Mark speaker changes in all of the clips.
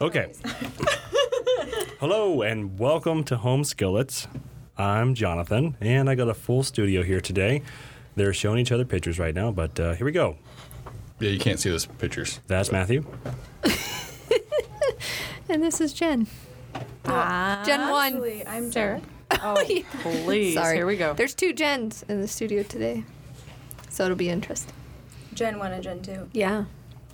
Speaker 1: Okay. Hello and welcome to Home Skillets. I'm Jonathan, and I got a full studio here today. They're showing each other pictures right now, but uh, here we go.
Speaker 2: Yeah, you can't see those pictures.
Speaker 1: That's Matthew.
Speaker 3: And this is Jen. Ah, Gen 1.
Speaker 4: Actually, I'm
Speaker 3: Sarah.
Speaker 4: Oh, please.
Speaker 3: Sorry.
Speaker 4: Here we go.
Speaker 3: There's two Jens in the studio today. So it'll be interesting.
Speaker 4: Gen 1 and Gen 2.
Speaker 3: Yeah.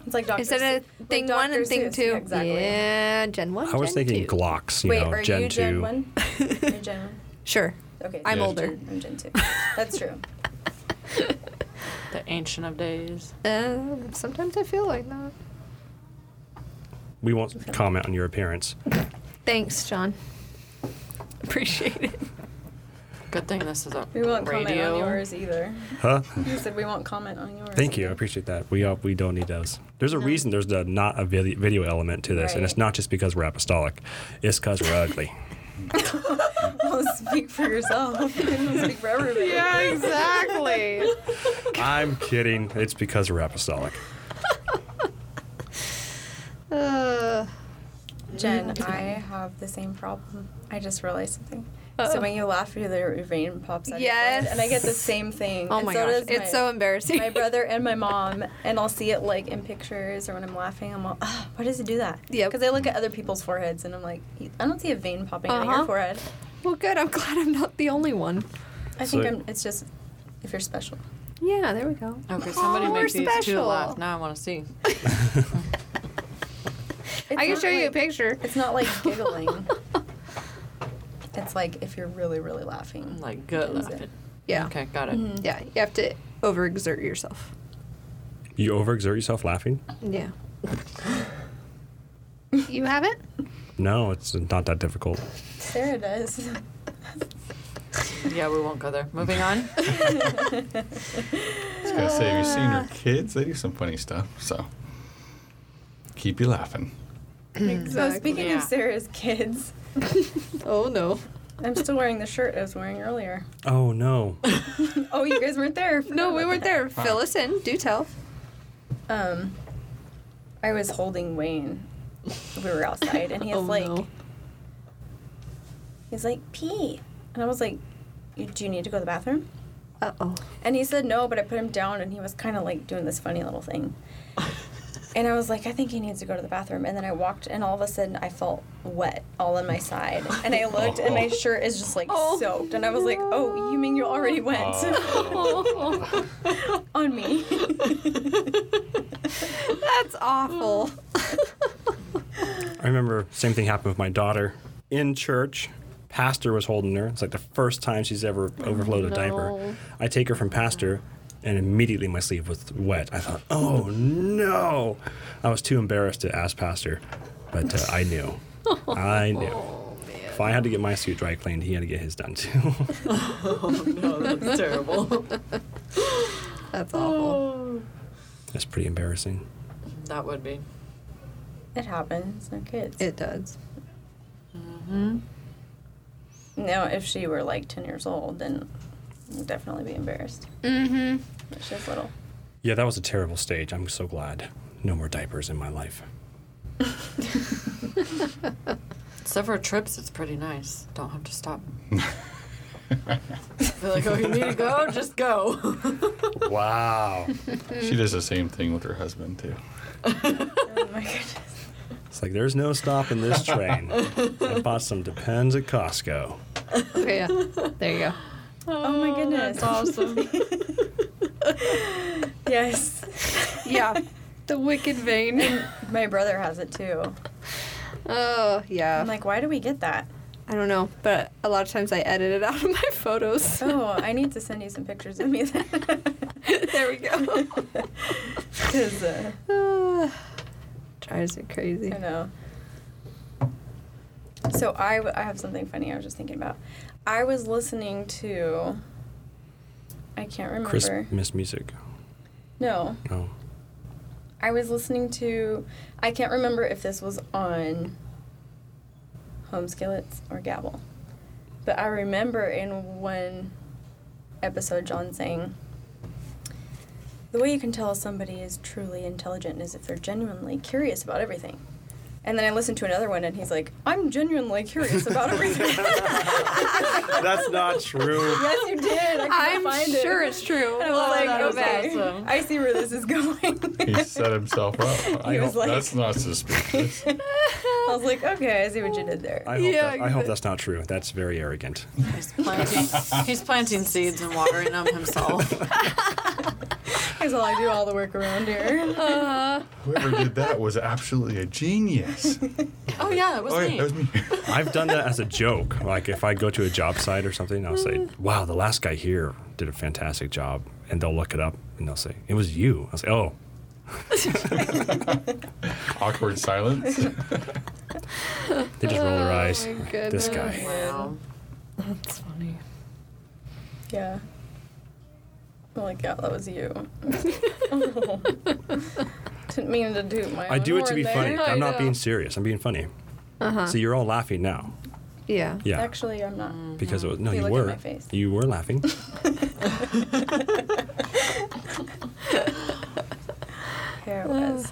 Speaker 4: It's like Dr.
Speaker 3: Is that
Speaker 4: Seuss-
Speaker 3: a
Speaker 4: like
Speaker 3: thing
Speaker 4: Dr.
Speaker 3: one and thing
Speaker 4: Seuss.
Speaker 3: two?
Speaker 4: Yeah, exactly.
Speaker 3: Yeah, Gen 1.
Speaker 1: I was
Speaker 3: Gen
Speaker 1: thinking
Speaker 3: two.
Speaker 1: Glocks, you
Speaker 4: Wait,
Speaker 1: know,
Speaker 4: are
Speaker 1: Gen
Speaker 4: you
Speaker 1: 2.
Speaker 4: Gen 1? You're Gen 1?
Speaker 3: Sure.
Speaker 4: Okay.
Speaker 3: I'm
Speaker 4: so
Speaker 3: older.
Speaker 4: you're Gen- I'm Gen 2. That's true.
Speaker 5: The Ancient of Days.
Speaker 3: Uh, sometimes I feel like that.
Speaker 1: We won't comment on your appearance.
Speaker 3: Thanks, John. Appreciate it.
Speaker 5: Good thing this is a
Speaker 4: We won't comment on
Speaker 5: radio.
Speaker 4: yours either.
Speaker 1: Huh?
Speaker 4: You said we won't comment on yours.
Speaker 1: Thank you. I appreciate that. We uh, we don't need those. There's a reason there's the not a video, video element to this, and
Speaker 4: Right.
Speaker 1: it's not just because we're apostolic. It's because we're ugly.
Speaker 4: Well, speak for yourself. You didn't speak for everybody.
Speaker 3: exactly.
Speaker 1: I'm kidding. It's because we're apostolic.
Speaker 3: Uh,
Speaker 4: Jen, I have the same problem. I just realized something.
Speaker 3: Uh-oh.
Speaker 4: So when you laugh, your little vein pops out. of your
Speaker 3: Yes.
Speaker 4: forehead, And I get the same thing.
Speaker 3: oh
Speaker 4: And
Speaker 3: my
Speaker 4: so
Speaker 3: gosh.
Speaker 4: does
Speaker 3: It's
Speaker 4: my-
Speaker 3: so embarrassing.
Speaker 4: my brother and my mom, and I'll see it like in pictures or when I'm laughing. I'm like, oh, why does it do that?
Speaker 3: Yep.
Speaker 4: Because I look at other people's foreheads and I'm like, I don't see a vein popping out of
Speaker 3: Uh-huh.
Speaker 4: your forehead.
Speaker 3: well, good. I'm glad I'm not the only one.
Speaker 4: I
Speaker 1: So-
Speaker 4: think I'm, it's just if you're special.
Speaker 3: Yeah, there we go.
Speaker 5: Okay, somebody
Speaker 4: Oh,
Speaker 3: Aw,
Speaker 5: make
Speaker 3: we're
Speaker 5: these two
Speaker 3: special.
Speaker 5: laugh. Now I want to see.
Speaker 4: It's
Speaker 3: I can
Speaker 4: not
Speaker 3: show you a
Speaker 4: like-
Speaker 3: picture.
Speaker 4: It's not like giggling. it's like if you're really, really laughing.
Speaker 5: Like good
Speaker 4: Is
Speaker 5: laughing.
Speaker 4: it?
Speaker 3: Yeah.
Speaker 5: Okay, got it.
Speaker 3: Yeah, you have to overexert yourself.
Speaker 1: You overexert yourself laughing?
Speaker 3: Yeah. you have it?
Speaker 1: No, it's not that difficult.
Speaker 4: Sarah does. Mm-hmm.
Speaker 5: Yeah, we won't go there. Moving on.
Speaker 2: I was gonna say, have you seen her kids? They do some funny stuff. So keep you laughing.
Speaker 4: So speaking
Speaker 5: Yeah.
Speaker 4: of Sarah's kids,
Speaker 3: Oh no.
Speaker 4: I'm still wearing the shirt I was wearing earlier.
Speaker 1: Oh no.
Speaker 4: Oh, you guys weren't there.
Speaker 3: No, we weren't there. Fill us in. Do tell.
Speaker 4: um I was holding Wayne. We were outside and he's
Speaker 3: oh
Speaker 4: like
Speaker 3: no.
Speaker 4: he's like pee. And I was like, "You- "Do you need to go to the bathroom?"
Speaker 3: Uh oh.
Speaker 4: And he said no, but I put him down and he was kind of like doing this funny little thing. And I was like, "I think he needs to go to the bathroom." And then I walked and all of a sudden I felt wet all on my side. And I looked and my shirt is just like
Speaker 3: Oh,
Speaker 4: soaked and I was like, "Oh, you mean you already went on me?"
Speaker 3: That's awful.
Speaker 1: I remember same thing happened with my daughter in church. Pastor was holding her. It's like the first time she's ever overflowed a diaper.
Speaker 3: no.
Speaker 1: I take her from pastor, and immediately my sleeve was wet. I thought, oh no! I was too embarrassed to ask pastor, but uh, I knew. I knew. If I had to get my suit dry cleaned, he had to get his done too.
Speaker 5: no, that's terrible.
Speaker 3: That's awful.
Speaker 4: Oh.
Speaker 1: That's pretty embarrassing.
Speaker 5: That would be.
Speaker 4: It happens. They're kids.
Speaker 3: It does.
Speaker 4: Now, if she were like 10 years old, then I'd definitely be embarrassed. Mm-hmm. But she's little.
Speaker 1: Yeah, that was a terrible stage. I'm so glad. No more diapers in my life.
Speaker 5: Except for trips, it's pretty nice. Don't have to stop. They're like, oh, you need to go? Just go.
Speaker 1: Wow.
Speaker 4: Mm.
Speaker 2: She does the same thing with her husband too.
Speaker 4: Oh my goodness.
Speaker 1: It's like there's no stopping this train. I bought some Depends at Costco.
Speaker 3: Okay, yeah. There you go.
Speaker 4: Oh my goodness.
Speaker 5: awesome.
Speaker 4: yes.
Speaker 3: Yeah. The wicked vein.
Speaker 4: My brother has it too.
Speaker 3: Oh,
Speaker 4: I'm
Speaker 3: yeah.
Speaker 4: like, why do we get that?
Speaker 3: I don't know, but a lot of times I edit it out of my photos.
Speaker 4: Oh, I need to send you some pictures of me then.
Speaker 3: there we go.
Speaker 4: 'Cause, uh,
Speaker 3: Uh, drives me crazy.
Speaker 4: I know. So I, w- I have something funny I was just thinking about. I was listening to. I can't remember.
Speaker 1: Christmas music.
Speaker 4: No.
Speaker 1: Oh.
Speaker 4: I was listening to, I can't remember if this was on Home Skillets or Gabble, but I remember in one episode John saying, The way you can tell somebody is truly intelligent is if they're genuinely curious about everything. And then I listened to another one, and he's like, "I'm genuinely curious about everything."
Speaker 1: That's not true.
Speaker 4: yes, you did. I couldn't
Speaker 6: I'm
Speaker 4: find
Speaker 6: sure
Speaker 4: it.
Speaker 6: it's true.
Speaker 4: And I was
Speaker 5: Oh,
Speaker 4: like,
Speaker 5: that was
Speaker 4: okay,
Speaker 5: awesome.
Speaker 4: I see where this is going.
Speaker 2: He set himself up. I
Speaker 4: He was
Speaker 2: hope
Speaker 4: like-
Speaker 2: that's not suspicious.
Speaker 4: I was like, okay, I see what you did there.
Speaker 1: I hope,
Speaker 6: Yeah,
Speaker 1: that, I hope that's not true. That's very arrogant.
Speaker 5: He's planting, he's planting seeds and watering them himself.
Speaker 4: That's all I do all the work around here.
Speaker 2: Whoever did that was absolutely a genius.
Speaker 5: Oh yeah, it was
Speaker 2: oh, yeah,
Speaker 5: me.
Speaker 2: that was me.
Speaker 1: I've done that as a joke. Like if I go to a job site or something, I'll say, "Wow, the last guy here did a fantastic job," and they'll look it up and they'll say, "It was you." I'll say, "Oh,
Speaker 2: Awkward silence.
Speaker 1: they just roll their eyes."
Speaker 6: my
Speaker 1: This guy.
Speaker 5: Wow.
Speaker 3: That's funny.
Speaker 4: Yeah. I'm like, yeah, that was you. Didn't mean to do my.
Speaker 1: I
Speaker 4: own
Speaker 1: do it to
Speaker 4: horn
Speaker 1: be
Speaker 4: there.
Speaker 1: funny.
Speaker 3: I
Speaker 1: I'm not
Speaker 3: know.
Speaker 1: being serious. I'm being funny. So you're all laughing now.
Speaker 3: Yeah.
Speaker 1: Yeah.
Speaker 4: Actually, I'm not.
Speaker 1: because it was, no,
Speaker 4: You
Speaker 1: you,
Speaker 4: look at
Speaker 1: were.
Speaker 4: my face.
Speaker 1: You were laughing.
Speaker 4: Here it was.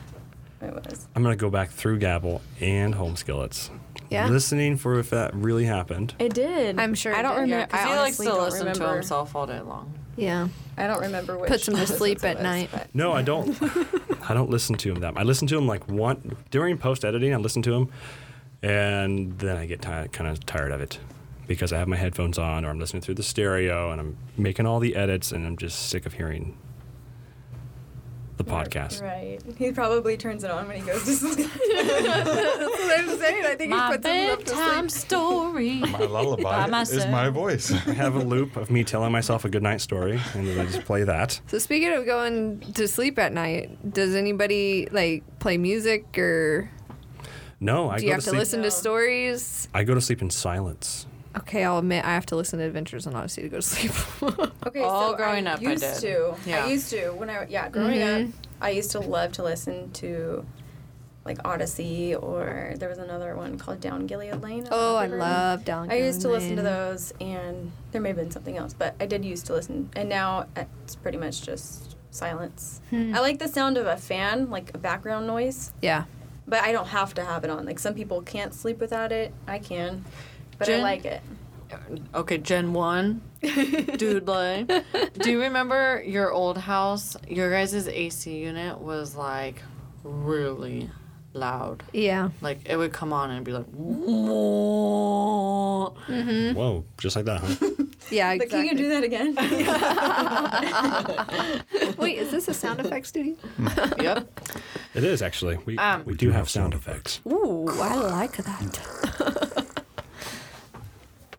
Speaker 4: It was.
Speaker 1: I'm going to go back through Gabble and Home Skillets.
Speaker 6: Yeah.
Speaker 1: Listening for if that really happened.
Speaker 4: It did.
Speaker 6: I'm sure
Speaker 4: I
Speaker 6: it
Speaker 4: don't
Speaker 6: did.
Speaker 4: remember.
Speaker 5: Yeah,
Speaker 4: I
Speaker 5: because he likes
Speaker 4: honestly
Speaker 5: to
Speaker 4: don't
Speaker 5: listen
Speaker 4: remember.
Speaker 5: to himself all day long.
Speaker 6: Yeah.
Speaker 4: I don't remember which.
Speaker 6: Puts him to
Speaker 4: episodes
Speaker 6: sleep
Speaker 4: it
Speaker 6: at
Speaker 4: was,
Speaker 6: night.
Speaker 4: but-
Speaker 1: No, I don't. I don't listen to him that. I listen to him like one during post editing. I listen to him, and then I get ti kind of tired of it because I have my headphones on or I'm listening through the stereo and I'm making all the edits and I'm just sick of hearing the podcast.
Speaker 4: Right. He probably turns it on when he goes to sleep.
Speaker 6: That's what I'm saying. I think
Speaker 5: My bedtime story.
Speaker 2: My lullaby
Speaker 5: By
Speaker 2: is my voice.
Speaker 1: I have a loop of me telling myself a goodnight story and then I just play that.
Speaker 3: So speaking of going to sleep at night, does anybody like play music or
Speaker 1: No, I
Speaker 3: do
Speaker 1: go
Speaker 3: you have to
Speaker 1: sleep.
Speaker 3: listen
Speaker 4: No.
Speaker 3: to stories?
Speaker 1: I go to sleep in silence.
Speaker 3: Okay, I'll admit I have to listen to Adventures in Odyssey to go to sleep.
Speaker 4: Okay,
Speaker 5: All
Speaker 4: so
Speaker 5: growing
Speaker 4: I
Speaker 5: up, I
Speaker 4: used
Speaker 5: did.
Speaker 4: to.
Speaker 5: Yeah.
Speaker 4: I used to when I yeah growing up, I used to love to listen to like Odyssey or there was another one called Down Gilead Lane. I don't
Speaker 3: oh,
Speaker 4: know if
Speaker 3: I
Speaker 4: you've ever-
Speaker 3: love Down.
Speaker 4: I used to
Speaker 3: Gilliland
Speaker 4: listen to
Speaker 3: Lane.
Speaker 4: those, and there may have been something else, but I did used to listen, and now it's pretty much just silence.
Speaker 3: Hmm.
Speaker 4: I like the sound of a fan, like a background noise,
Speaker 3: Yeah.
Speaker 4: but I don't have to have it on. Like some people can't sleep without it. I can, but
Speaker 5: Jen-
Speaker 4: I like it.
Speaker 5: Okay, Gen 1. Doodle. Do you remember your old house? Your guys' AC unit was like really loud.
Speaker 3: Yeah.
Speaker 5: Like it would come on and be like, "Whoa."
Speaker 3: Mm-hmm.
Speaker 1: Whoa, just like that, huh?
Speaker 3: Yeah.
Speaker 4: But
Speaker 3: Exactly.
Speaker 4: can you do that again?
Speaker 3: Wait, is this a sound effect studio?
Speaker 5: yep.
Speaker 1: it is actually. We,
Speaker 5: Um,
Speaker 1: we do have sound effects.
Speaker 3: Ooh, I like that.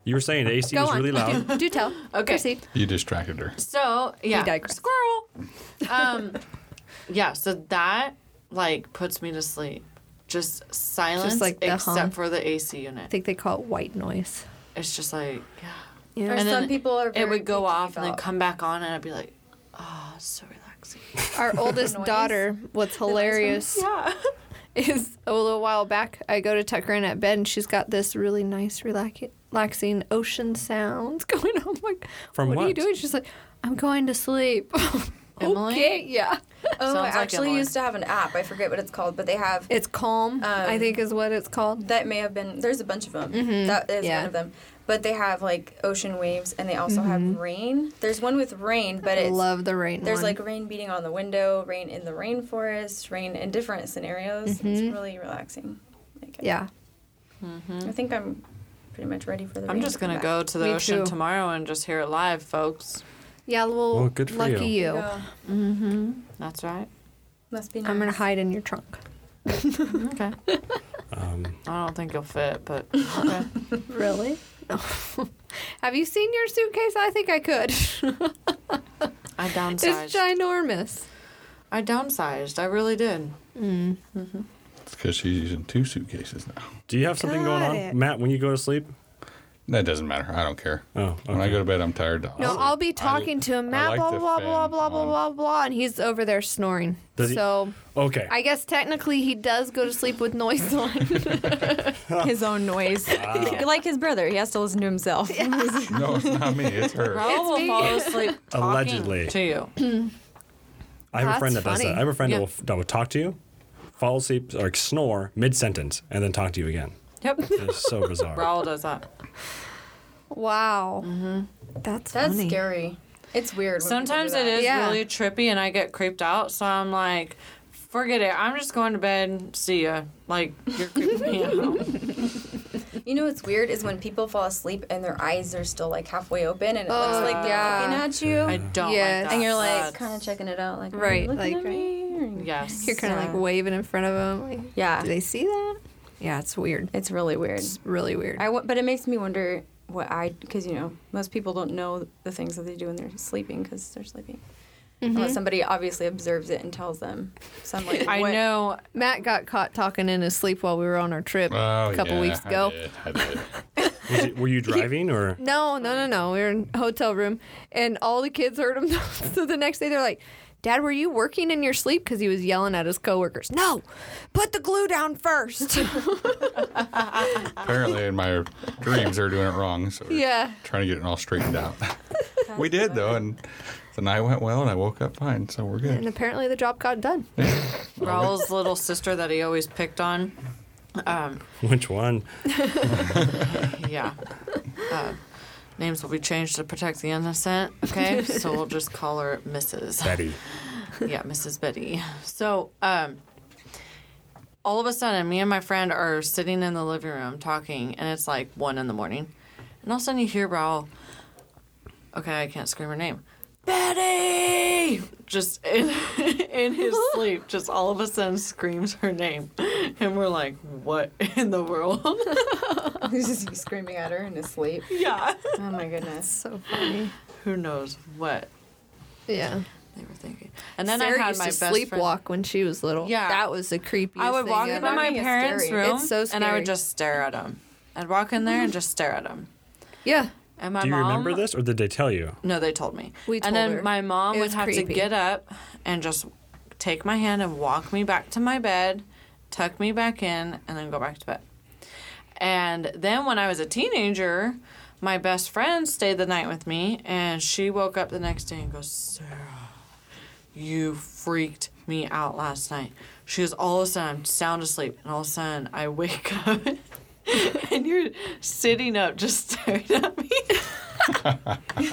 Speaker 1: You were saying the AC
Speaker 3: Go
Speaker 1: was
Speaker 3: on.
Speaker 1: really loud.
Speaker 3: Do tell.
Speaker 5: Okay.
Speaker 3: Proceed.
Speaker 2: You distracted her.
Speaker 5: So yeah,
Speaker 3: digress.
Speaker 5: squirrel. Um, yeah. So that like puts me to sleep. Just silence,
Speaker 3: like the
Speaker 5: except
Speaker 3: hum.
Speaker 5: for the AC
Speaker 3: I
Speaker 5: unit.
Speaker 3: think they call it white noise.
Speaker 5: It's just like yeah.
Speaker 3: Yeah.
Speaker 4: Or
Speaker 5: And
Speaker 4: some
Speaker 5: then
Speaker 4: people are.
Speaker 5: It
Speaker 4: very
Speaker 5: would go
Speaker 4: picky
Speaker 5: off and then
Speaker 4: about-
Speaker 5: come back on, and I'd be like, oh, it's so relaxing.
Speaker 3: Our oldest
Speaker 4: Noise.
Speaker 3: daughter, what's hilarious
Speaker 5: Yeah.
Speaker 3: is a little while back, I go to tuck her in at bed and she's got this really nice, relaxi- relaxing ocean sounds going on. I'm like,
Speaker 1: From
Speaker 3: what, are you
Speaker 1: what?
Speaker 3: doing? She's like, I'm going to sleep.
Speaker 5: Emily?
Speaker 3: Okay, yeah.
Speaker 4: Oh, I
Speaker 5: Sounds like
Speaker 4: actually
Speaker 5: Emily.
Speaker 4: used to have an app. I forget what it's called, but they have
Speaker 3: It's calm, I
Speaker 4: Um,
Speaker 3: think is what it's called.
Speaker 4: that may have been. There's a bunch of them. That is
Speaker 3: Mm-hmm. yeah.
Speaker 4: one of them. But they have like ocean waves, and they also have rain. There's one with rain, but
Speaker 3: Mm-hmm. I
Speaker 4: it's
Speaker 3: love the rain.
Speaker 4: there's
Speaker 3: one.
Speaker 4: like rain beating on the window, rain in the rainforest, rain in different scenarios. It's really relaxing. Like, I-
Speaker 3: yeah.
Speaker 4: I think I'm pretty much ready for the.
Speaker 5: I'm
Speaker 4: rain
Speaker 5: just
Speaker 4: come
Speaker 5: gonna go to the
Speaker 3: Me
Speaker 5: ocean
Speaker 3: too.
Speaker 5: tomorrow and just hear it live, folks.
Speaker 3: Yeah, well,
Speaker 1: Well, good for
Speaker 3: lucky
Speaker 1: you.
Speaker 3: you.
Speaker 4: back. Yeah, Mm-hmm.
Speaker 5: That's right.
Speaker 4: must be. Nice.
Speaker 3: I'm going to hide in your trunk.
Speaker 5: Okay.
Speaker 1: Um,
Speaker 5: I don't think you'll fit, but okay.
Speaker 3: Really? Have you seen your suitcase? I think I could.
Speaker 5: I downsized.
Speaker 3: it's ginormous.
Speaker 5: I downsized. I really did.
Speaker 2: It's because she's using two suitcases now.
Speaker 1: do you have something going
Speaker 3: Got
Speaker 1: on,
Speaker 3: it.
Speaker 1: Matt? When you go to sleep?
Speaker 2: That doesn't matter. I don't care.
Speaker 1: Oh,
Speaker 2: When I
Speaker 1: okay.
Speaker 2: go to bed, I'm tired. Oh.
Speaker 3: No, I'll be
Speaker 2: I-
Speaker 3: talking to him.
Speaker 2: I
Speaker 3: Matt,
Speaker 2: like
Speaker 3: blah,
Speaker 2: the
Speaker 3: blah, blah,
Speaker 2: fan
Speaker 3: blah, blah,
Speaker 2: on.
Speaker 3: blah, blah, and he's over there snoring.
Speaker 1: Does he-
Speaker 3: so
Speaker 1: Okay.
Speaker 3: I guess technically he does go to sleep with noise on.
Speaker 2: Mm-hmm.
Speaker 4: his own noise. like his brother, he has to listen to himself.
Speaker 2: No, it's not me. It's her.
Speaker 5: Raul will fall asleep talking
Speaker 1: Allegedly.
Speaker 5: to you.
Speaker 1: I have a friend that
Speaker 3: That's
Speaker 1: does that.
Speaker 3: funny.
Speaker 1: I have a friend
Speaker 5: Yeah.
Speaker 1: that, will, that will talk to you, fall asleep, or snore mid sentence, and then talk to you again.
Speaker 5: Yep.
Speaker 1: It's so bizarre.
Speaker 5: Raul does that.
Speaker 3: Wow. That's
Speaker 4: That's
Speaker 3: funny.
Speaker 4: scary. It's weird. when people do
Speaker 5: Sometimes it
Speaker 4: that.
Speaker 5: is
Speaker 3: Yeah.
Speaker 5: really trippy and I get creeped out, so I'm like, forget it. I'm just going to bed. See ya. Like, you're creeping me out.
Speaker 4: You know what's weird is when people fall asleep and their eyes are still like halfway open and it
Speaker 3: Oh,
Speaker 4: looks like they're
Speaker 3: yeah.
Speaker 4: looking at you.
Speaker 5: I don't
Speaker 3: Yes.
Speaker 5: like that.
Speaker 4: and you're like
Speaker 5: That's-
Speaker 4: kind of checking it out, like
Speaker 3: Right,
Speaker 4: Are you looking
Speaker 3: like,
Speaker 4: at me?
Speaker 5: Yes.
Speaker 3: You're kind of like
Speaker 4: Yeah.
Speaker 3: waving in front of them. Like,
Speaker 4: Yeah.
Speaker 3: Do they see that? Yeah, it's weird.
Speaker 4: It's really weird.
Speaker 3: It's really weird.
Speaker 4: I w- but it makes me wonder what I because you know most people don't know the things that they do when they're sleeping because they're sleeping. Unless somebody obviously observes it and tells them. So I'm like,
Speaker 5: I
Speaker 4: what-
Speaker 5: know.
Speaker 3: Matt got caught talking in his sleep while we were on our trip
Speaker 2: Oh,
Speaker 3: a couple
Speaker 2: yeah,
Speaker 3: weeks
Speaker 2: I
Speaker 3: ago.
Speaker 2: did, I did.
Speaker 1: Was it, were you driving or?
Speaker 3: No, no, no, no. We were in a hotel room, and all the kids heard him. so the next day, they're like, "Dad, were you working in your sleep?" Because he was yelling at his coworkers. No, put the glue down first.
Speaker 2: Apparently, in my dreams, they're doing it wrong. So we're
Speaker 3: yeah,
Speaker 2: trying to get it all straightened out. we did though, and the night went well, and I woke up fine, so we're
Speaker 3: and
Speaker 2: good.
Speaker 3: apparently the job got done.
Speaker 5: Raul's little sister that he always picked on. Um,
Speaker 1: Which one?
Speaker 5: yeah. Uh, names will be changed to protect the innocent. Okay, so we'll just call her Mrs.
Speaker 1: Betty.
Speaker 5: yeah, Mrs. Betty. So, um, all of a sudden, me and my friend are sitting in the living room talking, and it's like one in the morning, and all of a sudden you hear Raul. Okay, I can't scream her name. Betty, just in, in his sleep, just all of a sudden screams her name, and we're like, "What in the world?"
Speaker 4: He's just screaming at her in his sleep.
Speaker 5: yeah,
Speaker 4: Oh my goodness.
Speaker 3: So funny.
Speaker 5: who knows what
Speaker 3: Yeah.
Speaker 5: they were thinking. And then
Speaker 3: Sarah
Speaker 5: I had
Speaker 3: used
Speaker 5: my
Speaker 3: to
Speaker 5: best
Speaker 3: sleepwalk
Speaker 5: friend-
Speaker 3: when she was little.
Speaker 5: Yeah.
Speaker 3: that was the creepiest.
Speaker 5: I would
Speaker 3: thing
Speaker 5: walk
Speaker 3: ever.
Speaker 5: into my
Speaker 4: Walking is
Speaker 5: parents'
Speaker 4: scary.
Speaker 5: room
Speaker 3: It's so
Speaker 5: and I
Speaker 3: scary.
Speaker 5: would just stare at them. I'd walk in there and just stare at them.
Speaker 3: Yeah,
Speaker 5: And my
Speaker 1: Do you
Speaker 5: mom,
Speaker 1: remember this or did they tell you?
Speaker 5: No, they told me.
Speaker 3: We told
Speaker 5: and then
Speaker 3: her.
Speaker 5: my mom
Speaker 3: It
Speaker 5: would
Speaker 3: was
Speaker 5: have
Speaker 3: creepy.
Speaker 5: to get up and just take my hand and walk me back to my bed, tuck me back in, and then go back to bed. And then when I was a teenager, my best friend stayed the night with me, and she woke up the next day and goes, Sarah, you freaked me out last night. She was all of a sudden I'm sound asleep, and all of a sudden I wake up. And you're sitting up, just staring at me.
Speaker 4: And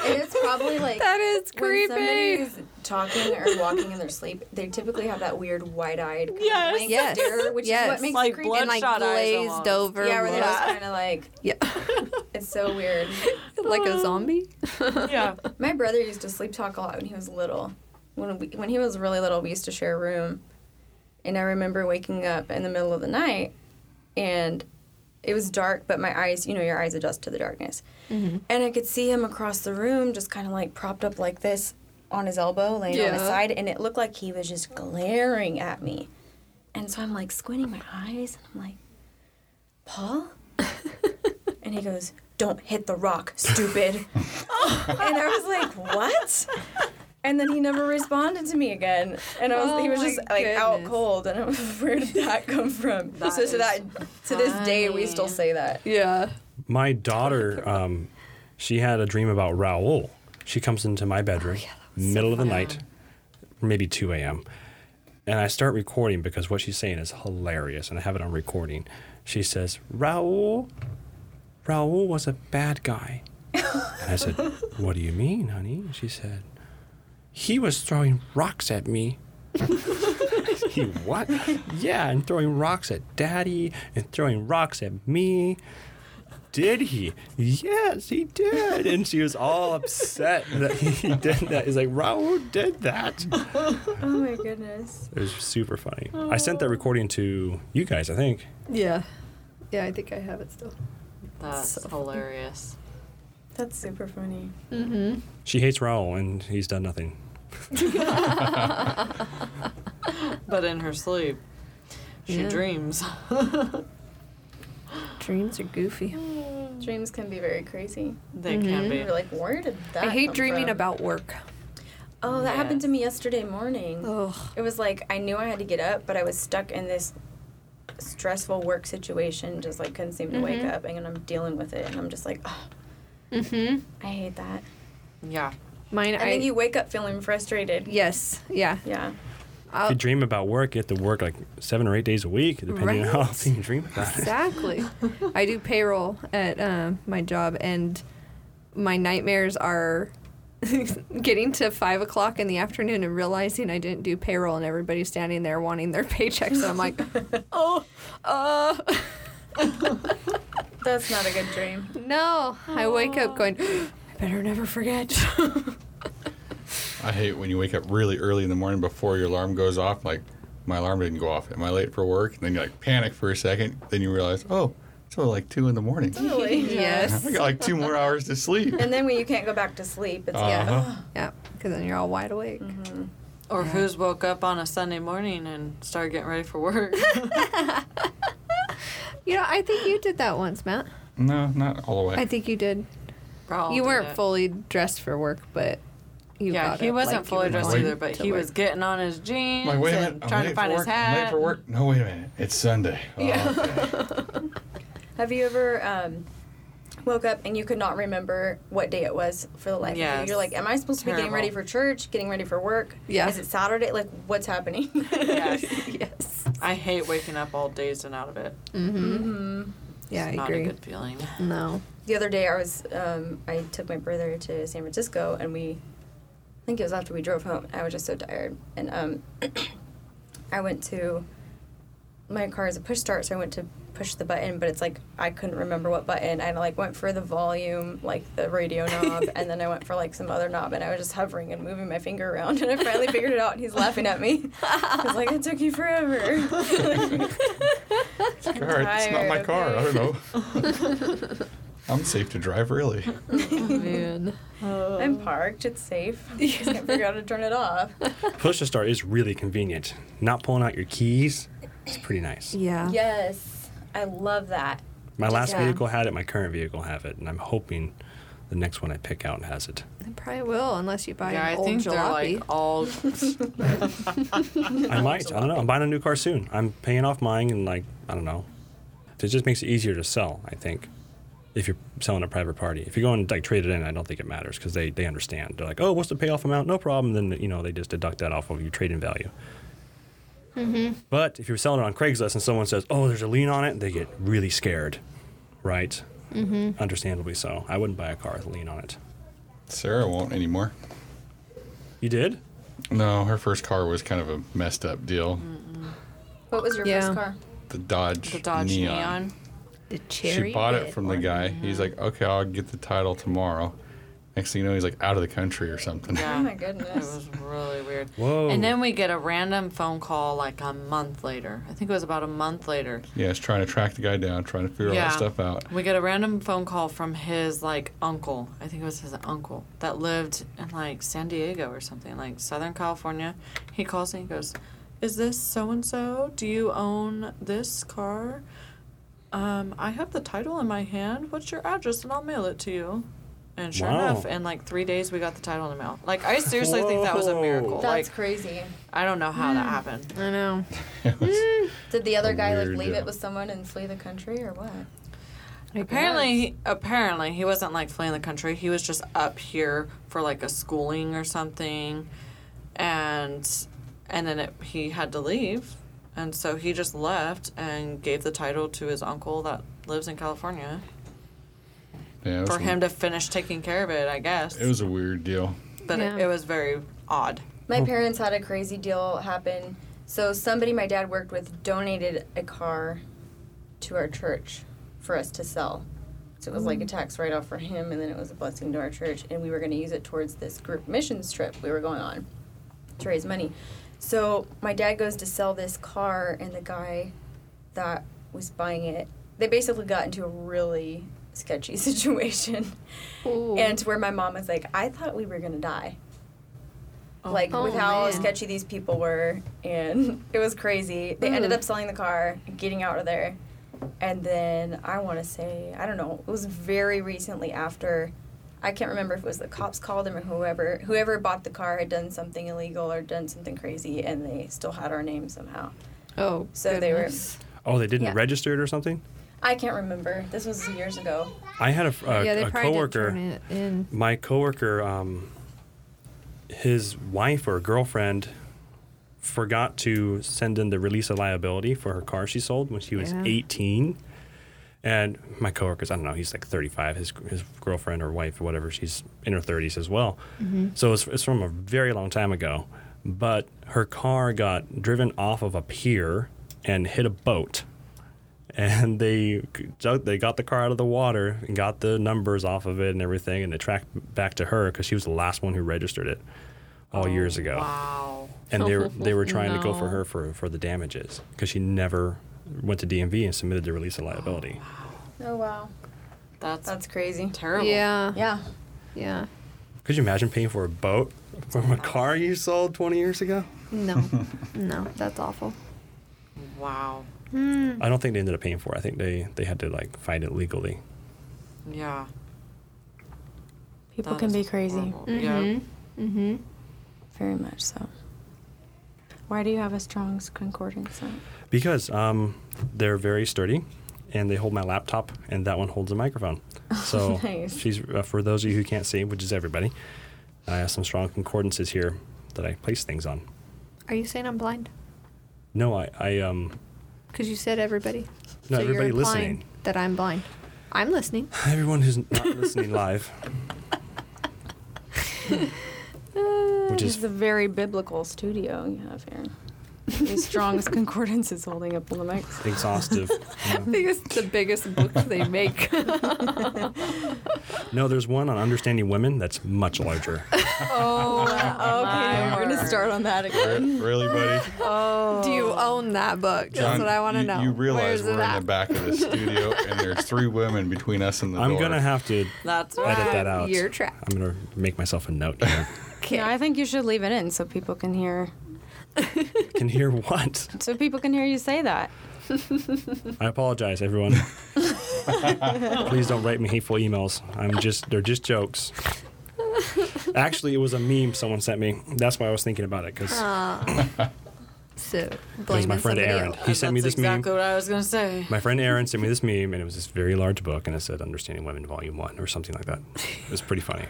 Speaker 4: it's probably like
Speaker 3: that is
Speaker 4: When somebody
Speaker 3: creepy.
Speaker 4: is talking or walking in their sleep, they typically have that weird wide-eyed kind
Speaker 5: Yes.
Speaker 4: of blank
Speaker 3: Yes.
Speaker 4: stare, which is
Speaker 3: Yes.
Speaker 4: what makes
Speaker 5: Like
Speaker 4: it creepy.
Speaker 5: blood
Speaker 3: And like
Speaker 5: Bloodshot eyes
Speaker 3: glazed
Speaker 5: almost.
Speaker 3: over.
Speaker 4: yeah, where they're just
Speaker 3: look.
Speaker 4: kind of like,
Speaker 3: yeah.
Speaker 4: it's so weird.
Speaker 3: like "Ah." a zombie.
Speaker 5: Yeah.
Speaker 4: My brother used to sleep talk a lot when he was little. When we, when he was really little, we used to share a room, and I remember waking up in the middle of the night, and it was dark, but my eyes, you know, your eyes adjust to the darkness, and I could see him across the room, just kind of like propped up like this on his elbow, laying on his
Speaker 3: Yeah.
Speaker 4: side, and it looked like he was just glaring at me, and so I'm like squinting my eyes, and I'm like, Paul. And he goes, Don't hit the rock, stupid. and I was like, What? And then he never responded to me again. And I was, he
Speaker 3: Oh
Speaker 4: was
Speaker 3: my
Speaker 4: just like out
Speaker 3: goodness.
Speaker 4: cold. And I was, where did that come from? so
Speaker 5: is
Speaker 4: to that, to this day, we still say that.
Speaker 3: Yeah.
Speaker 1: My daughter, um, she had a dream about Raoul. She comes into my bedroom, middle of the night, maybe 2 a.m. And I start recording because what she's saying is hilarious, and I have it on recording. She says, Raoul, Raoul was a bad guy. and I said, What do you mean, honey? She said, He was throwing rocks at me he what? Yeah, and throwing rocks at daddy and throwing rocks at me. Did he? Yes, he did. And she was all upset that he did that. He's like, Raul did that.
Speaker 4: Oh my goodness.
Speaker 1: It was super funny. I sent that recording to you guys, I think.
Speaker 3: Yeah. Yeah, I think I have it still.
Speaker 5: That's hilarious.
Speaker 4: That's super funny.
Speaker 1: She hates Raul and he's done nothing.
Speaker 5: But in her sleep, she
Speaker 3: Yeah.
Speaker 5: dreams.
Speaker 3: Dreams are goofy.
Speaker 4: Dreams can be very crazy.
Speaker 5: They can be.
Speaker 3: Mm-hmm.
Speaker 4: You're like, Where did that
Speaker 3: I hate
Speaker 4: come
Speaker 3: dreaming
Speaker 4: from?
Speaker 3: about work.
Speaker 4: Oh, that happened to me yesterday morning.
Speaker 3: Oh,
Speaker 4: It was like I knew I had to get up, but I was stuck in this stressful work situation, just like couldn't seem to wake up, and I'm dealing with it, and I'm just like, oh, I hate that.
Speaker 5: Yeah.
Speaker 3: mine.
Speaker 4: And
Speaker 3: I
Speaker 4: then you wake up feeling frustrated.
Speaker 3: yes, yeah.
Speaker 4: Yeah,
Speaker 1: if you dream about work, you have to work like seven or eight days a week, depending on how
Speaker 3: Right.
Speaker 1: often you dream about it.
Speaker 3: Exactly. I do payroll at uh, my job, and my nightmares are getting to five o'clock in the afternoon and realizing I didn't do payroll, and everybody's standing there wanting their paychecks, and I'm like, oh, uh,
Speaker 4: That's not a good dream.
Speaker 3: no. I wake up going, I better never forget.
Speaker 2: I hate when you wake up really early in the morning before your alarm goes off. Like, my alarm didn't go off. Am I late for work? And then you like panic for a second. Then you realize, oh, it's only like two in the morning.
Speaker 4: Really.
Speaker 3: yes.
Speaker 2: I got like two more hours to sleep.
Speaker 4: And then when you can't go back to sleep, it's like,
Speaker 2: Uh-huh.
Speaker 3: Yeah, because then you're all wide awake.
Speaker 5: Or who's woke up on a Sunday morning and started getting ready for work?
Speaker 3: You know, I think you did that once, Matt.
Speaker 2: No, not all the way.
Speaker 3: I think you did.
Speaker 5: Probably
Speaker 3: you weren't
Speaker 5: did.
Speaker 3: fully dressed for work, but you
Speaker 5: Yeah,
Speaker 3: got
Speaker 5: he
Speaker 3: up
Speaker 5: wasn't
Speaker 3: like you
Speaker 5: fully
Speaker 3: were
Speaker 5: dressed
Speaker 3: going
Speaker 5: either, but
Speaker 3: to
Speaker 5: he
Speaker 3: work.
Speaker 5: was getting on his jeans,
Speaker 2: I'm like, wait a
Speaker 5: and
Speaker 2: minute. I'm
Speaker 5: trying
Speaker 2: late
Speaker 5: to find
Speaker 2: for
Speaker 5: his
Speaker 2: work. I'm
Speaker 5: hat.
Speaker 2: late for work. No, wait a minute. It's Sunday. Oh, okay.
Speaker 4: have you ever um, woke up and you could not remember what day it was for the life of
Speaker 5: Yes.
Speaker 4: you? You're like, am I supposed to be getting
Speaker 5: Terrible.
Speaker 4: ready for church? Getting ready for work?
Speaker 3: Yeah.
Speaker 4: Is it Saturday? Like, what's happening?
Speaker 5: Yes.
Speaker 3: Yes.
Speaker 5: I hate waking up all dazed and out of it.
Speaker 3: Mm-hmm.
Speaker 4: Mm-hmm.
Speaker 3: Yeah, I
Speaker 5: Not
Speaker 3: agree.
Speaker 5: a good feeling.
Speaker 3: No.
Speaker 4: the other day I was um, I took my brother to San Francisco and we I think it was after we drove home. I was just so tired and um, I went to my car is a push start, so I went to push the button, but it's like I couldn't remember what button. I like went for the volume, like the radio knob, and then I went for like some other knob, and I was just hovering and moving my finger around, and I finally figured it out. And he's laughing at me. I was like, "It took you forever."
Speaker 2: It's a car. It's not my
Speaker 4: tired,
Speaker 2: car. I
Speaker 4: okay.
Speaker 2: don't know. I'm safe to drive, really.
Speaker 5: Oh,
Speaker 3: Man.
Speaker 4: I'm parked. It's safe. I just can't figure out how to turn it off.
Speaker 1: Push to start is really convenient. Not pulling out your keys, it's pretty nice.
Speaker 3: Yeah.
Speaker 4: Yes, I love that.
Speaker 1: My last
Speaker 4: Yeah.
Speaker 1: vehicle had it. My current vehicle have it, and I'm hoping the next one I pick out has it.
Speaker 3: It probably will, unless you buy
Speaker 5: yeah, I
Speaker 3: an old
Speaker 5: think they're
Speaker 3: jalopy.
Speaker 5: like all.
Speaker 1: I might. I don't know. I'm buying a new car soon. I'm paying off mine, and like I don't know. It just makes it easier to sell. I think if you're selling a private party, if you're going to like trade it in, I don't think it matters because they they understand. They're like, oh, what's the payoff amount? No problem. Then you know they just deduct that off of your trade in value.
Speaker 3: Mm-hmm.
Speaker 1: But if you're selling it on Craigslist and someone says, oh, there's a lien on it, they get really scared, right?
Speaker 3: Mm-hmm.
Speaker 1: Understandably so. I wouldn't buy a car with a lien on it.
Speaker 2: Sarah won't anymore.
Speaker 1: You did?
Speaker 2: No, her first car was kind of a messed up deal.
Speaker 4: What was your
Speaker 3: Yeah.
Speaker 4: first car?
Speaker 2: The Dodge,
Speaker 5: Mm. the Dodge Neon.
Speaker 3: the cherry.
Speaker 2: She bought it
Speaker 3: red
Speaker 2: from the
Speaker 3: one.
Speaker 2: guy. He's like, okay, I'll get the title tomorrow. Next thing you know, he's like out of the country or something.
Speaker 5: Yeah.
Speaker 4: Oh my
Speaker 5: It
Speaker 4: goodness.
Speaker 5: was really weird.
Speaker 1: Whoa.
Speaker 5: And then we get a random phone call like a month later. I think it was about a month later.
Speaker 2: Yeah, he's trying to track the guy down, trying to figure all
Speaker 5: Yeah.
Speaker 2: that stuff out.
Speaker 5: We get a random phone call from his like uncle. I think it was his uncle that lived in like San Diego or something, like Southern California. He calls me and goes, "Is this so and so? Do you own this car? Um, I have the title in my hand. What's your address and I'll mail it to you." And sure
Speaker 1: Wow.
Speaker 5: enough, in like three days, we got the title in the mail. Like I seriously think that was a
Speaker 1: Whoa.
Speaker 5: miracle.
Speaker 4: That's
Speaker 5: like
Speaker 4: crazy.
Speaker 5: I don't know how that happened.
Speaker 3: I know.
Speaker 2: It was-
Speaker 4: Did the other guy like
Speaker 2: Weird,
Speaker 4: leave
Speaker 2: yeah.
Speaker 4: it with someone and flee the country or what?
Speaker 5: Apparently, he, apparently he wasn't like fleeing the country. He was just up here for like a schooling or something, and and then it, he had to leave, and so he just left and gave the title to his uncle that lives in California
Speaker 2: yeah, it was
Speaker 5: for
Speaker 2: a-
Speaker 5: him to finish taking care of it. I guess,
Speaker 2: It was a weird deal.
Speaker 5: but
Speaker 3: Yeah.
Speaker 5: it, it was very odd.
Speaker 4: My parents had a crazy deal happen. So somebody my dad worked with donated a car to our church for us to sell. So it was like a tax write off for him and then it was a blessing to our church and we were gonna use it towards this group missions trip we were going on to raise money. So my dad goes to sell this car and the guy that was buying it they basically got into a really sketchy situation.
Speaker 3: Ooh.
Speaker 4: And to where my mom was like, I thought we were gonna die. like
Speaker 3: Oh,
Speaker 4: with how
Speaker 3: man.
Speaker 4: sketchy these people were, and it was crazy. They ended up selling the car, getting out of there, and then I want to say I don't know. It was very recently after. I can't remember if it was the cops called him or whoever. Whoever bought the car had done something illegal or done something crazy, and they still had our name somehow.
Speaker 3: oh,
Speaker 4: So they were-
Speaker 3: goodness.
Speaker 1: Oh, they didn't
Speaker 4: Yeah.
Speaker 1: register it or something?
Speaker 4: I can't remember. This was years ago.
Speaker 1: I had a, f- a-
Speaker 3: yeah, they
Speaker 1: a
Speaker 3: probably
Speaker 1: coworker.
Speaker 3: did turn it in.
Speaker 1: my coworker, um, his wife or girlfriend forgot to send in the release of liability for her car she sold when she was
Speaker 3: Yeah.
Speaker 1: 18. And my coworkers, I don't know, he's like 35. His his girlfriend or wife or whatever, she's in her 30s as well. So it's, it's from a very long time ago. But her car got driven off of a pier and hit a boat. And they dug- they got the car out of the water and got the numbers off of it and everything, and they tracked back to her because she was the last one who registered it all years ago
Speaker 5: Oh, Wow.
Speaker 1: and they were they were trying to go for
Speaker 5: No.
Speaker 1: her for, for the damages because she never went to DMV and submitted the release of liability.
Speaker 4: Oh wow,
Speaker 5: That's,
Speaker 4: that's crazy.
Speaker 5: terrible.
Speaker 3: Yeah.
Speaker 4: Yeah.
Speaker 3: Yeah.
Speaker 1: Could you imagine paying for a boat from a car you sold 20 years ago?
Speaker 3: No. no. That's awful.
Speaker 5: Wow. Hmm.
Speaker 1: I don't think they ended up paying for it. I think they, they had to like fight it legally.
Speaker 5: Yeah.
Speaker 4: People
Speaker 5: that
Speaker 4: can
Speaker 5: is
Speaker 4: be crazy. Mm-hmm.
Speaker 5: horrible. Yeah.
Speaker 4: Very much so. Why do you have a strong concordance? on it?
Speaker 1: Because um, they're very sturdy and they hold my laptop and that one holds a microphone.
Speaker 3: Oh,
Speaker 1: So
Speaker 4: Nice.
Speaker 1: she's uh, for those of you who can't see, which is everybody, I have some strong concordances here that I place things on.
Speaker 3: Are you saying I'm blind?
Speaker 1: No, I, I um
Speaker 3: Because you said everybody.
Speaker 1: No,
Speaker 3: so
Speaker 1: everybody
Speaker 3: you're implying
Speaker 1: listening.
Speaker 3: That I'm blind. I'm listening.
Speaker 1: Everyone who's not listening live. Which
Speaker 4: This
Speaker 1: is
Speaker 4: is a very biblical studio you have here. The strongest concordance is holding up on the mic.
Speaker 1: exhaustive. you know.
Speaker 3: I think it's the biggest book they make.
Speaker 1: No, there's one on understanding women that's much larger.
Speaker 4: Oh, okay. We're gonna start on that
Speaker 2: Re-
Speaker 4: again.
Speaker 2: really, buddy?
Speaker 3: Do you own that book? That's
Speaker 2: John,
Speaker 3: what I want to
Speaker 2: you-
Speaker 3: know.
Speaker 2: You realize
Speaker 3: Where's it
Speaker 2: we're in
Speaker 3: at?
Speaker 2: the back of the studio, and there's three women between us and the
Speaker 1: I'm
Speaker 2: door.
Speaker 1: gonna have to
Speaker 5: That's
Speaker 1: edit
Speaker 5: right.
Speaker 1: that out.
Speaker 3: You're trapped.
Speaker 1: I'm gonna make myself a note here.
Speaker 3: Okay.
Speaker 4: No, I think you should leave it in so people can hear.
Speaker 1: Can hear what?
Speaker 4: So people can hear you say that.
Speaker 1: I apologize, everyone. Please don't write me hateful emails. I'm just they're just jokes. Actually, it was a meme someone sent me. That's why I was thinking about it because
Speaker 3: so
Speaker 1: was
Speaker 3: blame
Speaker 1: my friend
Speaker 3: somebody
Speaker 1: Aaron.
Speaker 3: else.
Speaker 1: He sent me
Speaker 5: That's
Speaker 1: this meme.
Speaker 5: exactly what I was gonna say.
Speaker 1: My friend Aaron sent me this meme, and it was this very large book, and it said "Understanding Women, Volume One" or something like that. It was pretty funny.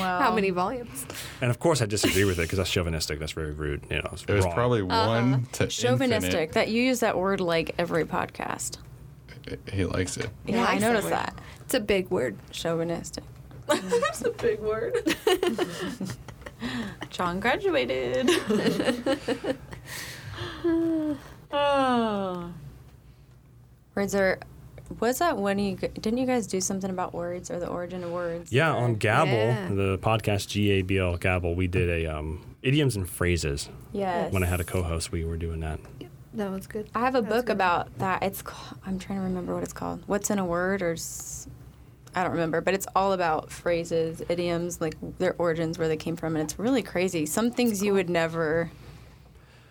Speaker 4: Wow.
Speaker 3: How many volumes?
Speaker 1: And of course, I disagree with it because that's chauvinistic. That's very rude. You know, it's
Speaker 2: It was
Speaker 1: wrong.
Speaker 2: probably one to
Speaker 4: Chauvinistic.
Speaker 2: infinite.
Speaker 4: That you use that word like every podcast.
Speaker 2: He likes it.
Speaker 4: Yeah, I
Speaker 3: it's
Speaker 4: noticed
Speaker 3: a word.
Speaker 4: that.
Speaker 3: It's a big word.
Speaker 4: Chauvinistic.
Speaker 5: That's a big word. John graduated. oh.
Speaker 4: Words are. Was that when you g- didn't you guys do something about words or the origin of words?
Speaker 1: Yeah,
Speaker 4: Or-
Speaker 1: on Gabble,
Speaker 3: Yeah.
Speaker 1: the podcast G A B L Gabble, we did a um, idioms and phrases.
Speaker 4: yes.
Speaker 1: When I had a co-host, we were doing that.
Speaker 3: That one's good.
Speaker 4: I have a
Speaker 3: That's
Speaker 4: book
Speaker 3: good.
Speaker 4: about that. It's ca- I'm trying to remember what it's called. What's in a word or s- I don't remember, but it's all about phrases, idioms, like their origins, where they came from, and it's really crazy. Some things you would never.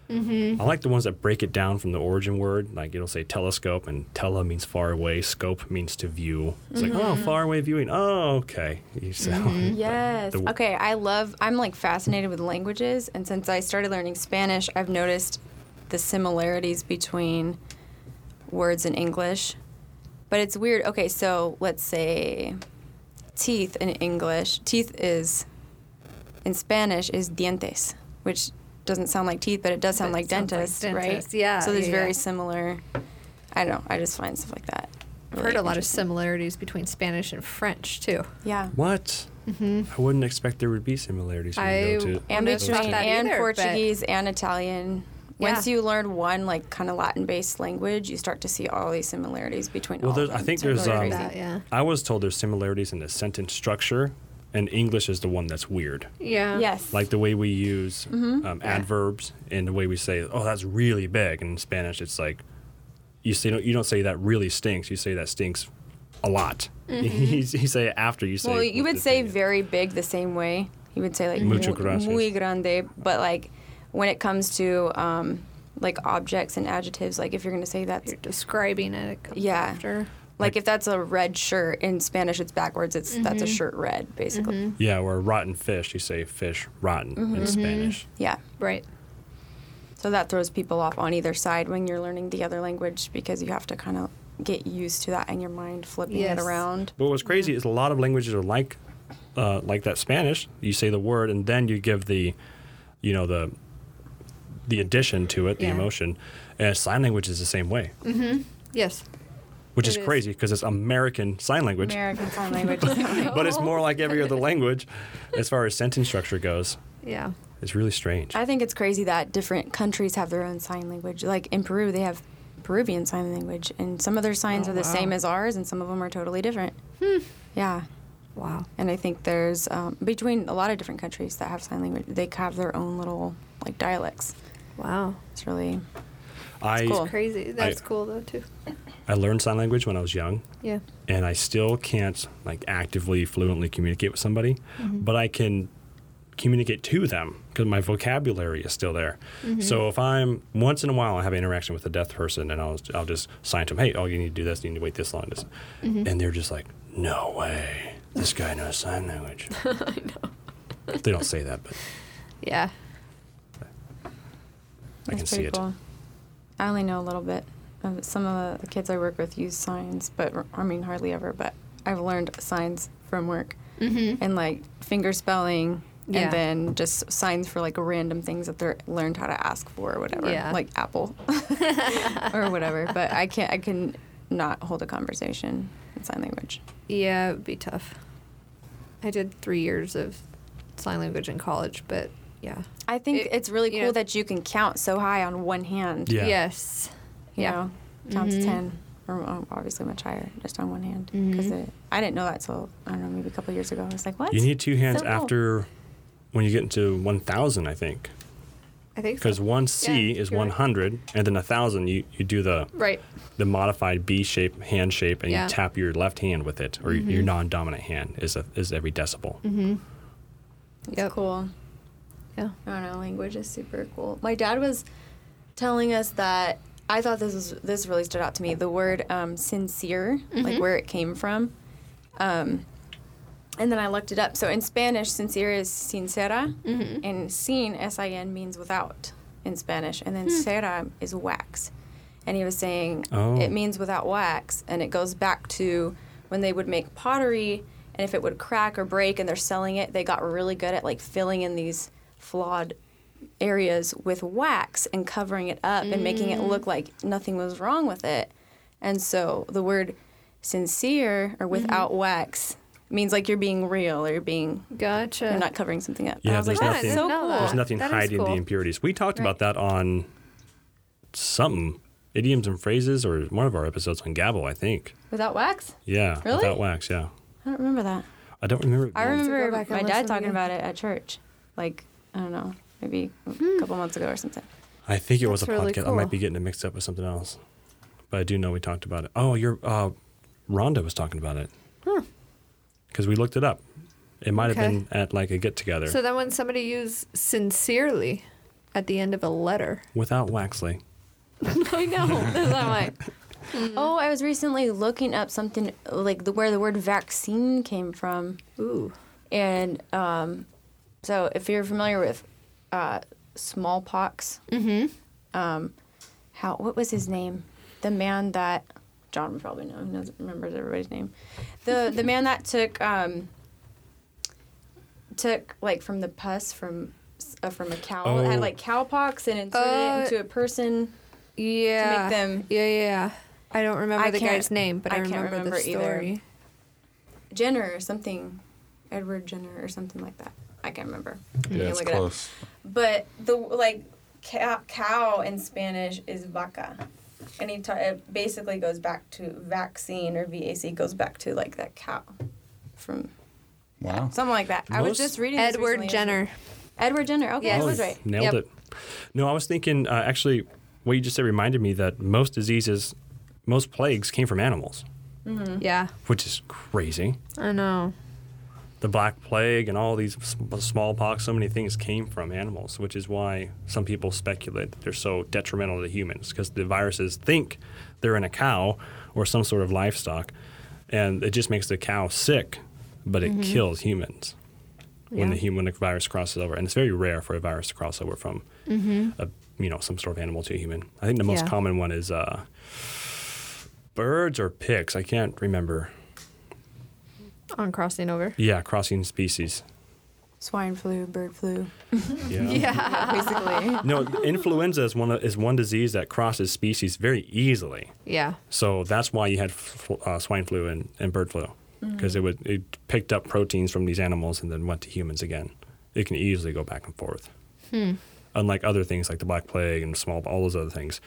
Speaker 1: I like the ones that break it down from the origin word. Like it'll say telescope, and tele means far away, scope means to view. It's like oh, far away viewing. Oh, okay. You sound
Speaker 4: Yes.
Speaker 1: The-
Speaker 4: Okay, I love I'm like fascinated with languages and since I started learning Spanish, I've noticed the similarities between words in English. But it's weird. Okay, so let's say teeth in English. Teeth is in Spanish is dientes, which doesn't sound like teeth, but it does sound
Speaker 3: But
Speaker 4: like
Speaker 3: it sounds like
Speaker 4: dentist,
Speaker 3: dentist,
Speaker 4: right?
Speaker 3: yeah,
Speaker 4: So there's
Speaker 3: yeah,
Speaker 4: very
Speaker 3: yeah.
Speaker 4: similar I don't know, I just find stuff like that.
Speaker 3: I've heard a lot of similarities between Spanish and French too.
Speaker 4: Yeah.
Speaker 1: What? I wouldn't expect there would be similarities. when you go
Speaker 3: I-
Speaker 1: to
Speaker 4: and
Speaker 3: Wouldn't
Speaker 1: those
Speaker 4: between
Speaker 3: expect that
Speaker 4: and
Speaker 3: either, but-
Speaker 4: Portuguese and Italian.
Speaker 3: Yeah.
Speaker 4: Once you learn one like kind of Latin-based language, you start to see all these similarities between.
Speaker 1: Well,
Speaker 4: all
Speaker 1: there's-
Speaker 4: of
Speaker 1: I
Speaker 4: them.
Speaker 1: think
Speaker 4: It's really
Speaker 1: there's, um,
Speaker 4: crazy.
Speaker 3: That, yeah.
Speaker 1: I was told there's similarities in the sentence structure, and English is the one that's weird.
Speaker 3: Yeah.
Speaker 4: yes,
Speaker 1: Like the way we use
Speaker 4: Mm-hmm.
Speaker 1: um, adverbs and the way we say, "Oh, that's really big." In Spanish, it's like you say you don't say that really stinks. You say that stinks a lot. you, say it after you say.
Speaker 4: Mm-hmm. well, you
Speaker 1: what
Speaker 4: would
Speaker 1: the
Speaker 4: say
Speaker 1: thing is.
Speaker 4: very big the same way. You would say like
Speaker 1: Mucho
Speaker 4: mu-
Speaker 1: gracias.
Speaker 4: muy grande, but like when it comes to um, like objects and adjectives, like if you're gonna say that's
Speaker 3: You're describing it. it comes
Speaker 4: Yeah.
Speaker 3: After.
Speaker 4: like if that's a red shirt in Spanish, it's backwards. It's that's
Speaker 3: Mm-hmm.
Speaker 4: a shirt red basically.
Speaker 1: Yeah, or rotten fish. You say fish rotten
Speaker 4: Mm-hmm.
Speaker 1: in Spanish.
Speaker 4: Yeah.
Speaker 3: Right.
Speaker 4: So that throws people off on either side when you're learning the other language because you have to kind of get used to that in your mind, flipping
Speaker 3: Yes.
Speaker 4: it around.
Speaker 1: But what's crazy is a lot of languages are like, uh, like that Spanish. You say the word, and then you give the, you know, the the addition to it, the
Speaker 3: Yeah.
Speaker 1: emotion. And sign language is the same way,
Speaker 3: Yes.
Speaker 1: which
Speaker 3: It
Speaker 1: is
Speaker 3: is.
Speaker 1: crazy because it's American sign language,
Speaker 4: American Sign Language.
Speaker 1: but it's more like every other language as far as sentence structure goes.
Speaker 3: Yeah.
Speaker 1: It's really strange.
Speaker 4: I think it's crazy that different countries have their own sign language. Like in Peru, they have Peruvian sign language, and some of their signs
Speaker 3: Oh,
Speaker 4: are the
Speaker 3: wow.
Speaker 4: same as ours, and some of them are totally different. Yeah,
Speaker 3: Wow.
Speaker 4: and I think there's um, between a lot of different countries that have sign language, they have their own little like dialects.
Speaker 3: Wow.
Speaker 4: It's really
Speaker 1: I
Speaker 4: cool.
Speaker 3: Crazy. That's cool though too.
Speaker 1: I learned sign language when I was young,
Speaker 3: Yeah.
Speaker 1: and I still can't like actively fluently communicate with somebody, but I can communicate to them because my vocabulary is still there. So if I'm once in a while I have an interaction with a deaf person and I'll I'll just sign to them, hey, oh you need to do this, you need to wait this long, this. and they're just like, no way, this guy knows sign language. I know. They don't say that, but
Speaker 3: Yeah.
Speaker 1: I can
Speaker 4: That's
Speaker 1: see
Speaker 4: pretty
Speaker 1: it.
Speaker 4: cool. I only know a little bit. Um, Some of the kids I work with use signs, but I mean hardly ever. But I've learned signs from work
Speaker 1: Mm-hmm.
Speaker 3: Mm-hmm.
Speaker 4: and like finger spelling,
Speaker 3: Yeah.
Speaker 4: and then just signs for like random things that they're learned how to ask for or whatever,
Speaker 3: Yeah.
Speaker 4: like apple or whatever. But I can't. I can not hold a conversation in sign language.
Speaker 3: Yeah, it'd be tough. I did three years of sign language in college, but yeah.
Speaker 4: I think
Speaker 3: It-
Speaker 4: it's really cool
Speaker 3: you know-
Speaker 4: that you can count so high on one hand.
Speaker 1: Yeah.
Speaker 3: Yes.
Speaker 4: you
Speaker 3: Yeah.
Speaker 4: know, counts ten, or um, obviously much higher, just on one hand. Because I didn't know that till I don't know, maybe a couple years ago. I was like, what?
Speaker 1: You need two hands
Speaker 4: So cool.
Speaker 1: after when you get into 1,000, I think.
Speaker 3: I think
Speaker 1: Because
Speaker 3: so.
Speaker 1: one C
Speaker 3: Yeah,
Speaker 1: is
Speaker 3: you're right.
Speaker 1: 100, and then a thousand, you, you do the
Speaker 3: Right.
Speaker 1: the modified B shape hand shape, and
Speaker 3: Yeah. Mm-hmm.
Speaker 1: you tap your left hand with it, or your non-dominant hand is a, is every decibel.
Speaker 4: It's
Speaker 3: Yep.
Speaker 4: cool.
Speaker 3: Yeah.
Speaker 4: I don't know. Language is super cool. My dad was telling us that I thought this was this really stood out to me. The word um, sincere, like where it came from. Um, and then I looked it up. So in Spanish, sincere is sincera, and sin, S I N, means without in Spanish. And then cera is wax. And he was saying
Speaker 1: Oh.
Speaker 4: it means without wax. And it goes back to when they would make pottery, and if it would crack or break and they're selling it, they got really good at like filling in these flawed areas with wax and covering it up and making it
Speaker 3: Mm.
Speaker 4: look like nothing was wrong with it. And so the word sincere or without
Speaker 3: Mm-hmm.
Speaker 4: wax means like you're being real or you're being
Speaker 3: Gotcha.
Speaker 4: you're not covering something up.
Speaker 1: Yeah,
Speaker 3: Oh,
Speaker 4: I was like,
Speaker 1: there's
Speaker 4: that's
Speaker 1: nothing-
Speaker 4: so
Speaker 3: there's
Speaker 4: cool.
Speaker 1: There's nothing
Speaker 3: that is
Speaker 1: hiding the
Speaker 3: cool.
Speaker 1: impurities. We talked about that on something idioms and phrases, or one of our episodes on Gabble, I think.
Speaker 4: Without wax?
Speaker 1: Yeah,
Speaker 4: Really?
Speaker 1: without wax. Yeah,
Speaker 4: I don't remember that.
Speaker 1: I don't remember.
Speaker 4: I remember
Speaker 3: back and
Speaker 4: my
Speaker 3: listen
Speaker 4: dad talking
Speaker 3: again.
Speaker 4: about it at church. Like, I don't know, maybe a
Speaker 3: Hmm.
Speaker 4: couple months ago or something.
Speaker 1: I think it was a
Speaker 3: That's really
Speaker 1: podcast. I might
Speaker 3: cool.
Speaker 1: be getting it mixed up with something else, but I do know we talked about it. Oh, your uh, Rhonda was talking about it because we looked it up. It might have
Speaker 3: Hmm. Okay.
Speaker 1: been at like a get together
Speaker 3: So then when somebody used sincerely at the end of a letter.
Speaker 1: without Waxley.
Speaker 3: I know. That's what I'm like. Mm.
Speaker 4: Oh, I was recently looking up something like the where the word vaccine came from.
Speaker 3: Ooh.
Speaker 4: And um, so, if you're familiar with uh, smallpox, mm-hmm. um, how what was his name? The man that John would probably know knows, remembers everybody's name. The the man that took um, took like from the pus from s- uh, from a cow it
Speaker 1: Oh.
Speaker 4: had like cowpox and inserted
Speaker 3: Uh,
Speaker 4: it into a person.
Speaker 3: Yeah.
Speaker 4: them-
Speaker 3: Yeah, yeah, yeah. I don't remember
Speaker 4: I
Speaker 3: the
Speaker 4: can't-
Speaker 3: guy's name, but I,
Speaker 4: I can't
Speaker 3: remember,
Speaker 4: remember
Speaker 3: the
Speaker 4: either.
Speaker 3: story.
Speaker 4: Jenner or something, Edward Jenner or something like that. I can't remember.
Speaker 2: Yeah,
Speaker 4: You can
Speaker 2: it's
Speaker 4: look it up.
Speaker 2: close.
Speaker 4: But the like cow, cow in Spanish is vaca, and he ta- it basically goes back to vaccine or VAC goes back to like that cow from
Speaker 2: Wow.
Speaker 4: something like that. I was
Speaker 1: Most-
Speaker 4: just reading this
Speaker 3: Edward
Speaker 4: recently.
Speaker 3: Jenner.
Speaker 4: Edward Jenner. Okay,
Speaker 3: Yes.
Speaker 4: I
Speaker 1: Oh,
Speaker 4: was right.
Speaker 1: Nailed
Speaker 3: Yep.
Speaker 1: it. No, I was thinking, uh, actually, what you just said reminded me that most diseases, most plagues came from animals,
Speaker 3: Yeah.
Speaker 1: which is crazy.
Speaker 3: I know.
Speaker 1: The Black Plague and all these s- smallpox, so many things came from animals, which is why some people speculate that they're so detrimental to humans because the viruses think they're in a cow or some sort of livestock, and it just makes the cow sick, but it kills humans when the human virus crosses over. And it's very rare for a virus to cross over from a, you know some sort of animal to a human. I think the most
Speaker 3: Yeah.
Speaker 1: common one is uh, birds or pigs. I can't remember.
Speaker 3: On crossing over.
Speaker 1: Yeah, crossing species.
Speaker 4: swine flu, bird flu,
Speaker 1: Yeah.
Speaker 3: Yeah.
Speaker 4: basically.
Speaker 1: No, influenza is one of- is one disease that crosses species very easily.
Speaker 3: Yeah.
Speaker 1: So that's why you had f- f- uh, swine flu and, and bird flu because it would it picked up proteins from these animals and then went to humans again. It can easily go back and forth. Unlike other things like the black plague and small all those other things,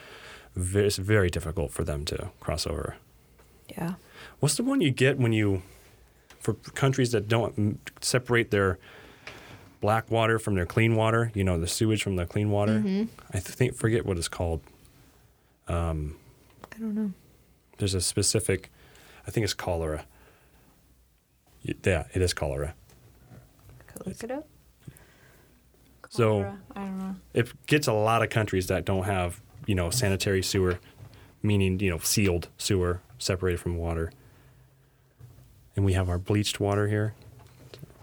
Speaker 1: ve- it's very difficult for them to cross over.
Speaker 3: Yeah.
Speaker 1: What's the one you get when you, for countries that don't m- separate their black water from their clean water? You know, the sewage from the clean water.
Speaker 3: Mm-hmm.
Speaker 1: I think forget what it's called. Um,
Speaker 3: I don't know.
Speaker 1: There's a specific, I think it's cholera. Y- Yeah, it is cholera.
Speaker 3: Go look it up.
Speaker 1: So
Speaker 4: Cholera, I don't know.
Speaker 1: it gets a lot of countries that don't have you know sanitary sewer, meaning you know sealed sewer separated from water. And we have our bleached water here,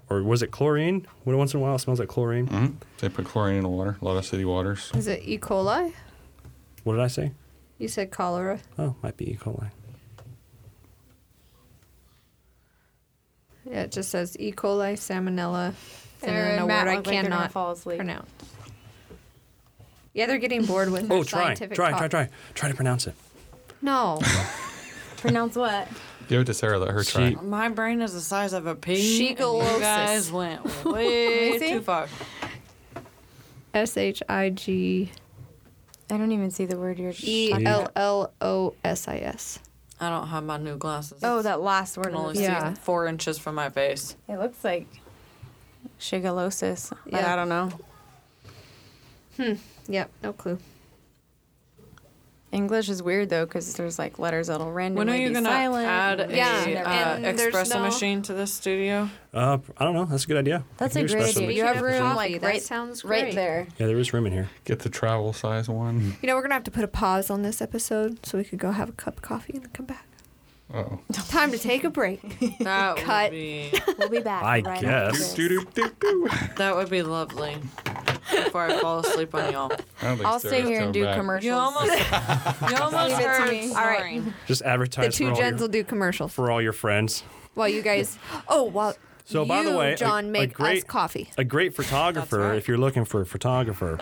Speaker 1: or was it chlorine? What once in a while it smells like chlorine.
Speaker 2: Mhm. They put chlorine in the water. A lot of city waters.
Speaker 3: Is it E. coli?
Speaker 1: What did I say?
Speaker 3: You said cholera.
Speaker 1: Oh, might be E. coli.
Speaker 3: Yeah, it just says E. coli, salmonella, and
Speaker 4: Sarah
Speaker 3: then a
Speaker 4: and
Speaker 3: word
Speaker 4: Matt
Speaker 3: I
Speaker 4: look like they're gonna
Speaker 3: cannot
Speaker 4: fall asleep.
Speaker 3: pronounce. Yeah, they're getting bored with
Speaker 1: Oh,
Speaker 3: their
Speaker 1: try,
Speaker 3: scientific
Speaker 1: try,
Speaker 3: talk.
Speaker 1: try, try, try to pronounce it.
Speaker 3: No,
Speaker 4: Pronounce what?
Speaker 2: Give it to Sarah. Let her try.
Speaker 1: She-
Speaker 5: My brain is the size of a pea. and
Speaker 3: Shigellosis.
Speaker 5: You guys went way too far.
Speaker 3: S H I G
Speaker 4: I don't even see the word you're
Speaker 3: E L L O S I S.
Speaker 5: I don't have my new glasses.
Speaker 4: Oh, that last word.
Speaker 5: I can only
Speaker 4: Only
Speaker 5: see
Speaker 3: Yeah.
Speaker 5: four inches from my face.
Speaker 4: It looks like shigellosis, but
Speaker 3: Yeah.
Speaker 4: I don't know.
Speaker 3: Yep, no clue.
Speaker 4: English is weird though, because there's like letters that'll randomly
Speaker 5: When are you
Speaker 4: be
Speaker 5: gonna
Speaker 4: silent.
Speaker 5: add a
Speaker 3: Yeah,
Speaker 5: uh,
Speaker 3: and there's
Speaker 5: espresso
Speaker 3: no-
Speaker 5: machine to this studio?
Speaker 1: Uh, I don't know. That's a good idea.
Speaker 4: That's
Speaker 1: I
Speaker 4: a
Speaker 1: can do
Speaker 4: great
Speaker 1: espresso
Speaker 4: idea.
Speaker 1: machine.
Speaker 4: You have
Speaker 3: Coffee,
Speaker 4: room
Speaker 3: that
Speaker 4: like right,
Speaker 3: sounds
Speaker 4: right
Speaker 3: great.
Speaker 4: there.
Speaker 1: Yeah, there is room in here.
Speaker 2: Get the travel size one.
Speaker 3: You know, we're gonna have to put a pause on this episode so we could go have a cup of coffee and then come back.
Speaker 2: Oh.
Speaker 3: Time to take a break.
Speaker 5: That
Speaker 3: Cut.
Speaker 5: would be
Speaker 4: We'll be back.
Speaker 1: I
Speaker 4: right
Speaker 1: guess.
Speaker 4: After
Speaker 2: Do
Speaker 4: this.
Speaker 2: do do do.
Speaker 5: that would be lovely. Before I fall asleep on y'all,
Speaker 4: I'll stay here and do commercials.
Speaker 5: you almost you almost
Speaker 4: Leave it to
Speaker 5: heard
Speaker 4: me.
Speaker 5: snoring.
Speaker 3: All right.
Speaker 1: Just
Speaker 3: The
Speaker 1: advertise
Speaker 3: two
Speaker 1: for all,
Speaker 3: gens will
Speaker 1: your,
Speaker 3: do commercial
Speaker 1: for all your friends.
Speaker 3: while you guys. Oh, well.
Speaker 1: So, by the
Speaker 3: you,
Speaker 1: way, a-
Speaker 3: John,
Speaker 1: a
Speaker 3: make us
Speaker 1: great-
Speaker 3: coffee.
Speaker 1: a great photographer
Speaker 5: That's right.
Speaker 1: if you're looking for a photographer.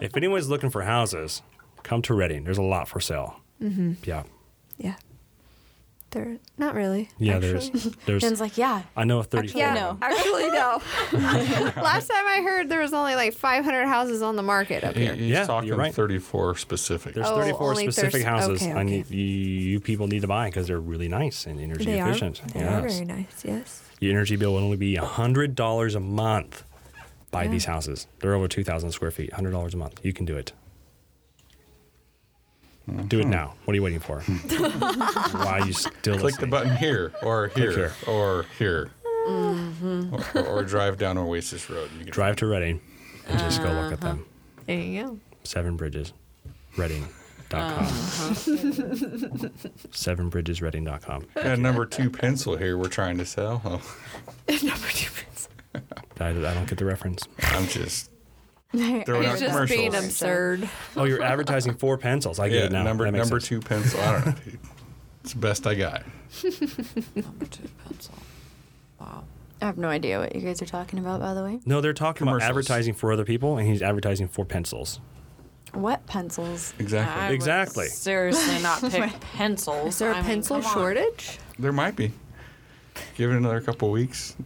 Speaker 1: if anyone's looking for houses, come to Reading. There's a lot for sale. Mm-hmm. Yeah.
Speaker 3: Yeah. There, not really.
Speaker 1: Yeah,
Speaker 3: actually.
Speaker 1: there's
Speaker 4: Jen's
Speaker 1: there's
Speaker 4: like, yeah.
Speaker 1: I know a 35.
Speaker 3: Yeah,
Speaker 4: No.
Speaker 3: actually no. Last time I heard, there was only like 500 houses on the market up
Speaker 2: He,
Speaker 3: here.
Speaker 2: he's
Speaker 1: Yeah,
Speaker 2: talking
Speaker 1: you're right.
Speaker 2: 34 specific.
Speaker 1: There's
Speaker 3: Oh,
Speaker 1: 34
Speaker 3: only
Speaker 1: specific
Speaker 3: there's-
Speaker 1: houses
Speaker 3: okay,
Speaker 1: I
Speaker 3: okay.
Speaker 1: need you, you people need to buy because they're really nice and energy
Speaker 3: They are.
Speaker 1: efficient.
Speaker 3: They are
Speaker 1: yes.
Speaker 3: very nice. Yes.
Speaker 1: Your energy bill will only be $100 a month by these houses. They're over 2,000 square feet, $100 a month. You can do it. Do it now. What are you waiting for? Why are you still
Speaker 2: Hmm. Click the
Speaker 1: listening?
Speaker 2: button here, or here,
Speaker 1: here.
Speaker 2: or here. Or, or, drive down Oasis Road. And you can
Speaker 1: drive to Reading and just go look at
Speaker 3: Uh-huh.
Speaker 1: them.
Speaker 3: There you go.
Speaker 1: Seven Bridges, Reading.com.
Speaker 3: Uh-huh.
Speaker 1: Seven Bridges, Reading.com.
Speaker 2: Got a number two pencil here we're trying to sell. Oh,
Speaker 3: Number two pins.
Speaker 1: I, I don't get the reference.
Speaker 2: I'm just throwing out
Speaker 3: He's just
Speaker 2: commercials.
Speaker 3: being absurd.
Speaker 1: Oh, you're advertising four pencils. I get
Speaker 2: yeah,
Speaker 1: it now.
Speaker 2: number
Speaker 1: That makes
Speaker 2: number
Speaker 1: sense.
Speaker 2: two pencil. I don't know. dude. It's the best I got.
Speaker 5: Number two pencil. Wow.
Speaker 4: I have no idea what you guys are talking about, by the way.
Speaker 1: No, they're talking about
Speaker 2: Commercials.
Speaker 1: advertising for other people, and he's advertising for pencils.
Speaker 4: What pencils?
Speaker 5: I
Speaker 2: Exactly.
Speaker 5: would
Speaker 1: Exactly.
Speaker 5: seriously, not pick pencils.
Speaker 3: Is there a
Speaker 5: a
Speaker 3: pencil shortage?
Speaker 2: There might be. Give it another couple weeks.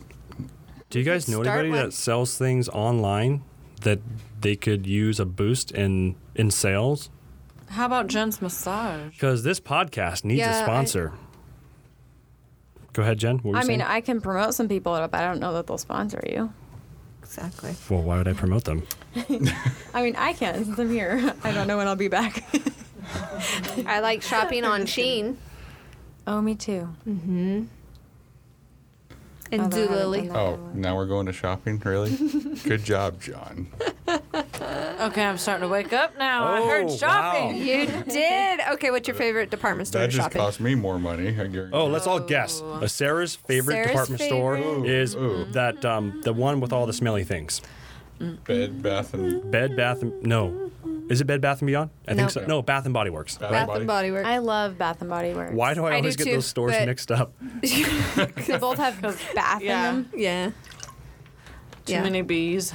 Speaker 1: Do you guys know
Speaker 3: Start
Speaker 1: anybody
Speaker 3: one.
Speaker 1: that sells things online that they could use a boost in in sales?
Speaker 5: How about Jen's massage?
Speaker 1: Because this podcast needs
Speaker 3: Yeah, I-
Speaker 1: a sponsor. Go ahead, Jen. What were you
Speaker 4: I mean,
Speaker 1: saying?
Speaker 4: I can promote some people, but I don't know that they'll sponsor you.
Speaker 3: Exactly.
Speaker 1: well, why would I promote them?
Speaker 4: I mean, I can since I'm here. I don't know when I'll be back.
Speaker 3: I like shopping on Sheen
Speaker 4: oh, me too.
Speaker 3: and
Speaker 4: Although I haven't
Speaker 3: Zulily.
Speaker 4: done that
Speaker 2: Oh,
Speaker 4: in a while.
Speaker 2: now we're going to shopping. Really? Good job, John.
Speaker 5: Okay, I'm starting to wake up now. I
Speaker 1: Oh,
Speaker 5: heard shopping.
Speaker 3: You did. Okay, what's your favorite department store
Speaker 2: That
Speaker 3: to
Speaker 2: just
Speaker 3: shop in?
Speaker 2: cost me more money. I guarantee.
Speaker 1: Oh, let's all guess. Uh, Sarah's favorite
Speaker 3: Sarah's
Speaker 1: department store
Speaker 3: favorite?
Speaker 1: is
Speaker 2: Ooh.
Speaker 1: that um, the one with all the smelly things.
Speaker 2: Bed Bath and
Speaker 1: Bed Bath and no, is it Bed Bath and Beyond? I
Speaker 3: No.
Speaker 1: think so. No, Bath and Body Works.
Speaker 2: Bath
Speaker 3: Bath and Body Works.
Speaker 4: I love Bath and Body Works.
Speaker 1: Why do I
Speaker 3: I do
Speaker 1: always get
Speaker 3: too,
Speaker 1: those stores
Speaker 3: but-
Speaker 1: mixed up?
Speaker 4: They both have bath
Speaker 5: Yeah.
Speaker 4: in them.
Speaker 3: yeah.
Speaker 5: Too
Speaker 3: Yeah.
Speaker 5: many bees.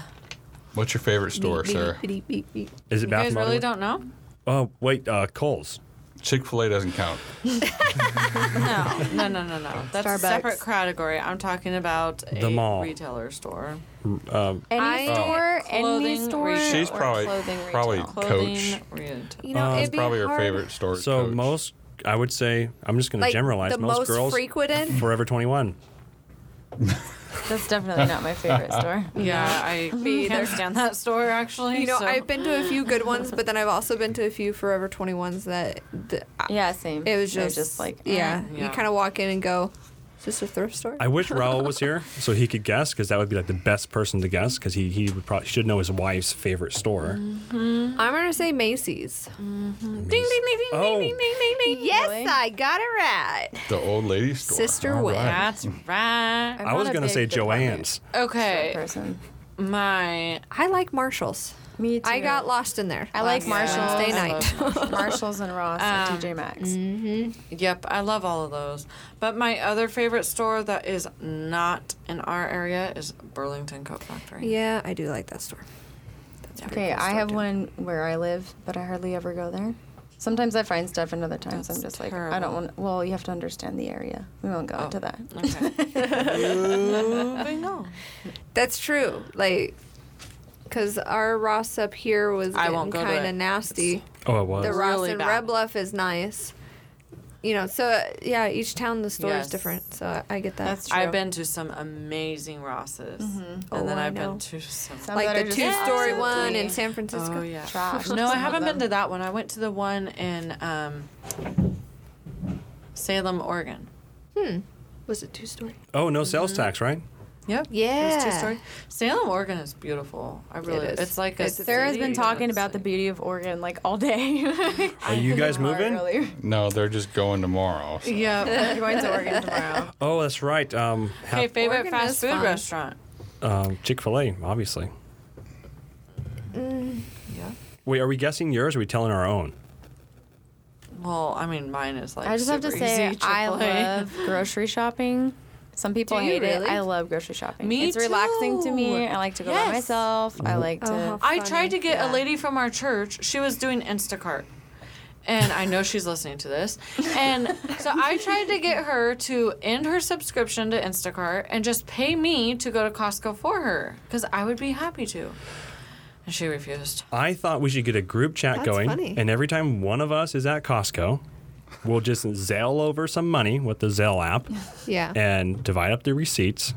Speaker 2: What's your favorite store, Sarah?
Speaker 3: Beep, beep, beep.
Speaker 1: Is it
Speaker 5: You
Speaker 1: Bath
Speaker 5: guys
Speaker 1: and
Speaker 5: really
Speaker 1: Body Works?
Speaker 5: don't know?
Speaker 1: Oh wait, uh, Coles.
Speaker 2: Chick Fil A doesn't count.
Speaker 5: No, no, no, no, no. That's a
Speaker 3: Starbucks.
Speaker 5: separate category. I'm talking about a
Speaker 1: The mall.
Speaker 5: retailer store.
Speaker 4: Any
Speaker 3: I-
Speaker 4: store, any
Speaker 5: Clothing
Speaker 4: store.
Speaker 5: retail.
Speaker 2: She's
Speaker 4: or
Speaker 2: probably
Speaker 4: clothing retail.
Speaker 2: probably
Speaker 5: Clothing
Speaker 2: Coach.
Speaker 5: retail.
Speaker 3: You know, it'd be
Speaker 2: Probably her
Speaker 3: hard-
Speaker 2: favorite store. is
Speaker 1: So
Speaker 2: Coach.
Speaker 1: most, I would say, I'm just going to
Speaker 3: Like
Speaker 1: generalize.
Speaker 3: the
Speaker 1: most,
Speaker 3: most
Speaker 1: girls,
Speaker 3: frequented?
Speaker 1: Forever 21.
Speaker 4: That's definitely not my favorite store.
Speaker 5: Yeah, I
Speaker 3: Me
Speaker 5: can't
Speaker 3: either.
Speaker 5: stand that store actually.
Speaker 3: You know,
Speaker 5: so-
Speaker 3: I've been to a few good ones, but then I've also been to a few Forever 21s that, that
Speaker 4: Yeah, same.
Speaker 3: it was
Speaker 4: They're
Speaker 3: just,
Speaker 4: like
Speaker 3: yeah,
Speaker 5: eh,
Speaker 3: You
Speaker 5: yeah.
Speaker 3: kind of walk in and go, is this a thrift store?
Speaker 1: I wish Raul was here so he could guess because that would be like the best person to guess because he, he would probably should know his wife's favorite store.
Speaker 3: I'm going to say Macy's.
Speaker 4: Mm-hmm.
Speaker 5: ding ding ding ding
Speaker 1: Oh.
Speaker 5: ding ding ding ding.
Speaker 3: Yes,
Speaker 4: Really?
Speaker 3: I got it right.
Speaker 2: the old lady store.
Speaker 3: Sister
Speaker 2: All
Speaker 3: Wick.
Speaker 2: right.
Speaker 5: That's right.
Speaker 4: I'm
Speaker 1: I was
Speaker 4: not a
Speaker 1: going to
Speaker 4: big
Speaker 1: say
Speaker 4: department
Speaker 1: Joanne's.
Speaker 4: store
Speaker 5: Okay,
Speaker 4: eh, Person.
Speaker 5: my
Speaker 3: I like Marshalls.
Speaker 4: Me too.
Speaker 3: I got lost in there.
Speaker 4: I like
Speaker 3: last
Speaker 4: Marshalls.
Speaker 3: Wednesday
Speaker 4: I
Speaker 3: night.
Speaker 4: Marshalls and Ross
Speaker 5: Um,
Speaker 4: and TJ Maxx.
Speaker 5: Yep, I love all of those. But my other favorite store that is not in our area is Burlington Coat Factory.
Speaker 3: Yeah, I do like that store.
Speaker 4: Okay, I have one where I live, but I hardly ever go there. Sometimes I find stuff, and other times I'm
Speaker 5: That's
Speaker 4: just like, I don't
Speaker 5: terrible. Oh,
Speaker 4: want. Well, you have to understand the area. We won't go into that.
Speaker 5: Okay. Moving on.
Speaker 3: That's true. Like, because our Ross up here was
Speaker 5: I won't go to
Speaker 3: kind
Speaker 5: it.
Speaker 3: of nasty.
Speaker 1: Oh, it was.
Speaker 3: The Ross
Speaker 5: really
Speaker 3: in
Speaker 5: bad.
Speaker 3: Red Bluff is nice. You know, so uh, yeah, each town the store
Speaker 5: Yes.
Speaker 3: is different. So I, I get that.
Speaker 4: That's true. Mm-hmm.
Speaker 5: I've been to some amazing Rosses, and
Speaker 3: Oh,
Speaker 5: then
Speaker 3: I
Speaker 5: I've
Speaker 3: know.
Speaker 5: been to some.
Speaker 4: Some that
Speaker 3: like the
Speaker 4: are just
Speaker 3: two-story one
Speaker 4: absolutely
Speaker 3: in San Francisco.
Speaker 5: Oh yeah.
Speaker 4: Trash.
Speaker 5: No, I
Speaker 4: Some of
Speaker 5: haven't been to
Speaker 4: them.
Speaker 5: that one. I went to the one in um, Salem, Oregon.
Speaker 3: Hmm. Was it two story?
Speaker 1: Oh, no sales tax, right?
Speaker 5: Yep.
Speaker 3: Yeah.
Speaker 5: It's two-story. Salem, Oregon is beautiful. I really.
Speaker 3: is.
Speaker 5: It's like a.
Speaker 3: It's-
Speaker 4: Sarah's
Speaker 5: city,
Speaker 4: been talking
Speaker 5: it's
Speaker 4: about the
Speaker 5: like-
Speaker 4: beauty of Oregon like all day. Are
Speaker 1: you guys moving?
Speaker 2: No, they're just going tomorrow. so-
Speaker 5: Yeah.
Speaker 4: I'm going to Oregon tomorrow.
Speaker 1: Oh, that's right. Um, ha-
Speaker 5: Okay, favorite
Speaker 3: Oregon
Speaker 5: fast
Speaker 3: is
Speaker 5: food
Speaker 3: fun.
Speaker 5: restaurant.
Speaker 1: um, Chick fil A, obviously.
Speaker 3: Mm,
Speaker 5: Yeah.
Speaker 1: Wait, are we guessing yours or are we telling our own?
Speaker 5: Well, I mean, mine is like.
Speaker 4: I just have to
Speaker 5: super
Speaker 4: say,
Speaker 5: easy,
Speaker 4: I
Speaker 5: Chick-fil-A.
Speaker 4: love grocery shopping. Some people
Speaker 3: Do you
Speaker 4: hate
Speaker 3: really?
Speaker 4: it. I love grocery shopping.
Speaker 5: Me
Speaker 4: it's relaxing to me.
Speaker 5: too.
Speaker 4: I like to go by
Speaker 5: Yes.
Speaker 4: myself. I like to.
Speaker 3: how
Speaker 5: I
Speaker 3: Funny.
Speaker 5: tried to get a lady from our church. She was doing Instacart. And I know she's listening to this. And so I tried to get her to end her subscription to Instacart and just pay me to go to Costco for her because I would be happy to. And she refused.
Speaker 1: I thought we should get a group chat
Speaker 3: That's
Speaker 1: going,
Speaker 3: funny.
Speaker 1: and every time one of us is at Costco, we'll just Zelle over some money with the Zelle app
Speaker 3: Yeah.
Speaker 1: and divide up the receipts,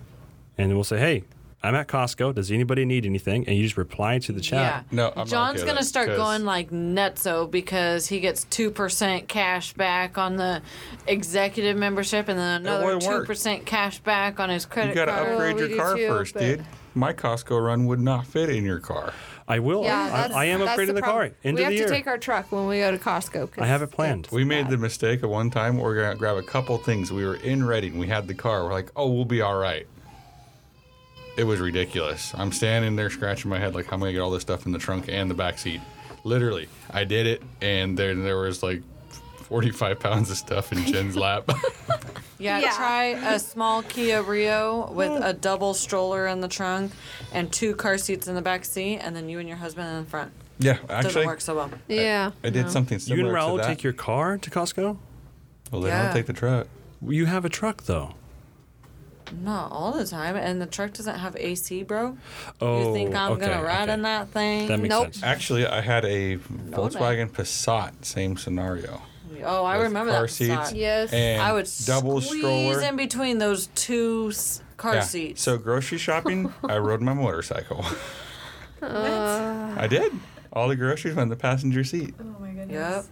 Speaker 1: and we'll say, "Hey, I'm at Costco. Does anybody need anything?" And you just reply to the
Speaker 5: Yeah.
Speaker 1: chat.
Speaker 2: No, I'm
Speaker 5: John's
Speaker 2: okay
Speaker 5: gonna
Speaker 2: with it,
Speaker 5: start
Speaker 2: 'cause-
Speaker 5: going like nutso because he gets two percent cash back on the executive membership and then another
Speaker 2: wouldn't
Speaker 5: two
Speaker 2: work.
Speaker 5: percent cash back on his credit
Speaker 2: You got to
Speaker 5: card.
Speaker 2: upgrade
Speaker 3: we
Speaker 2: your
Speaker 3: do
Speaker 2: car
Speaker 3: too,
Speaker 2: first,
Speaker 3: but-
Speaker 2: dude. My Costco run would not fit in your car.
Speaker 1: I will.
Speaker 3: Yeah,
Speaker 1: I, I am upgrading the, car.
Speaker 3: problem.
Speaker 1: End
Speaker 3: we
Speaker 1: of
Speaker 3: have
Speaker 1: the
Speaker 3: to
Speaker 1: year.
Speaker 3: take our truck when we go to Costco. 'cause
Speaker 1: I have it planned.
Speaker 2: We made the mistake at one time. We're gonna grab a couple things. We were in Reading. We had the car. We're like, oh, we'll be all right. It was ridiculous. I'm standing there scratching my head, like, how am I gonna get all this stuff in the trunk and the back seat? Literally, I did it, and then there was like 45 pounds of stuff in Jen's lap.
Speaker 5: Yeah,
Speaker 3: Yeah.
Speaker 5: try a small Kia Rio with a double stroller in the trunk and two car seats in the back seat, and then you and your husband in the front.
Speaker 2: yeah,
Speaker 5: Doesn't
Speaker 2: actually,
Speaker 5: work so well.
Speaker 3: Yeah.
Speaker 2: I did something
Speaker 1: You
Speaker 2: similar
Speaker 1: and
Speaker 2: to
Speaker 1: Raul
Speaker 2: that.
Speaker 1: take your car to Costco.
Speaker 2: well, they
Speaker 5: Yeah.
Speaker 2: don't take the truck.
Speaker 1: You have a truck though.
Speaker 5: Not all the time, and the truck doesn't have AC, bro.
Speaker 1: Oh,
Speaker 5: you think I'm
Speaker 1: okay,
Speaker 5: gonna ride
Speaker 1: okay.
Speaker 5: in that thing?
Speaker 1: That makes
Speaker 3: Nope.
Speaker 1: sense.
Speaker 2: Actually, I had a Volkswagen Passat. Same scenario.
Speaker 5: oh, I
Speaker 2: with
Speaker 5: remember
Speaker 2: car
Speaker 5: that.
Speaker 2: seats
Speaker 5: Passat.
Speaker 3: Yes.
Speaker 2: and
Speaker 5: I would
Speaker 2: double
Speaker 5: squeeze
Speaker 2: stroller.
Speaker 5: in between those two s- car
Speaker 2: Yeah.
Speaker 5: seats.
Speaker 2: So grocery shopping, I rode my motorcycle. I did. All the groceries went in the passenger seat.
Speaker 4: Oh my goodness.
Speaker 5: yep.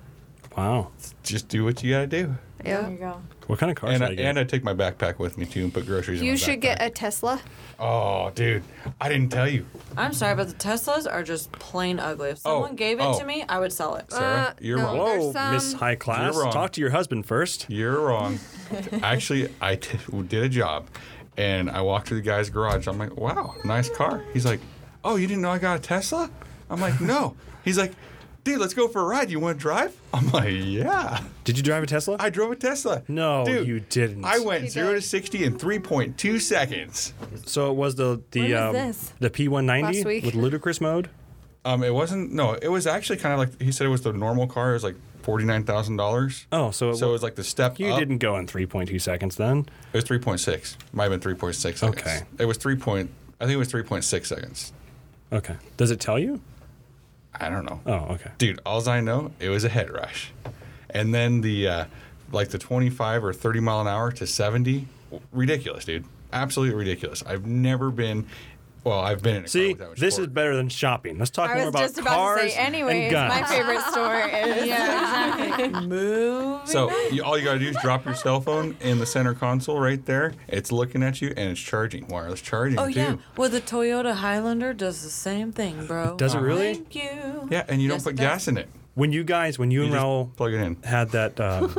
Speaker 1: Wow.
Speaker 2: Just do what you gotta do.
Speaker 4: There
Speaker 3: Yeah.
Speaker 4: you go.
Speaker 1: What kind of car
Speaker 2: and
Speaker 1: should
Speaker 2: I,
Speaker 1: I get?
Speaker 2: and I took my backpack with me too and put groceries. in
Speaker 3: You
Speaker 2: my
Speaker 3: should get
Speaker 2: backpack.
Speaker 3: a Tesla.
Speaker 2: Oh, dude, I didn't tell you,
Speaker 5: I'm sorry, but the Teslas are just plain ugly. If someone gave it
Speaker 2: oh.
Speaker 5: to me, I would sell it.
Speaker 2: Sarah.
Speaker 3: Uh,
Speaker 2: you're
Speaker 3: no.
Speaker 2: wrong.
Speaker 1: Whoa,
Speaker 3: There's
Speaker 1: Miss
Speaker 3: some-
Speaker 1: High Class.
Speaker 2: You're wrong.
Speaker 1: Talk to your husband first.
Speaker 2: You're wrong. Actually, I t- did a job, and I walked to the guy's garage. I'm like, "Wow, nice car." He's like, "Oh, you didn't know I got a Tesla?" I'm like, "No." He's like, dude, let's go for a ride. You want to drive? I'm like, yeah.
Speaker 1: Did you drive a Tesla?
Speaker 2: I drove a Tesla.
Speaker 1: No,
Speaker 2: Dude,
Speaker 1: you didn't.
Speaker 2: I went
Speaker 6: He
Speaker 2: zero to
Speaker 6: did.
Speaker 2: sixty in three point two seconds.
Speaker 1: so it was the
Speaker 5: When
Speaker 1: the
Speaker 5: was
Speaker 1: um,
Speaker 5: this?
Speaker 1: the
Speaker 3: Last
Speaker 1: P190
Speaker 3: week.
Speaker 1: with ludicrous mode.
Speaker 2: Um, it wasn't. No, it was actually kind of like he said. It was the normal car. It was like forty nine thousand dollars.
Speaker 1: Oh, so it,
Speaker 2: So it
Speaker 1: was
Speaker 2: was like the step.
Speaker 1: you
Speaker 2: up.
Speaker 1: didn't go in 3.2 seconds then.
Speaker 2: It was three point six. Might have been three point six. Seconds.
Speaker 1: Okay.
Speaker 2: It was three point. I think it was three point six seconds.
Speaker 1: Okay. Does it tell you?
Speaker 2: I don't know.
Speaker 1: Oh, okay.
Speaker 2: dude alls i know it was a head rush and then the uh, like the 25 or 30 mile an hour to 70 ridiculous dude absolutely ridiculous i've never been well i've been in a
Speaker 1: See,
Speaker 2: car without
Speaker 1: this is
Speaker 2: support.
Speaker 1: better than shopping. Let's talk
Speaker 4: I
Speaker 1: more
Speaker 4: was
Speaker 1: about
Speaker 4: just about
Speaker 1: cars
Speaker 4: to say, anyway,
Speaker 1: and
Speaker 4: it's
Speaker 1: guns.
Speaker 4: my favorite story. Is,
Speaker 5: Move.
Speaker 2: so you, all you gotta do is drop your cell phone in the center console right there it's looking at you and it's charging wireless charging
Speaker 5: Oh
Speaker 2: too
Speaker 5: yeah. Well, the Toyota Highlander does the same thing, bro.
Speaker 1: Does it really?
Speaker 5: Thank you.
Speaker 2: Yeah, and you don't
Speaker 5: Yes,
Speaker 2: put
Speaker 5: it
Speaker 2: gas in it
Speaker 1: When you guys, when you,
Speaker 2: you
Speaker 1: and
Speaker 2: just
Speaker 1: Raul
Speaker 2: plug it in
Speaker 1: had that um,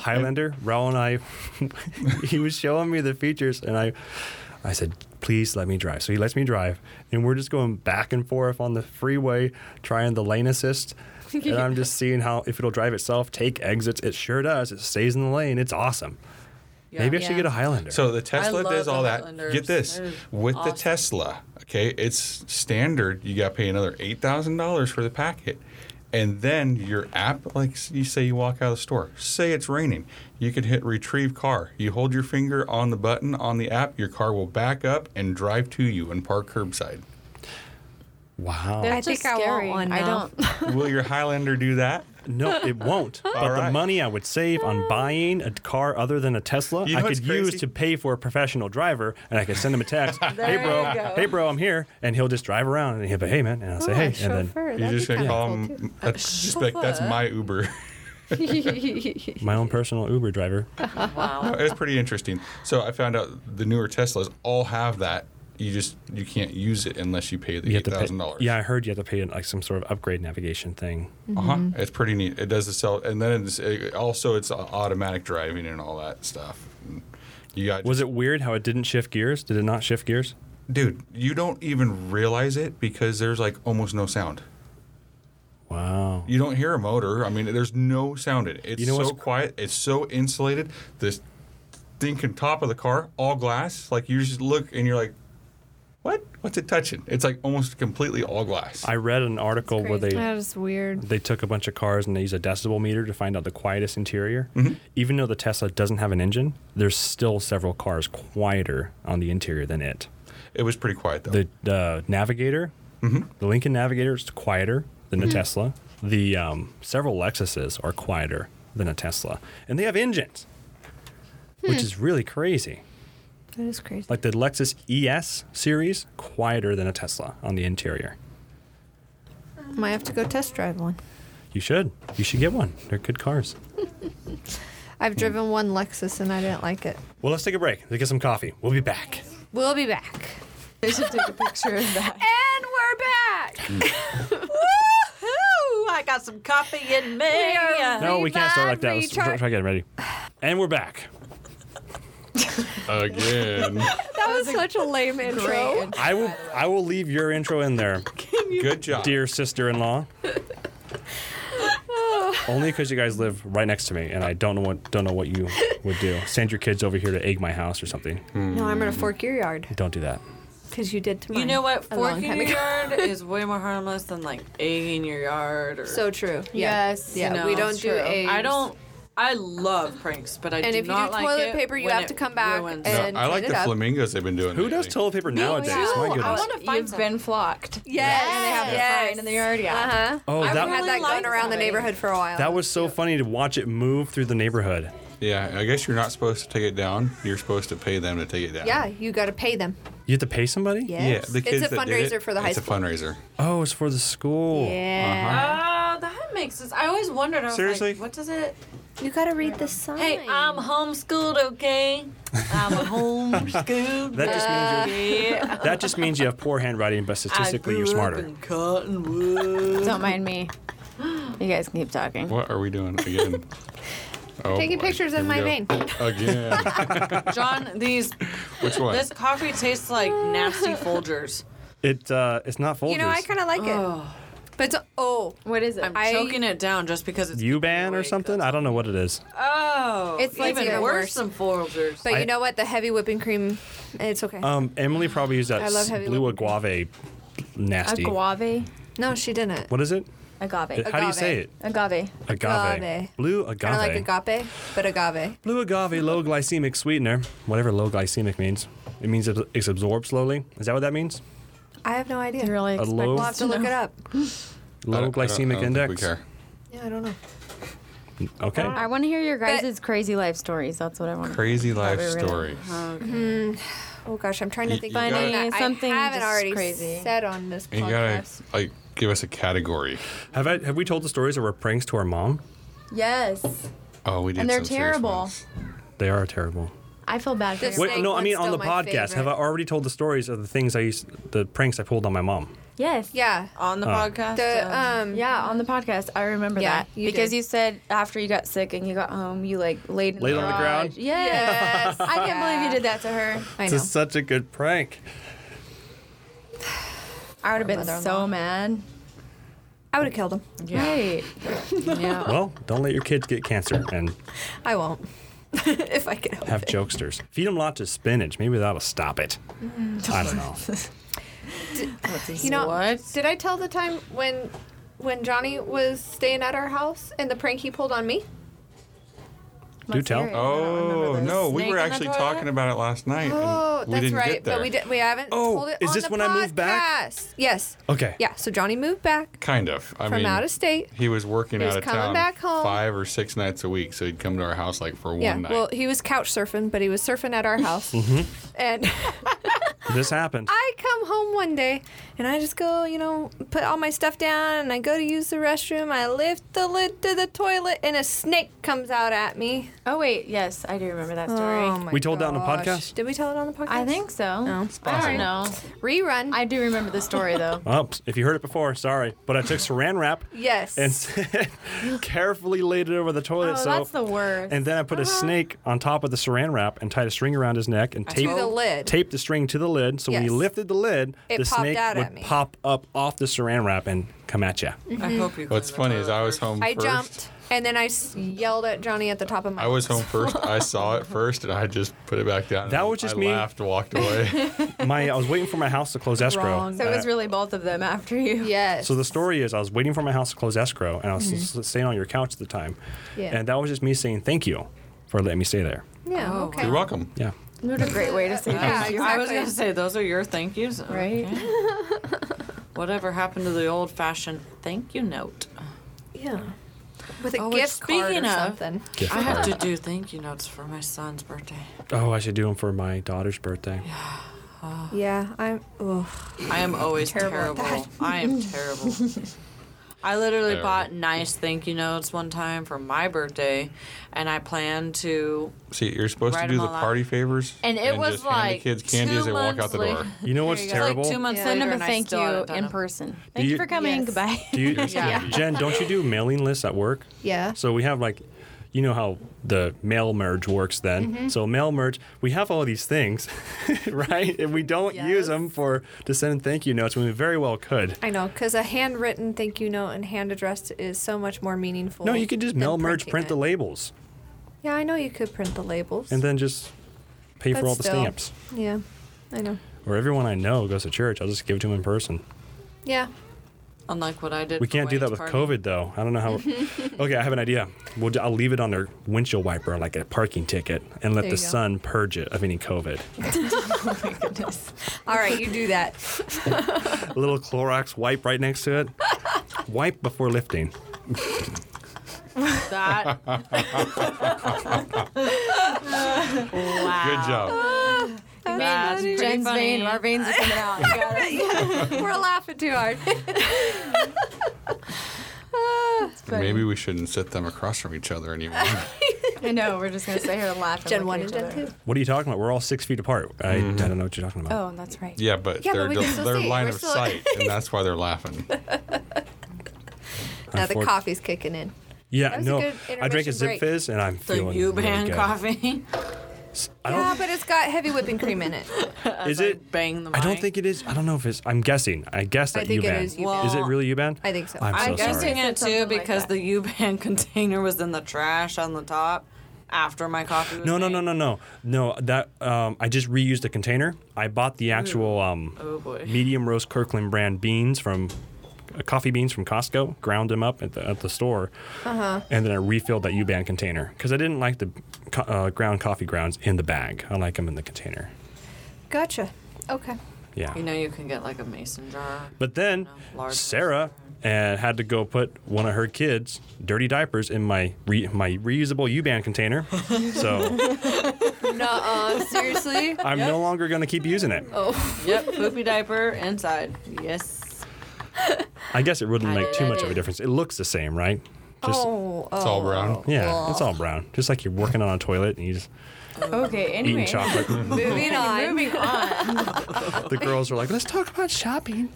Speaker 1: Highlander, Raul and I, he was showing me the features, and I, I said, "Please let me drive." So he lets me drive, and we're just going back and forth on the freeway, trying the lane assist, and I'm just seeing how if it'll drive itself, take exits. It sure does. It stays in the lane. It's awesome.
Speaker 5: Yeah.
Speaker 1: Maybe I should
Speaker 3: Yeah.
Speaker 1: get a Highlander.
Speaker 2: So the Tesla
Speaker 5: love
Speaker 2: does all
Speaker 5: the
Speaker 2: that.
Speaker 5: Highlanders.
Speaker 2: Get this
Speaker 5: They're
Speaker 2: with
Speaker 5: awesome.
Speaker 2: the Tesla, okay? It's standard. You got to pay another eight thousand dollars for the packet, and then your app, like s- you say, you walk out of the store. Say it's raining, you could hit retrieve car. You hold your finger on the button on the app, your car will back up and drive to you and park curbside.
Speaker 1: wow.
Speaker 4: They're
Speaker 3: I think
Speaker 4: just
Speaker 3: I want
Speaker 4: scary.
Speaker 3: one
Speaker 4: I
Speaker 3: now.
Speaker 4: don't.
Speaker 2: Will your Highlander do that?
Speaker 1: No, it won't. but the
Speaker 2: right.
Speaker 1: money I would save on buying a car other than a Tesla,
Speaker 2: You know
Speaker 1: I could
Speaker 2: what's crazy?
Speaker 1: use to pay for a professional driver, and I could send him a text, "Hey
Speaker 4: There
Speaker 1: bro,
Speaker 4: you go.
Speaker 1: hey bro, I'm here," and he'll just drive around and he'll be, "Hey man," and I'll say,
Speaker 6: Oh,
Speaker 1: "Hey,"
Speaker 6: a
Speaker 1: and then
Speaker 6: chauffeur,
Speaker 2: You're
Speaker 6: that'd
Speaker 2: just
Speaker 6: be
Speaker 2: gonna
Speaker 6: kinda
Speaker 2: call
Speaker 6: cool, too.
Speaker 2: him. uh, Just be like that's
Speaker 5: chauffeur.
Speaker 2: my Uber.
Speaker 1: my own personal Uber driver.
Speaker 5: Wow.
Speaker 2: It's pretty interesting. So I found out the newer Teslas all have that. You just you can't use it unless you pay the
Speaker 1: You
Speaker 2: eight
Speaker 1: pay-
Speaker 2: thousand dollars.
Speaker 1: Yeah, I heard you have to pay like some sort of upgrade navigation thing.
Speaker 2: uh huh. It's pretty neat. It does the self, and then it's it, also it's automatic driving and all that stuff. You got
Speaker 1: Was it weird how it didn't shift gears? Did it not shift gears?
Speaker 2: dude. You don't even realize it because there's like almost no sound.
Speaker 1: Wow.
Speaker 2: You don't hear a motor. I mean, there's no sound in it. It's
Speaker 1: You know
Speaker 2: so
Speaker 1: what's-
Speaker 2: quiet. It's so insulated. This thinking top of the car, all glass. Like you just look and you're like, what? What's it touching? It's like almost completely all glass.
Speaker 1: I read an article where they
Speaker 3: That is weird.
Speaker 1: they took a bunch of cars and they used a decibel meter to find out the quietest interior. Even though the Tesla doesn't have an engine, there's still several cars quieter on the interior than it.
Speaker 2: it was pretty quiet though.
Speaker 1: The the Navigator, the Lincoln Navigator is quieter than a Tesla. The um, several Lexuses are quieter than a Tesla, and they have engines, which is really crazy.
Speaker 3: That is crazy.
Speaker 1: Like the Lexus ES series, quieter than a Tesla on the interior.
Speaker 3: Might have to go test drive one.
Speaker 1: You should. You should get one. They're good cars. Hmm.
Speaker 3: I've driven one Lexus and I didn't like it.
Speaker 1: Well, let's take a break. Let's get some coffee. We'll be back.
Speaker 3: We'll be back.
Speaker 4: They should take a picture of that.
Speaker 3: And we're back.
Speaker 5: Woohoo! I got some coffee in me.
Speaker 3: are-
Speaker 1: No, we can't start like that. Let's
Speaker 3: Recharge-
Speaker 1: try getting ready. And we're back.
Speaker 2: Again.
Speaker 3: That was such a lame intro.
Speaker 4: Great.
Speaker 1: I will. I will leave your intro in there,
Speaker 2: Good job.
Speaker 1: dear sister-in-law. Only because you guys live right next to me, and I don't know what don't know what you would do. Send your kids over here to egg my house or something.
Speaker 3: No, I'm gonna fork your yard
Speaker 1: Don't do that.
Speaker 3: because you did to mine.
Speaker 5: You know what?
Speaker 3: a long
Speaker 5: Forking
Speaker 3: time
Speaker 5: your
Speaker 3: ago.
Speaker 5: yard is way more harmless than like egging your yard. Or,
Speaker 3: So true.
Speaker 4: Yes,
Speaker 3: Yeah.
Speaker 5: you know,
Speaker 3: we don't
Speaker 5: it's
Speaker 3: do
Speaker 5: true.
Speaker 3: eggs.
Speaker 5: I don't. I love pranks, but I
Speaker 3: And
Speaker 5: do
Speaker 3: if you
Speaker 5: not
Speaker 3: do
Speaker 5: like
Speaker 3: toilet
Speaker 5: it
Speaker 3: paper, you
Speaker 5: when
Speaker 3: have
Speaker 5: it
Speaker 3: to come back
Speaker 5: ruins
Speaker 2: No,
Speaker 5: it.
Speaker 3: and
Speaker 2: I like
Speaker 3: clean
Speaker 2: the
Speaker 3: it up.
Speaker 2: flamingos they've been doing.
Speaker 1: Who does
Speaker 2: lately.
Speaker 1: toilet paper nowadays?
Speaker 5: too.
Speaker 1: My
Speaker 4: Oh,
Speaker 3: Oh,
Speaker 5: I
Speaker 1: goodness.
Speaker 5: wanna find
Speaker 4: You've
Speaker 5: some.
Speaker 4: been flocked.
Speaker 3: Yes.
Speaker 4: And they have the
Speaker 3: yes.
Speaker 4: sign in the yard. Yeah.
Speaker 3: Uh huh.
Speaker 1: oh,
Speaker 3: I've
Speaker 1: that
Speaker 3: had that
Speaker 5: like
Speaker 3: going around the
Speaker 5: somebody.
Speaker 3: neighborhood for a while.
Speaker 1: that was so funny to watch it move through the neighborhood.
Speaker 2: Yeah, I guess you're not supposed to take it down. You're supposed to pay them to take it down.
Speaker 3: yeah, you got to pay them.
Speaker 1: You have to pay somebody.
Speaker 2: Yeah, the kids
Speaker 3: it's a
Speaker 2: that did
Speaker 3: fundraiser
Speaker 2: it,
Speaker 3: for the high
Speaker 2: it's
Speaker 3: school.
Speaker 2: a Uh-huh. fundraiser.
Speaker 1: Oh, it's for the school.
Speaker 3: Yeah.
Speaker 5: Oh, that makes sense. I always wondered. I was
Speaker 2: Seriously?
Speaker 5: like, what does it?
Speaker 6: You gotta read the sign.
Speaker 5: Hey, I'm homeschooled, okay? I'm homeschooled.
Speaker 1: That just means you're,
Speaker 5: yeah.
Speaker 1: that just means you have poor handwriting, but statistically you're smarter.
Speaker 5: Cottonwood.
Speaker 4: Don't mind me. You guys can keep talking.
Speaker 2: What are we doing again? Oh,
Speaker 3: Taking
Speaker 2: boy.
Speaker 3: pictures
Speaker 2: Here
Speaker 3: in
Speaker 2: we
Speaker 3: my
Speaker 2: go.
Speaker 3: vein.
Speaker 2: Again.
Speaker 5: John, these
Speaker 2: Which one?
Speaker 5: this coffee tastes like nasty Folgers.
Speaker 1: It uh, it's not Folgers.
Speaker 3: You know, I kind of like it. But it's oh,
Speaker 6: What is it?
Speaker 5: I'm
Speaker 3: I-
Speaker 5: choking it down just because it's
Speaker 1: U-Ban or
Speaker 5: awake,
Speaker 1: something?
Speaker 5: that's-
Speaker 1: I don't know what it is.
Speaker 5: Oh,
Speaker 3: It's like
Speaker 5: even
Speaker 3: even
Speaker 5: worse,
Speaker 3: worse.
Speaker 5: than Folgers.
Speaker 3: but
Speaker 1: I-
Speaker 3: you know what? The heavy whipping cream, it's okay.
Speaker 1: Um, Emily probably used that
Speaker 3: I love
Speaker 1: s-
Speaker 3: heavy
Speaker 1: blue
Speaker 3: liquor.
Speaker 1: agave nasty.
Speaker 4: Agave.
Speaker 3: no, she didn't.
Speaker 1: What is it?
Speaker 4: Agave.
Speaker 1: How do you
Speaker 3: Agave.
Speaker 1: say it?
Speaker 4: Agave.
Speaker 1: Agave.
Speaker 3: Agave.
Speaker 1: Blue
Speaker 3: Kind of like
Speaker 1: agave.
Speaker 3: agape, but agave.
Speaker 1: Blue agave, low glycemic sweetener. Whatever low glycemic means. It means it- it's absorbed slowly. Is that what that means?
Speaker 3: I have no idea.
Speaker 4: You really
Speaker 1: A
Speaker 4: expect
Speaker 1: low-
Speaker 3: We'll have
Speaker 4: us
Speaker 3: to look
Speaker 4: know?
Speaker 3: it up.
Speaker 2: I
Speaker 1: Low
Speaker 2: don't- I don't- I
Speaker 1: glycemic
Speaker 2: don't think we
Speaker 1: index.
Speaker 2: care.
Speaker 3: Yeah, I don't know.
Speaker 1: Okay.
Speaker 4: I want to hear your guys' crazy life stories. That's what I want.
Speaker 2: Crazy life
Speaker 4: Probably really-
Speaker 2: stories.
Speaker 3: Oh gosh, I'm trying to
Speaker 2: You-
Speaker 3: think
Speaker 2: you
Speaker 3: of
Speaker 2: gotta-
Speaker 3: something that
Speaker 4: Something
Speaker 3: I haven't
Speaker 4: just
Speaker 3: already
Speaker 4: crazy.
Speaker 3: said on this
Speaker 2: And you gotta
Speaker 3: podcast.
Speaker 2: like give us a category.
Speaker 1: Have I have we told the stories of our pranks to our mom?
Speaker 4: Yes.
Speaker 2: Oh, we did.
Speaker 4: And they're
Speaker 2: some serious
Speaker 4: terrible.
Speaker 2: ones.
Speaker 1: They are terrible.
Speaker 4: I feel bad for
Speaker 3: This-
Speaker 4: you.
Speaker 3: Wait.
Speaker 1: Wait,
Speaker 3: Snake
Speaker 1: no, I
Speaker 3: one's
Speaker 1: mean on
Speaker 3: still
Speaker 1: the
Speaker 3: my
Speaker 1: podcast. Have I
Speaker 3: favorite.
Speaker 1: already told the stories of the things I used, the pranks I pulled on my mom?
Speaker 4: Yes.
Speaker 3: Yeah.
Speaker 5: on the podcast.
Speaker 3: The
Speaker 5: uh,
Speaker 3: um
Speaker 4: Yeah, on the podcast, I remember
Speaker 3: Yeah,
Speaker 4: that
Speaker 3: you
Speaker 4: because
Speaker 3: did.
Speaker 4: you said after you got sick and you got home, you like laid in
Speaker 1: Laid
Speaker 4: the
Speaker 1: on the
Speaker 4: garage.
Speaker 1: ground?
Speaker 4: Yes.
Speaker 3: Yes.
Speaker 4: I can't believe you did that to her.
Speaker 3: I
Speaker 1: This
Speaker 3: know.
Speaker 1: is such a good prank.
Speaker 4: I would have been
Speaker 3: mother-in-law.
Speaker 4: so mad.
Speaker 3: I would have killed him.
Speaker 5: Yeah.
Speaker 4: Right.
Speaker 5: yeah.
Speaker 1: Well, don't let your kids get cancer and
Speaker 3: I won't. if I can.
Speaker 1: have jokesters. Feed them lots of spinach. Maybe that'll stop it.
Speaker 3: Mm.
Speaker 1: I don't know.
Speaker 3: You know,
Speaker 5: What?
Speaker 3: did I tell the time when when Johnny was staying at our house and the prank he pulled on me?
Speaker 1: Do tell.
Speaker 2: Oh no, we
Speaker 5: Snake
Speaker 2: were
Speaker 5: in the
Speaker 2: actually
Speaker 5: toilet?
Speaker 2: talking about it last night.
Speaker 3: Oh,
Speaker 2: and we
Speaker 3: that's
Speaker 2: didn't
Speaker 3: right.
Speaker 2: Get there.
Speaker 3: But we did, we haven't
Speaker 1: Oh,
Speaker 3: told it
Speaker 1: is
Speaker 3: on
Speaker 1: this
Speaker 3: the
Speaker 1: when I moved back?
Speaker 3: podcast. Yes.
Speaker 1: Okay.
Speaker 3: Yeah, so Johnny moved back
Speaker 2: Kind of. I
Speaker 3: from
Speaker 2: mean,
Speaker 3: out of state.
Speaker 2: He was working
Speaker 3: He was
Speaker 2: out of
Speaker 3: coming
Speaker 2: town
Speaker 3: back home.
Speaker 2: five or six nights a week, so he'd come to our house like for
Speaker 3: Yeah.
Speaker 2: one night. Mm-hmm.
Speaker 3: Well, he was couch surfing, but he was surfing at our house. And
Speaker 1: This happened.
Speaker 3: I come home one day and I just go, you know, put all my stuff down and I go to use the restroom. I lift the lid to the toilet and a snake comes out at me.
Speaker 4: Oh wait, yes, I do remember that story.
Speaker 3: Oh my
Speaker 1: We told that on the
Speaker 3: gosh.
Speaker 1: podcast?
Speaker 3: Did we tell it on the podcast?
Speaker 4: I think so. I
Speaker 2: possible.
Speaker 4: don't know.
Speaker 3: Rerun.
Speaker 4: I do remember the story though.
Speaker 1: Oops, if you heard it before, sorry. But I took saran wrap
Speaker 3: yes.
Speaker 1: and carefully laid it over the toilet.
Speaker 4: Oh,
Speaker 1: so
Speaker 4: that's the worst.
Speaker 1: And then I put
Speaker 3: Uh-huh.
Speaker 1: a snake on top of the saran wrap and tied a string around his neck and taped
Speaker 3: the lid.
Speaker 1: taped the string to the lid. So when you
Speaker 3: Yes.
Speaker 1: lifted the lid,
Speaker 3: It
Speaker 1: the
Speaker 3: popped
Speaker 1: snake
Speaker 3: out at
Speaker 1: would
Speaker 3: me.
Speaker 1: pop up off the saran wrap and come at you.
Speaker 5: I hope you.
Speaker 2: What's
Speaker 5: clean
Speaker 2: funny
Speaker 5: the
Speaker 2: is I
Speaker 5: toilet
Speaker 2: was
Speaker 5: first.
Speaker 2: home
Speaker 3: I
Speaker 2: first.
Speaker 3: jumped and then I s- yelled at Johnny at the top of my
Speaker 2: I was home first. I saw it first, and I just put it back down.
Speaker 1: That
Speaker 2: and
Speaker 1: was just
Speaker 2: I
Speaker 1: me.
Speaker 2: Laughed, and walked away.
Speaker 1: My I was waiting for my house to close escrow.
Speaker 3: Wrong.
Speaker 4: So it was
Speaker 1: Uh,
Speaker 4: really both of them after you.
Speaker 3: Yes.
Speaker 1: So the story is, I was waiting for my house to close escrow, and I was s- staying on your couch at the time,
Speaker 3: Yeah.
Speaker 1: and that was just me saying thank you for letting me stay there.
Speaker 3: Yeah.
Speaker 5: Oh,
Speaker 3: okay.
Speaker 2: You're welcome.
Speaker 1: Yeah,
Speaker 4: What a great way to say
Speaker 3: Yeah,
Speaker 4: thank you.
Speaker 5: I was
Speaker 3: exactly.
Speaker 5: gonna say those are your thank yous,
Speaker 4: Right?
Speaker 5: Okay. Whatever happened to the old fashioned thank you note?
Speaker 3: Yeah. With a
Speaker 5: Oh, which,
Speaker 3: gift card
Speaker 5: speaking
Speaker 3: or
Speaker 5: of-
Speaker 3: something.
Speaker 1: gift
Speaker 5: I have
Speaker 1: card.
Speaker 5: to do thank you notes for my son's birthday.
Speaker 1: Oh, I should do them for my daughter's birthday.
Speaker 3: Yeah, I'm. Oh.
Speaker 5: I am always terrible. I am terrible. I literally
Speaker 2: Terrible.
Speaker 5: bought nice thank you notes one time for my birthday, and I planned to.
Speaker 2: See, you're supposed
Speaker 5: Write
Speaker 2: to do
Speaker 5: 'em
Speaker 2: the
Speaker 5: all out.
Speaker 2: party favors,
Speaker 5: And it was
Speaker 2: just hand
Speaker 5: like
Speaker 2: the kids candy as
Speaker 5: two
Speaker 2: they walk out
Speaker 5: months
Speaker 2: the
Speaker 5: later.
Speaker 2: door.
Speaker 1: You know what's
Speaker 5: There go. It's
Speaker 1: terrible?
Speaker 5: Like two months
Speaker 4: Send
Speaker 5: later,
Speaker 4: them a
Speaker 5: and I
Speaker 4: thank you
Speaker 5: still haven't done
Speaker 4: in
Speaker 5: them.
Speaker 4: person. Thank
Speaker 1: you-
Speaker 4: you for coming.
Speaker 3: Yes.
Speaker 4: Goodbye.
Speaker 1: Do you,
Speaker 5: Yeah.
Speaker 1: Jen, don't you do mailing lists at work?
Speaker 3: Yeah.
Speaker 1: So we have like, you know how the mail merge works then. So mail merge, we have all these things, right? And we don't use them for to send thank you notes when we very well could.
Speaker 3: I know, because a handwritten thank you note and hand addressed is so much more meaningful.
Speaker 1: No, you could just
Speaker 3: than
Speaker 1: mail merge,
Speaker 3: printing
Speaker 1: print the
Speaker 3: it.
Speaker 1: labels,
Speaker 3: Yeah, I know you could print the labels.
Speaker 1: and then just pay
Speaker 3: But
Speaker 1: for all the
Speaker 3: still.
Speaker 1: stamps.
Speaker 3: yeah, I know.
Speaker 1: Or everyone I know goes to church. I'll just give it to them in person.
Speaker 3: Yeah.
Speaker 5: Unlike what I did.
Speaker 1: We
Speaker 5: for
Speaker 1: can't do that
Speaker 5: Wayne's
Speaker 1: with
Speaker 5: party.
Speaker 1: COVID though. I don't know how. okay, I have an idea. We'll, ju- I'll leave it on their windshield wiper like a parking ticket, and let
Speaker 3: There
Speaker 1: the
Speaker 3: you go.
Speaker 1: sun purge it of any COVID.
Speaker 3: All right, you do that.
Speaker 1: a little Clorox wipe right next to it. wipe before lifting.
Speaker 5: That
Speaker 2: Good job.
Speaker 5: That's pretty
Speaker 4: Jen's
Speaker 5: funny.
Speaker 4: vein. Our veins are coming out. Got it.
Speaker 3: We're laughing too hard.
Speaker 2: Maybe we shouldn't sit them across from each other anymore.
Speaker 4: I know. We're just gonna sit here and laugh.
Speaker 3: Gen
Speaker 4: and look
Speaker 3: one
Speaker 4: at
Speaker 3: and
Speaker 4: each
Speaker 3: Gen
Speaker 4: other.
Speaker 3: two.
Speaker 1: What are you talking about? We're all six feet apart. I,
Speaker 5: Mm-hmm.
Speaker 1: I don't know what you're talking about.
Speaker 4: Oh, that's right.
Speaker 2: yeah, but
Speaker 3: Yeah, but
Speaker 2: they're
Speaker 3: we can
Speaker 2: del-
Speaker 3: still
Speaker 2: they're
Speaker 3: see.
Speaker 2: line
Speaker 3: We're
Speaker 2: of
Speaker 3: still-
Speaker 2: sight, and that's why they're laughing.
Speaker 3: Now the
Speaker 1: Unfor-
Speaker 3: coffee's kicking in.
Speaker 1: Yeah,
Speaker 3: was a
Speaker 1: no.
Speaker 3: good
Speaker 1: I drank a
Speaker 3: intermission
Speaker 1: Zip
Speaker 3: break.
Speaker 1: Fizz and I'm
Speaker 5: the
Speaker 1: feeling
Speaker 5: U-Ban
Speaker 1: really good.
Speaker 5: coffee.
Speaker 1: S- I
Speaker 3: Yeah,
Speaker 1: don't.
Speaker 3: but it's got heavy whipping cream in it.
Speaker 1: is it?
Speaker 5: bang the
Speaker 1: I don't
Speaker 5: mic.
Speaker 1: think it is. I don't know if it's. I'm guessing. I guess
Speaker 3: I
Speaker 1: that
Speaker 3: think it
Speaker 1: U-Ban.
Speaker 3: is U-Ban.
Speaker 1: Is it
Speaker 5: Well,
Speaker 1: really U-Ban?
Speaker 3: I think so.
Speaker 1: I'm so
Speaker 5: I'm guessing
Speaker 1: sorry.
Speaker 5: it
Speaker 4: Something
Speaker 5: too
Speaker 4: like
Speaker 5: because
Speaker 4: that.
Speaker 5: the U-Ban container was in the trash on the top after my coffee was
Speaker 1: No, no,
Speaker 5: made.
Speaker 1: no, no, no, no. That um, I just reused a container. I bought the actual um,
Speaker 5: Oh, boy.
Speaker 1: medium roast Kirkland brand beans from uh, coffee beans from Costco. Ground them up at the, at the store, uh-huh. and then I refilled that U-Ban container because I didn't like the co- uh, ground coffee grounds in the bag. I like them in the container.
Speaker 3: Gotcha. Okay.
Speaker 1: Yeah.
Speaker 5: You know you can get like a mason jar.
Speaker 1: But then
Speaker 5: No, large
Speaker 1: Sarah and had to go put one of her kids' dirty diapers in my re- my reusable U-Ban container. so
Speaker 3: Nuh-uh, seriously?
Speaker 1: I'm no longer going to keep using it.
Speaker 5: yep, poopy diaper inside. Yes.
Speaker 1: I guess it wouldn't
Speaker 5: I
Speaker 1: make
Speaker 5: did
Speaker 1: too
Speaker 5: it.
Speaker 1: much of a difference. It looks the same, right? Just
Speaker 3: oh,
Speaker 2: It's all brown.
Speaker 1: yeah, it's all brown. Just like you're working on a toilet and you just
Speaker 4: Okay, anyway.
Speaker 1: eating chocolate.
Speaker 3: Moving on.
Speaker 4: Moving on.
Speaker 1: the girls are like, "Let's talk about shopping."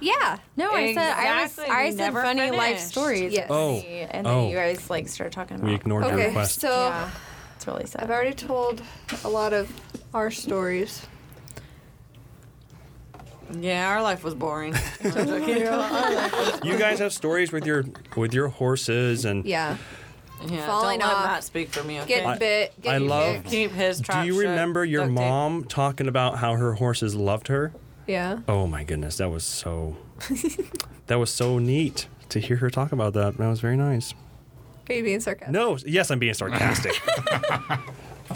Speaker 3: Yeah.
Speaker 4: No, I said
Speaker 5: Exactly,
Speaker 4: I
Speaker 5: we
Speaker 4: was I said
Speaker 5: never
Speaker 4: funny life
Speaker 5: finished.
Speaker 4: stories.
Speaker 3: Yes.
Speaker 1: Oh,
Speaker 4: and then
Speaker 1: oh.
Speaker 4: you guys like start talking about.
Speaker 1: We ignored your
Speaker 3: Okay,
Speaker 1: request.
Speaker 3: so
Speaker 4: Yeah, it's really
Speaker 3: I've
Speaker 4: sad.
Speaker 3: already told a lot of our stories.
Speaker 5: Yeah, our life was boring.
Speaker 3: Oh
Speaker 1: you guys have stories with your with your horses and
Speaker 3: Yeah.
Speaker 5: Yeah,
Speaker 3: Falling
Speaker 5: don't let
Speaker 3: off.
Speaker 5: Matt speak for me. Okay.
Speaker 3: Get bit. Get
Speaker 1: I love-
Speaker 3: kicked.
Speaker 5: Keep his
Speaker 1: Do
Speaker 5: trap
Speaker 1: you
Speaker 5: shut,
Speaker 1: remember your
Speaker 5: duct tape.
Speaker 1: mom talking about how her horses loved her?
Speaker 3: Yeah.
Speaker 1: Oh my goodness, that was so that was so neat to hear her talk about that. That was very nice.
Speaker 3: Are you being sarcastic?
Speaker 1: No, yes, I'm being sarcastic.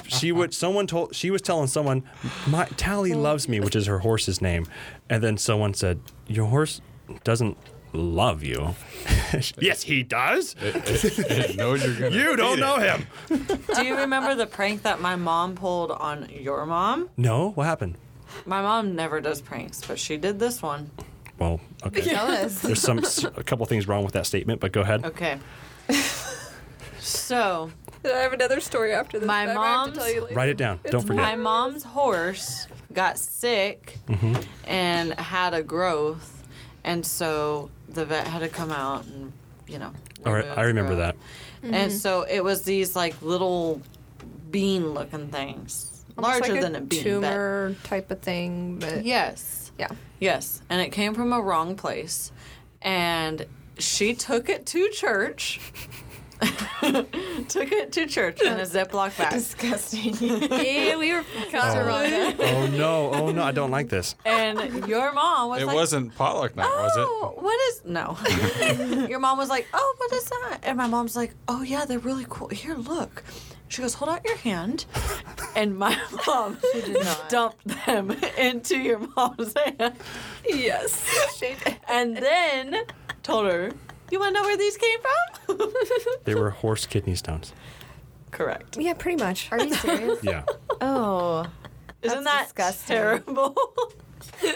Speaker 1: she would someone told she was telling someone my Tally loves me, which is her horse's name, and then someone said, "Your horse doesn't love you." yes, he does.
Speaker 2: It, it, it knows you're gonna.
Speaker 1: You don't
Speaker 2: eat
Speaker 1: know
Speaker 2: it.
Speaker 1: him.
Speaker 5: Do you remember the prank that my mom pulled on your mom?
Speaker 1: No, what happened?
Speaker 5: My mom never does pranks, but she did this one.
Speaker 1: Well, okay.
Speaker 3: Tell us.
Speaker 1: There's some a couple things wrong with that statement, but go ahead.
Speaker 5: Okay. so
Speaker 3: I have another story after this.
Speaker 5: My
Speaker 3: but I might have to
Speaker 5: mom's-
Speaker 3: tell you later.
Speaker 1: Write it down. Don't forget.
Speaker 5: My mom's horse got sick
Speaker 1: Mm-hmm.
Speaker 5: and had a growth, and so the vet had to come out and, you know.
Speaker 1: All right,
Speaker 5: remove
Speaker 1: I
Speaker 5: the
Speaker 1: remember
Speaker 5: growth.
Speaker 1: that.
Speaker 5: And so it was these like little bean-looking things,
Speaker 3: Almost
Speaker 5: larger
Speaker 3: like
Speaker 5: than a bean. but-
Speaker 3: tumor type of thing, but
Speaker 5: Yes.
Speaker 3: yeah.
Speaker 5: Yes, and it came from a wrong place. And she took it to church. took it to church in a Ziploc bag.
Speaker 4: Disgusting.
Speaker 3: yeah, we were kind
Speaker 1: Oh no! Oh no! I don't like this.
Speaker 5: And your mom was
Speaker 2: It
Speaker 5: like,
Speaker 2: wasn't potluck night,
Speaker 5: Oh, what is no? Your mom was like, "Oh, what is that?" And my mom's like, "Oh yeah, they're really cool. Here, look." She goes, "Hold out your hand," and my mom dumped them into your mom's hand,
Speaker 3: Oh. Yes. She did.
Speaker 5: and then told her, "You want to know where these came from?"
Speaker 1: They were horse kidney stones.
Speaker 5: Correct.
Speaker 3: Yeah, pretty much.
Speaker 4: Are you serious?
Speaker 1: Yeah.
Speaker 4: Oh,
Speaker 5: Isn't that
Speaker 4: disgusting.
Speaker 5: terrible?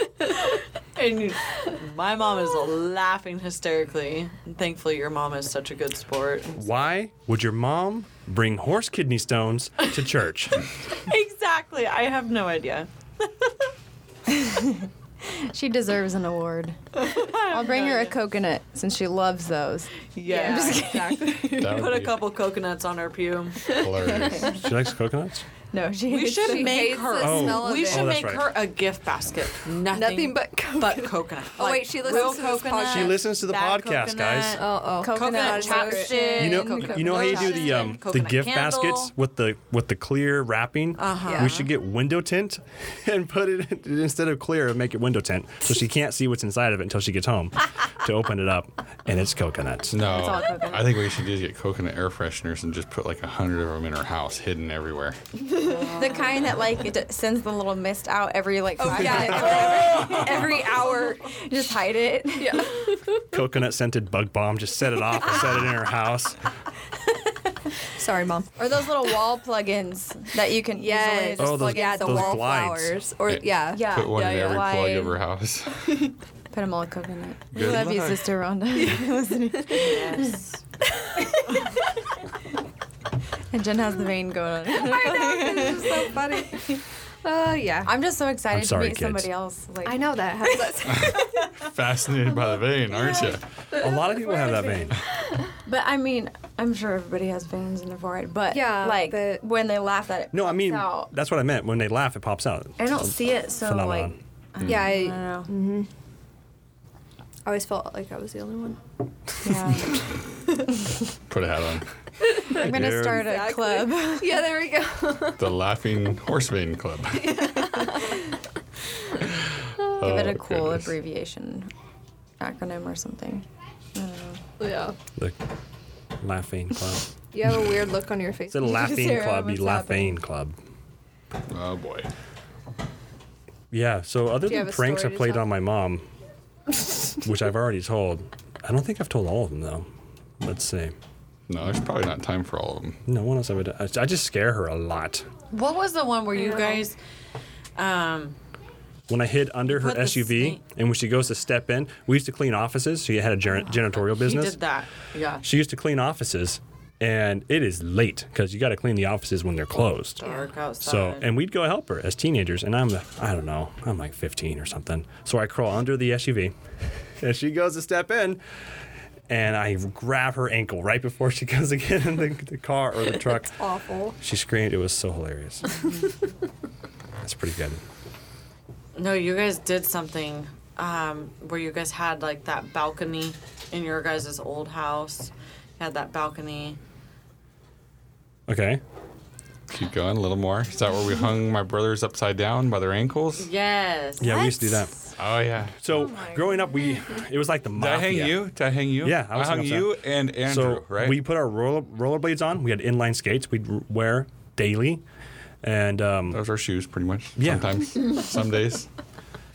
Speaker 5: and you- my mom is laughing hysterically. And thankfully, your mom is such a good sport.
Speaker 1: Why would your mom bring horse kidney stones to church?
Speaker 5: exactly. I have no idea.
Speaker 4: she deserves an award. I'll bring her a coconut since she loves those.
Speaker 5: Yeah.
Speaker 3: exactly.
Speaker 2: was it? That would
Speaker 5: Put a
Speaker 2: be
Speaker 5: couple coconuts on her pew.
Speaker 2: Hilarious.
Speaker 1: she likes coconuts?
Speaker 4: No, she.
Speaker 5: We should
Speaker 3: She
Speaker 5: make
Speaker 3: hates
Speaker 5: her.
Speaker 3: the
Speaker 1: Oh.
Speaker 3: smell of
Speaker 5: We
Speaker 3: it.
Speaker 5: should
Speaker 1: Oh, that's
Speaker 5: make
Speaker 1: right.
Speaker 5: her a gift basket. Nothing,
Speaker 3: Nothing but
Speaker 5: but
Speaker 3: coconut.
Speaker 5: coconut.
Speaker 3: Oh, wait, she listens
Speaker 5: real
Speaker 3: to this podcast.
Speaker 1: She listens to the
Speaker 5: bag
Speaker 1: podcast, guys.
Speaker 3: Oh,
Speaker 5: coconut,
Speaker 3: oh.
Speaker 5: Coconut
Speaker 3: Coconut
Speaker 5: chapstick.
Speaker 1: You know,
Speaker 5: coconut
Speaker 1: you know how you do the
Speaker 5: chapstick,
Speaker 1: um, the
Speaker 5: coconut
Speaker 1: gift
Speaker 5: candle.
Speaker 1: baskets with the with the clear wrapping.
Speaker 5: Uh-huh.
Speaker 1: We should get window tint and put it in, instead of clear and make it window tint, so she can't see what's inside of it until she gets home to open it up, and it's coconuts.
Speaker 2: No,
Speaker 4: all coconut.
Speaker 2: I think what you should do is get coconut air fresheners and just put like a hundred of them in her house, hidden everywhere.
Speaker 4: The kind that like it sends the little mist out every like five
Speaker 3: Oh, yeah.
Speaker 4: minutes, every, every hour. Just hide it.
Speaker 3: Yeah.
Speaker 1: Coconut scented bug bomb. Just set it off and set it in her house.
Speaker 3: Sorry, mom.
Speaker 4: Or those little wall plugins that you can easily
Speaker 3: Yes.
Speaker 4: just
Speaker 1: Oh, those-
Speaker 4: plug
Speaker 3: yeah,
Speaker 4: in.
Speaker 3: the
Speaker 1: those
Speaker 3: wallflowers. Or, yeah.
Speaker 4: Yeah.
Speaker 2: put one
Speaker 4: yeah,
Speaker 2: in
Speaker 4: yeah.
Speaker 2: every plug
Speaker 4: Why-
Speaker 2: of her house.
Speaker 4: Put them all a coconut. We
Speaker 2: Good
Speaker 4: love you,
Speaker 2: luck.
Speaker 4: Sister Rhonda.
Speaker 5: Yes.
Speaker 4: and Jen has the vein going on.
Speaker 3: I know. This is so funny. Uh, yeah.
Speaker 4: I'm just so excited
Speaker 1: sorry,
Speaker 4: to meet
Speaker 1: kids.
Speaker 4: somebody else. Like
Speaker 3: I know that. How does that sound?
Speaker 2: Fascinated by the vein, aren't you?
Speaker 1: A lot of people have that vein.
Speaker 4: But I mean, I'm sure everybody has veins in their forehead, but
Speaker 3: Yeah,
Speaker 4: like
Speaker 3: but-
Speaker 4: when they laugh at it,
Speaker 1: No, I
Speaker 4: pops
Speaker 1: mean
Speaker 4: out.
Speaker 1: that's what I meant. When they laugh, it pops out.
Speaker 4: I don't see it, so like,
Speaker 1: Phenomenon.
Speaker 3: Yeah,
Speaker 4: I
Speaker 3: I,
Speaker 4: don't know.
Speaker 3: I always felt like I was the only one.
Speaker 4: Yeah.
Speaker 2: Put a hat on.
Speaker 4: I'm
Speaker 1: Yeah.
Speaker 4: gonna start a
Speaker 3: Exactly.
Speaker 4: club.
Speaker 3: Yeah, there we go.
Speaker 2: The Laughing Horse Vein Club. Give
Speaker 4: Give
Speaker 2: Oh,
Speaker 4: it a cool abbreviation, acronym or something. I don't know.
Speaker 3: Yeah.
Speaker 1: The laughing club.
Speaker 3: You have a weird look on your face.
Speaker 1: Instead of laughing
Speaker 4: Sarah,
Speaker 1: club, you
Speaker 4: what's
Speaker 1: laughing club.
Speaker 2: Oh boy.
Speaker 1: Yeah. So other
Speaker 3: Do you
Speaker 1: than
Speaker 3: have a
Speaker 1: pranks I
Speaker 3: story to
Speaker 1: played
Speaker 3: tell?
Speaker 1: on my mom, which I've already told, I don't think I've told all of them though. Let's see.
Speaker 2: No, there's probably not time for all of them.
Speaker 1: No, what else have I done? I I just scare her a lot.
Speaker 5: What was the one where you guys? Um,
Speaker 1: When I hid under her
Speaker 5: Put the
Speaker 1: SUV,
Speaker 5: snake-
Speaker 1: and when she goes to step in, we used to clean offices. She had a ger- janitorial
Speaker 5: He
Speaker 1: business.
Speaker 5: did that. Yeah.
Speaker 1: She used to clean offices, and it is late because you got to clean the offices when they're closed.
Speaker 5: Dark outside.
Speaker 1: So, and we'd go help her as teenagers. And I'm, I don't know, I'm like 15 or something. So I crawl under the SUV, and she goes to step in, and I grab her ankle right before she goes to get in the, the car or the truck.
Speaker 3: Awful.
Speaker 1: She screamed. It was so hilarious. That's pretty good.
Speaker 5: no, you guys did something um, where you guys had like that balcony in your guys' old house. You had that balcony.
Speaker 1: Okay.
Speaker 2: Keep going a little more. Is that where we hung my brothers upside down by their ankles?
Speaker 5: Yes.
Speaker 1: Yeah, we used to do that.
Speaker 2: Oh yeah.
Speaker 1: So growing up, we it was like the
Speaker 2: Did I
Speaker 1: mafia.
Speaker 2: hang you? Did I hang you?
Speaker 1: Yeah, I
Speaker 2: I,
Speaker 1: was hung
Speaker 2: hung
Speaker 1: upside-
Speaker 2: you and Andrew,
Speaker 1: so
Speaker 2: right?
Speaker 1: we put our roller rollerblades on. We had inline skates we'd r- wear daily, and um,
Speaker 2: Those are shoes, pretty much.
Speaker 1: Yeah.
Speaker 2: Sometimes, some days,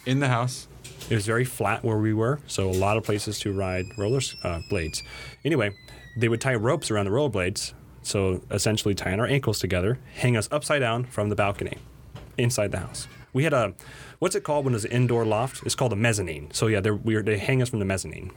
Speaker 2: in the house.
Speaker 1: it was very flat where we were. So a lot of places to ride roller s- uh, blades. Anyway, they would tie ropes around the rollerblades, so essentially tying our ankles together, hang us upside down from the balcony, inside the house. We had a, what's it called when it's an indoor loft? It's called a mezzanine. So yeah, they're, we were, they hang us from the mezzanine.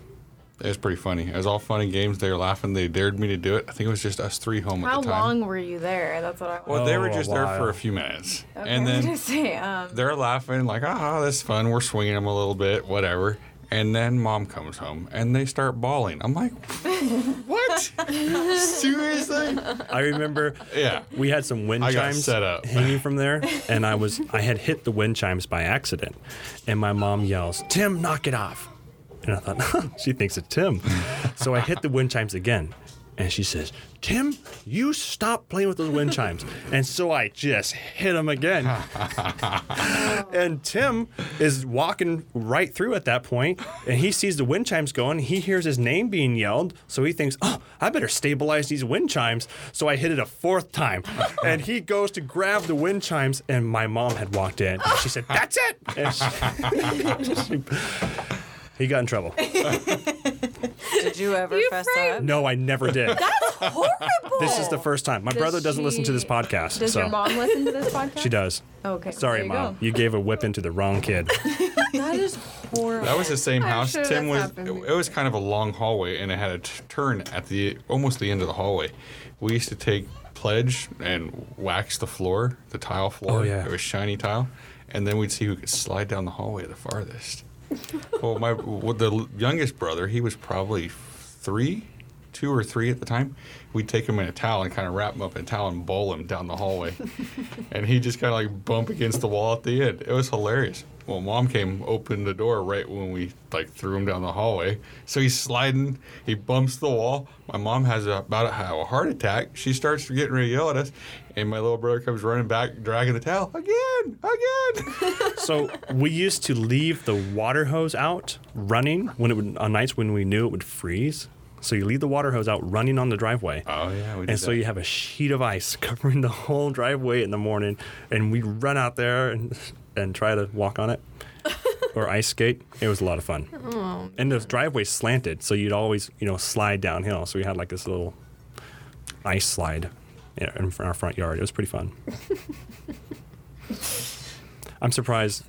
Speaker 2: It was pretty funny. It was all fun and games. They were laughing. They dared me to do it. I think it was just us three home
Speaker 4: How
Speaker 2: at the time.
Speaker 4: long were you there? That's what I.
Speaker 2: Well, they were
Speaker 1: Oh, a
Speaker 2: just there
Speaker 1: while.
Speaker 2: for a few minutes,
Speaker 4: Okay,
Speaker 2: and
Speaker 4: I
Speaker 2: then
Speaker 4: was gonna say, um,
Speaker 2: they're laughing like, "Ah, that's fun." We're swinging them a little bit, whatever. And then mom comes home, and they start bawling. I'm like, "What? Seriously?"
Speaker 1: I remember
Speaker 2: Yeah.
Speaker 1: we had some wind
Speaker 2: I got
Speaker 1: chimes
Speaker 2: set up.
Speaker 1: hanging from there, and I was I had hit the wind chimes by accident, and my mom yells, "Tim, knock it off!" And I thought she thinks it's Tim, so I hit the wind chimes again, and she says, "Tim, you stop playing with those wind chimes!" And so I just hit him again, and Tim is walking right through at that point, and he sees the wind chimes going. He hears his name being yelled, so he thinks, "Oh, I better stabilize these wind chimes." So I hit it a fourth time, and he goes to grab the wind chimes, and my mom had walked in. She said, "That's it." And she- she- he got in trouble.
Speaker 5: Did you ever fess up?
Speaker 1: No, I never did.
Speaker 5: Horrible.
Speaker 1: This is the first time. My brother doesn't listen to this
Speaker 4: she-
Speaker 1: podcast,
Speaker 4: does
Speaker 1: so
Speaker 4: your mom listen to this podcast?
Speaker 1: she does.
Speaker 4: Okay.
Speaker 1: Sorry,
Speaker 4: there you
Speaker 1: mom.
Speaker 4: go.
Speaker 1: You gave a whipping to the wrong kid.
Speaker 5: That is horrible.
Speaker 2: That was the same house.
Speaker 3: sure
Speaker 2: Tim was.
Speaker 3: that's
Speaker 2: It,
Speaker 3: happened
Speaker 2: it was kind of a long hallway, and it had a t- turn at the almost the end of the hallway. We used to take pledge and wax the floor, the tile floor.
Speaker 1: Oh, yeah.
Speaker 2: It was shiny tile, and then we'd see who could slide down the hallway the farthest. well, my well, the l- youngest brother, he was probably three, two or three at the time. We'd take him in a towel and kind of wrap him up in a towel and bowl him down the hallway, and he just kind of like bump against the wall at the end. It was hilarious. Well, mom came, opened the door right when we like threw him down the hallway. So he's sliding, he bumps the wall. My mom has a, about a, a heart attack. She starts getting ready to yell at us, and my little brother comes running back, dragging the towel again, again.
Speaker 1: So we used to leave the water hose out running when it would on nights when we knew it would freeze. So you leave the water hose out running on the driveway.
Speaker 2: Oh yeah, we did
Speaker 1: and so
Speaker 2: that.
Speaker 1: you have a sheet of ice covering the whole driveway in the morning and we run out there and and try to walk on it or ice skate. It was a lot of fun.
Speaker 2: Oh,
Speaker 1: and the driveway slanted, so you'd always, you know, slide downhill. So we had like this little ice slide in in our front yard. It was pretty fun. I'm surprised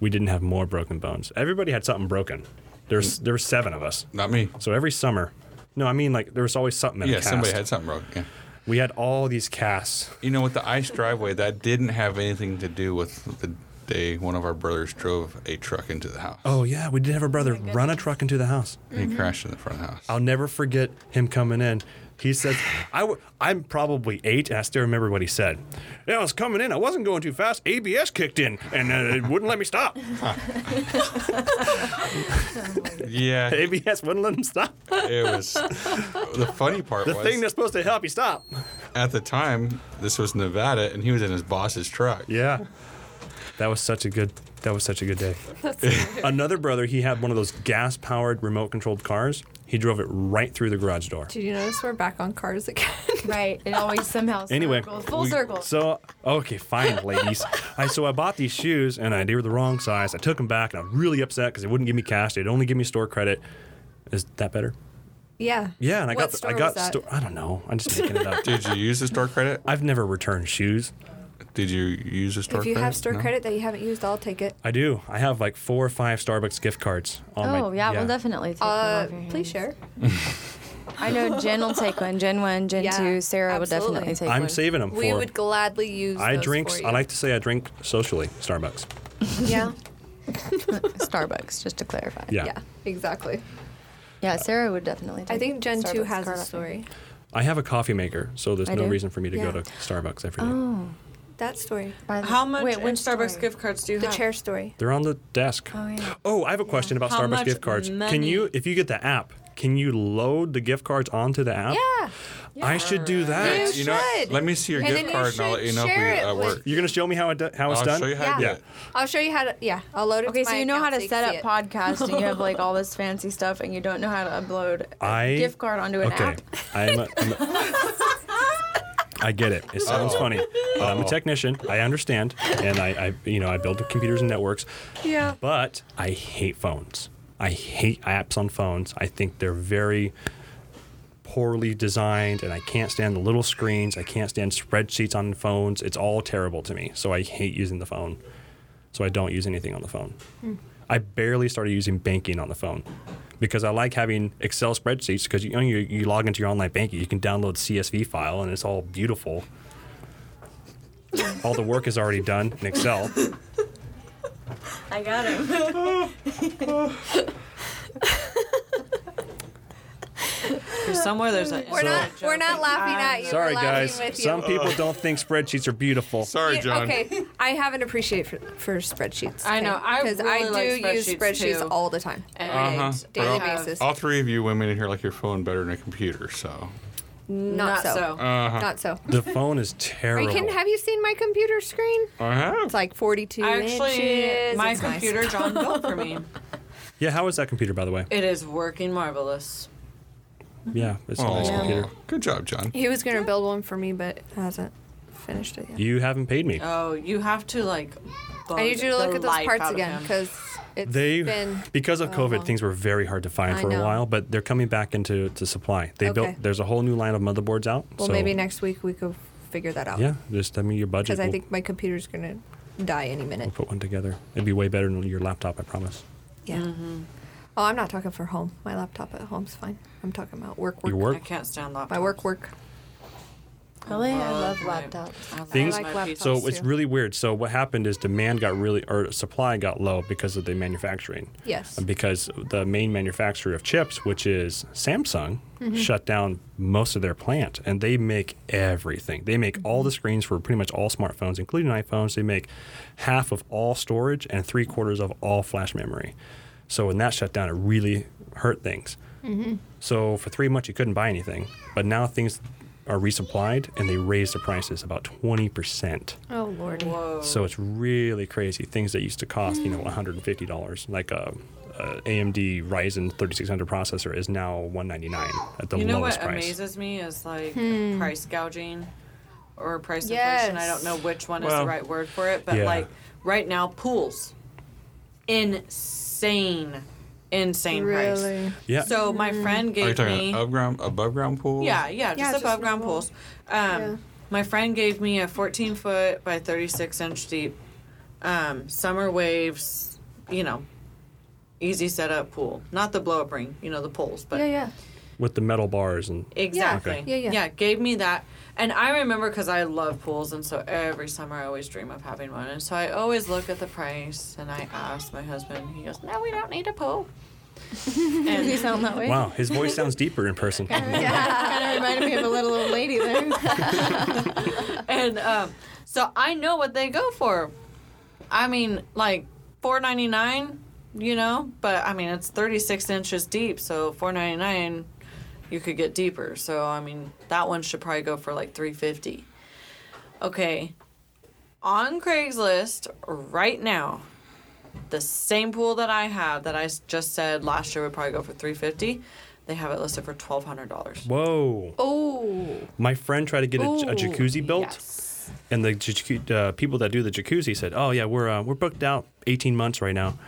Speaker 1: we didn't have more broken bones. Everybody had something broken. There's there were seven of us.
Speaker 2: Not me.
Speaker 1: So every summer, no, I mean like there was always something. In
Speaker 2: Yeah,
Speaker 1: a cast.
Speaker 2: somebody had something wrong. Yeah.
Speaker 1: We had all these casts.
Speaker 2: You know, with the ice driveway, that didn't have anything to do with the day one of our brothers drove a truck into the house.
Speaker 1: Oh yeah, we did have a brother run a truck into the house. Oh.
Speaker 2: He crashed in the front of the house.
Speaker 1: I'll never forget him coming in. He says, I w- I'm probably eight, and I still remember what he said. Yeah, I was coming in. I wasn't going too fast. ABS kicked in, and uh, it wouldn't let me stop.
Speaker 2: Yeah,
Speaker 1: ABS wouldn't let him stop.
Speaker 2: it was. The funny part
Speaker 1: The
Speaker 2: was
Speaker 1: thing that's supposed to help you stop.
Speaker 2: at the time this was Nevada, and he was in his boss's truck.
Speaker 1: Yeah. That was such a good. That was such a good day. Another brother, he had one of those gas-powered remote-controlled cars. He drove it right through the garage door.
Speaker 3: Did you notice we're back on cars again?
Speaker 4: Right. It always somehow
Speaker 1: Anyway,
Speaker 4: circles. Full
Speaker 2: we-
Speaker 4: circle.
Speaker 1: So okay, fine, ladies. I so I bought these shoes and I they were the wrong size. I took them back and I was really upset because they wouldn't give me cash. They'd only give me store credit. Is that better?
Speaker 3: yeah.
Speaker 1: Yeah, and I
Speaker 3: What
Speaker 1: got
Speaker 3: store
Speaker 1: I got
Speaker 3: was that?
Speaker 1: store. I don't know. I'm just making it up.
Speaker 2: Did you use the store credit?
Speaker 1: I've never returned shoes.
Speaker 2: Did you use the store
Speaker 3: If
Speaker 2: credit?
Speaker 3: you have store
Speaker 2: No?
Speaker 3: credit that you haven't used, I'll take it.
Speaker 1: I do. I have like four or five Starbucks gift cards on my.
Speaker 4: Oh yeah, we'll definitely take
Speaker 3: Uh,
Speaker 4: them off your
Speaker 3: please
Speaker 4: hands.
Speaker 3: share.
Speaker 4: I know Jen will take one. Gen one, Gen
Speaker 3: Yeah,
Speaker 4: two. Sarah
Speaker 3: absolutely.
Speaker 4: will definitely take one.
Speaker 1: I'm saving them
Speaker 3: We
Speaker 1: for.
Speaker 3: would gladly use.
Speaker 1: I
Speaker 3: those
Speaker 1: drink.
Speaker 3: for you.
Speaker 1: I like to say I drink socially. Starbucks.
Speaker 3: Yeah.
Speaker 4: Starbucks, just to clarify.
Speaker 1: Yeah.
Speaker 3: Yeah. Exactly.
Speaker 4: Yeah, Sarah would definitely. Take
Speaker 3: I think Gen Two
Speaker 4: Starbucks
Speaker 3: has a
Speaker 4: card off
Speaker 3: story.
Speaker 1: I have a coffee maker, so there's
Speaker 4: I
Speaker 1: no
Speaker 4: do?
Speaker 1: reason for me to go to
Speaker 3: Yeah. Oh.
Speaker 1: Starbucks every day.
Speaker 3: That story.
Speaker 4: By the-
Speaker 5: How much
Speaker 4: Wait,
Speaker 5: in
Speaker 4: which
Speaker 5: Starbucks
Speaker 4: story?
Speaker 5: gift cards do you
Speaker 3: The
Speaker 5: have?
Speaker 3: chair story.
Speaker 1: They're on the desk.
Speaker 4: Oh, yeah.
Speaker 1: Oh, I have a question about
Speaker 5: How
Speaker 1: Starbucks
Speaker 5: much
Speaker 1: gift cards. Can
Speaker 5: money?
Speaker 1: you, if you get the app, can you load the gift cards onto the app?
Speaker 3: Yeah.
Speaker 1: I should do
Speaker 2: Hey,
Speaker 1: that.
Speaker 3: You
Speaker 2: you know, what?
Speaker 3: should.
Speaker 2: let me see your
Speaker 3: And then
Speaker 2: gift
Speaker 3: you
Speaker 2: card, and I'll let
Speaker 3: should
Speaker 2: you know if we
Speaker 3: share it
Speaker 2: uh,
Speaker 3: with-
Speaker 2: work.
Speaker 1: You're gonna show me how it do- how it's
Speaker 2: I'll
Speaker 1: done.
Speaker 2: show you how to
Speaker 3: Yeah.
Speaker 2: do it.
Speaker 3: I'll show you how to. Yeah. I'll load it.
Speaker 4: Okay,
Speaker 3: to
Speaker 4: so
Speaker 3: my
Speaker 4: you know how
Speaker 3: account
Speaker 4: to
Speaker 3: you
Speaker 4: set up
Speaker 3: can see it.
Speaker 4: podcasts, and you have like all this fancy stuff, and you don't know how to upload a
Speaker 1: I-
Speaker 4: gift card onto an
Speaker 1: Okay,
Speaker 4: app.
Speaker 1: I'm. A, I'm a, I get it. It sounds
Speaker 2: Uh-oh.
Speaker 1: funny, but I'm a
Speaker 2: Uh-oh.
Speaker 1: technician. I understand, and I, I, you know, I build computers and networks.
Speaker 3: Yeah.
Speaker 1: But I hate phones. I hate apps on phones. I think they're very poorly designed, and I can't stand the little screens. I can't stand spreadsheets on phones. It's all terrible to me. So I hate using the phone. So I don't use anything on the phone. I barely started using banking on the phone because I like having Excel spreadsheets because you, you, know, you you log into your online banking, you can download CSV file, and it's all beautiful. all the work is already done in Excel.
Speaker 4: I got him.
Speaker 5: Somewhere there's a.
Speaker 3: We're not. We're not laughing at you.
Speaker 1: Sorry,
Speaker 3: we're laughing
Speaker 1: guys.
Speaker 3: With you.
Speaker 1: Some people don't think spreadsheets are beautiful.
Speaker 2: Sorry,
Speaker 3: Yeah,
Speaker 2: John.
Speaker 3: Okay, I have an appreciate for, for spreadsheets.
Speaker 5: I know, I
Speaker 3: because
Speaker 5: really
Speaker 3: I do
Speaker 5: like
Speaker 3: use
Speaker 5: spreadsheets,
Speaker 3: spreadsheets
Speaker 5: too.
Speaker 3: all the time,
Speaker 5: And
Speaker 3: every day,
Speaker 5: Uh-huh.
Speaker 3: daily
Speaker 5: I have-
Speaker 3: basis.
Speaker 2: All three of you women in here like your phone better than a computer, so. Uh-huh.
Speaker 3: Not, so.
Speaker 1: Uh-huh.
Speaker 3: Not so.
Speaker 1: The phone is
Speaker 3: Are you
Speaker 1: terrible.
Speaker 3: kidding? Have you seen my computer screen?
Speaker 2: I have.
Speaker 3: It's like 42
Speaker 5: Actually,
Speaker 3: inches.
Speaker 5: my
Speaker 3: It's nice.
Speaker 5: computer John built for me.
Speaker 1: yeah, how is that computer, by the way?
Speaker 5: It is working marvelous.
Speaker 1: Yeah, it's a nice
Speaker 3: Oh.
Speaker 2: Aw.
Speaker 1: computer.
Speaker 2: Good job, John.
Speaker 3: He was gonna build one for me, but hasn't finished it yet.
Speaker 1: You haven't paid me.
Speaker 5: Oh, you have to like.
Speaker 3: I need you to look at those parts again because it's
Speaker 1: they
Speaker 3: been.
Speaker 1: because of
Speaker 3: so
Speaker 1: COVID,
Speaker 3: long.
Speaker 1: things were very hard to find
Speaker 3: I
Speaker 1: for a
Speaker 3: know.
Speaker 1: while, but they're coming back into to supply. They
Speaker 3: Okay.
Speaker 1: built there's a whole new line of motherboards out.
Speaker 3: Well,
Speaker 1: so-
Speaker 3: maybe next week we could figure that out.
Speaker 1: Yeah, just tell me your budget.
Speaker 3: Because I
Speaker 1: We'll-
Speaker 3: think my computer's gonna die any minute.
Speaker 1: Put one together. It'd be way better than your laptop, I promise.
Speaker 3: Yeah.
Speaker 5: Mm-hmm.
Speaker 3: Oh, I'm not talking for home. My laptop at home's fine. I'm talking about work, work.
Speaker 1: Your work.
Speaker 5: I can't stand laptops.
Speaker 3: My work, work.
Speaker 4: Really, I love
Speaker 5: my-
Speaker 4: laptops.
Speaker 5: I love
Speaker 1: Things-
Speaker 5: my
Speaker 3: I like
Speaker 5: PC.
Speaker 1: So
Speaker 3: Us
Speaker 1: it's
Speaker 3: too.
Speaker 1: really weird. So what happened is demand got really or supply got low because of the manufacturing.
Speaker 3: Yes.
Speaker 1: Because the main manufacturer of chips, which is Samsung, shut down most of their plant and they make everything. They make all the screens for pretty much all smartphones, including iPhones. They make half of all storage and three quarters of all flash memory. So when that shut down, it really hurt things. So for three months, you couldn't buy anything. But now things are resupplied and they raised the prices about 20%.
Speaker 3: Oh lordy.
Speaker 5: Whoa.
Speaker 1: So it's really crazy. Things that used to cost, you know, $150, like a, a AMD Ryzen 3600 processor is now 199 at the
Speaker 5: You know
Speaker 1: lowest
Speaker 5: what
Speaker 1: price.
Speaker 5: amazes me is like price gouging or price inflation. I
Speaker 3: Hmm. Yes.
Speaker 5: don't know which one is
Speaker 2: Well,
Speaker 5: the right word for it, but
Speaker 1: yeah.
Speaker 5: like right now, pools. Insane, insane price.
Speaker 3: Really? Hmm.
Speaker 1: Yeah.
Speaker 5: So my friend
Speaker 2: Are you
Speaker 5: gave me.
Speaker 2: talking above ground, above ground pool?
Speaker 5: Yeah, yeah, just
Speaker 3: Yeah, it's
Speaker 5: above
Speaker 3: just
Speaker 5: ground
Speaker 3: normal.
Speaker 5: pools. Um, My friend gave me a 14 foot by 36 inch deep um, summer waves, you know, easy setup pool. Not the blow up ring, you know, the poles, but
Speaker 3: Yeah, yeah.
Speaker 1: with the metal bars and
Speaker 5: exactly.
Speaker 1: Okay.
Speaker 3: Yeah, yeah.
Speaker 5: gave me that. And I remember because I love pools, and so every summer I always dream of having one. And so I always look at the price and I ask my husband, he goes, No, we don't need a pool.
Speaker 4: Does he
Speaker 5: And
Speaker 4: sound that way?
Speaker 1: Wow, his voice sounds deeper in person.
Speaker 4: kind of reminded me of a little old lady there.
Speaker 5: and um, so I know what they go for. I mean, like four ninety nine, you know. But I mean, it's thirty six inches deep, so four ninety nine, you could get deeper. So I mean, that one should probably go for like three fifty. Okay, on Craigslist right now, the same pool that I have that I s- just said last year would probably go for three fifty. They have it listed for twelve hundred dollars.
Speaker 1: Whoa.
Speaker 3: Oh,
Speaker 1: My friend tried to get a, a
Speaker 3: Ooh,
Speaker 1: jacuzzi built,
Speaker 5: Oh, Yes.
Speaker 1: and the jacu- uh, people that do the jacuzzi said, "Oh yeah, we're uh, we're booked out 18 months right now.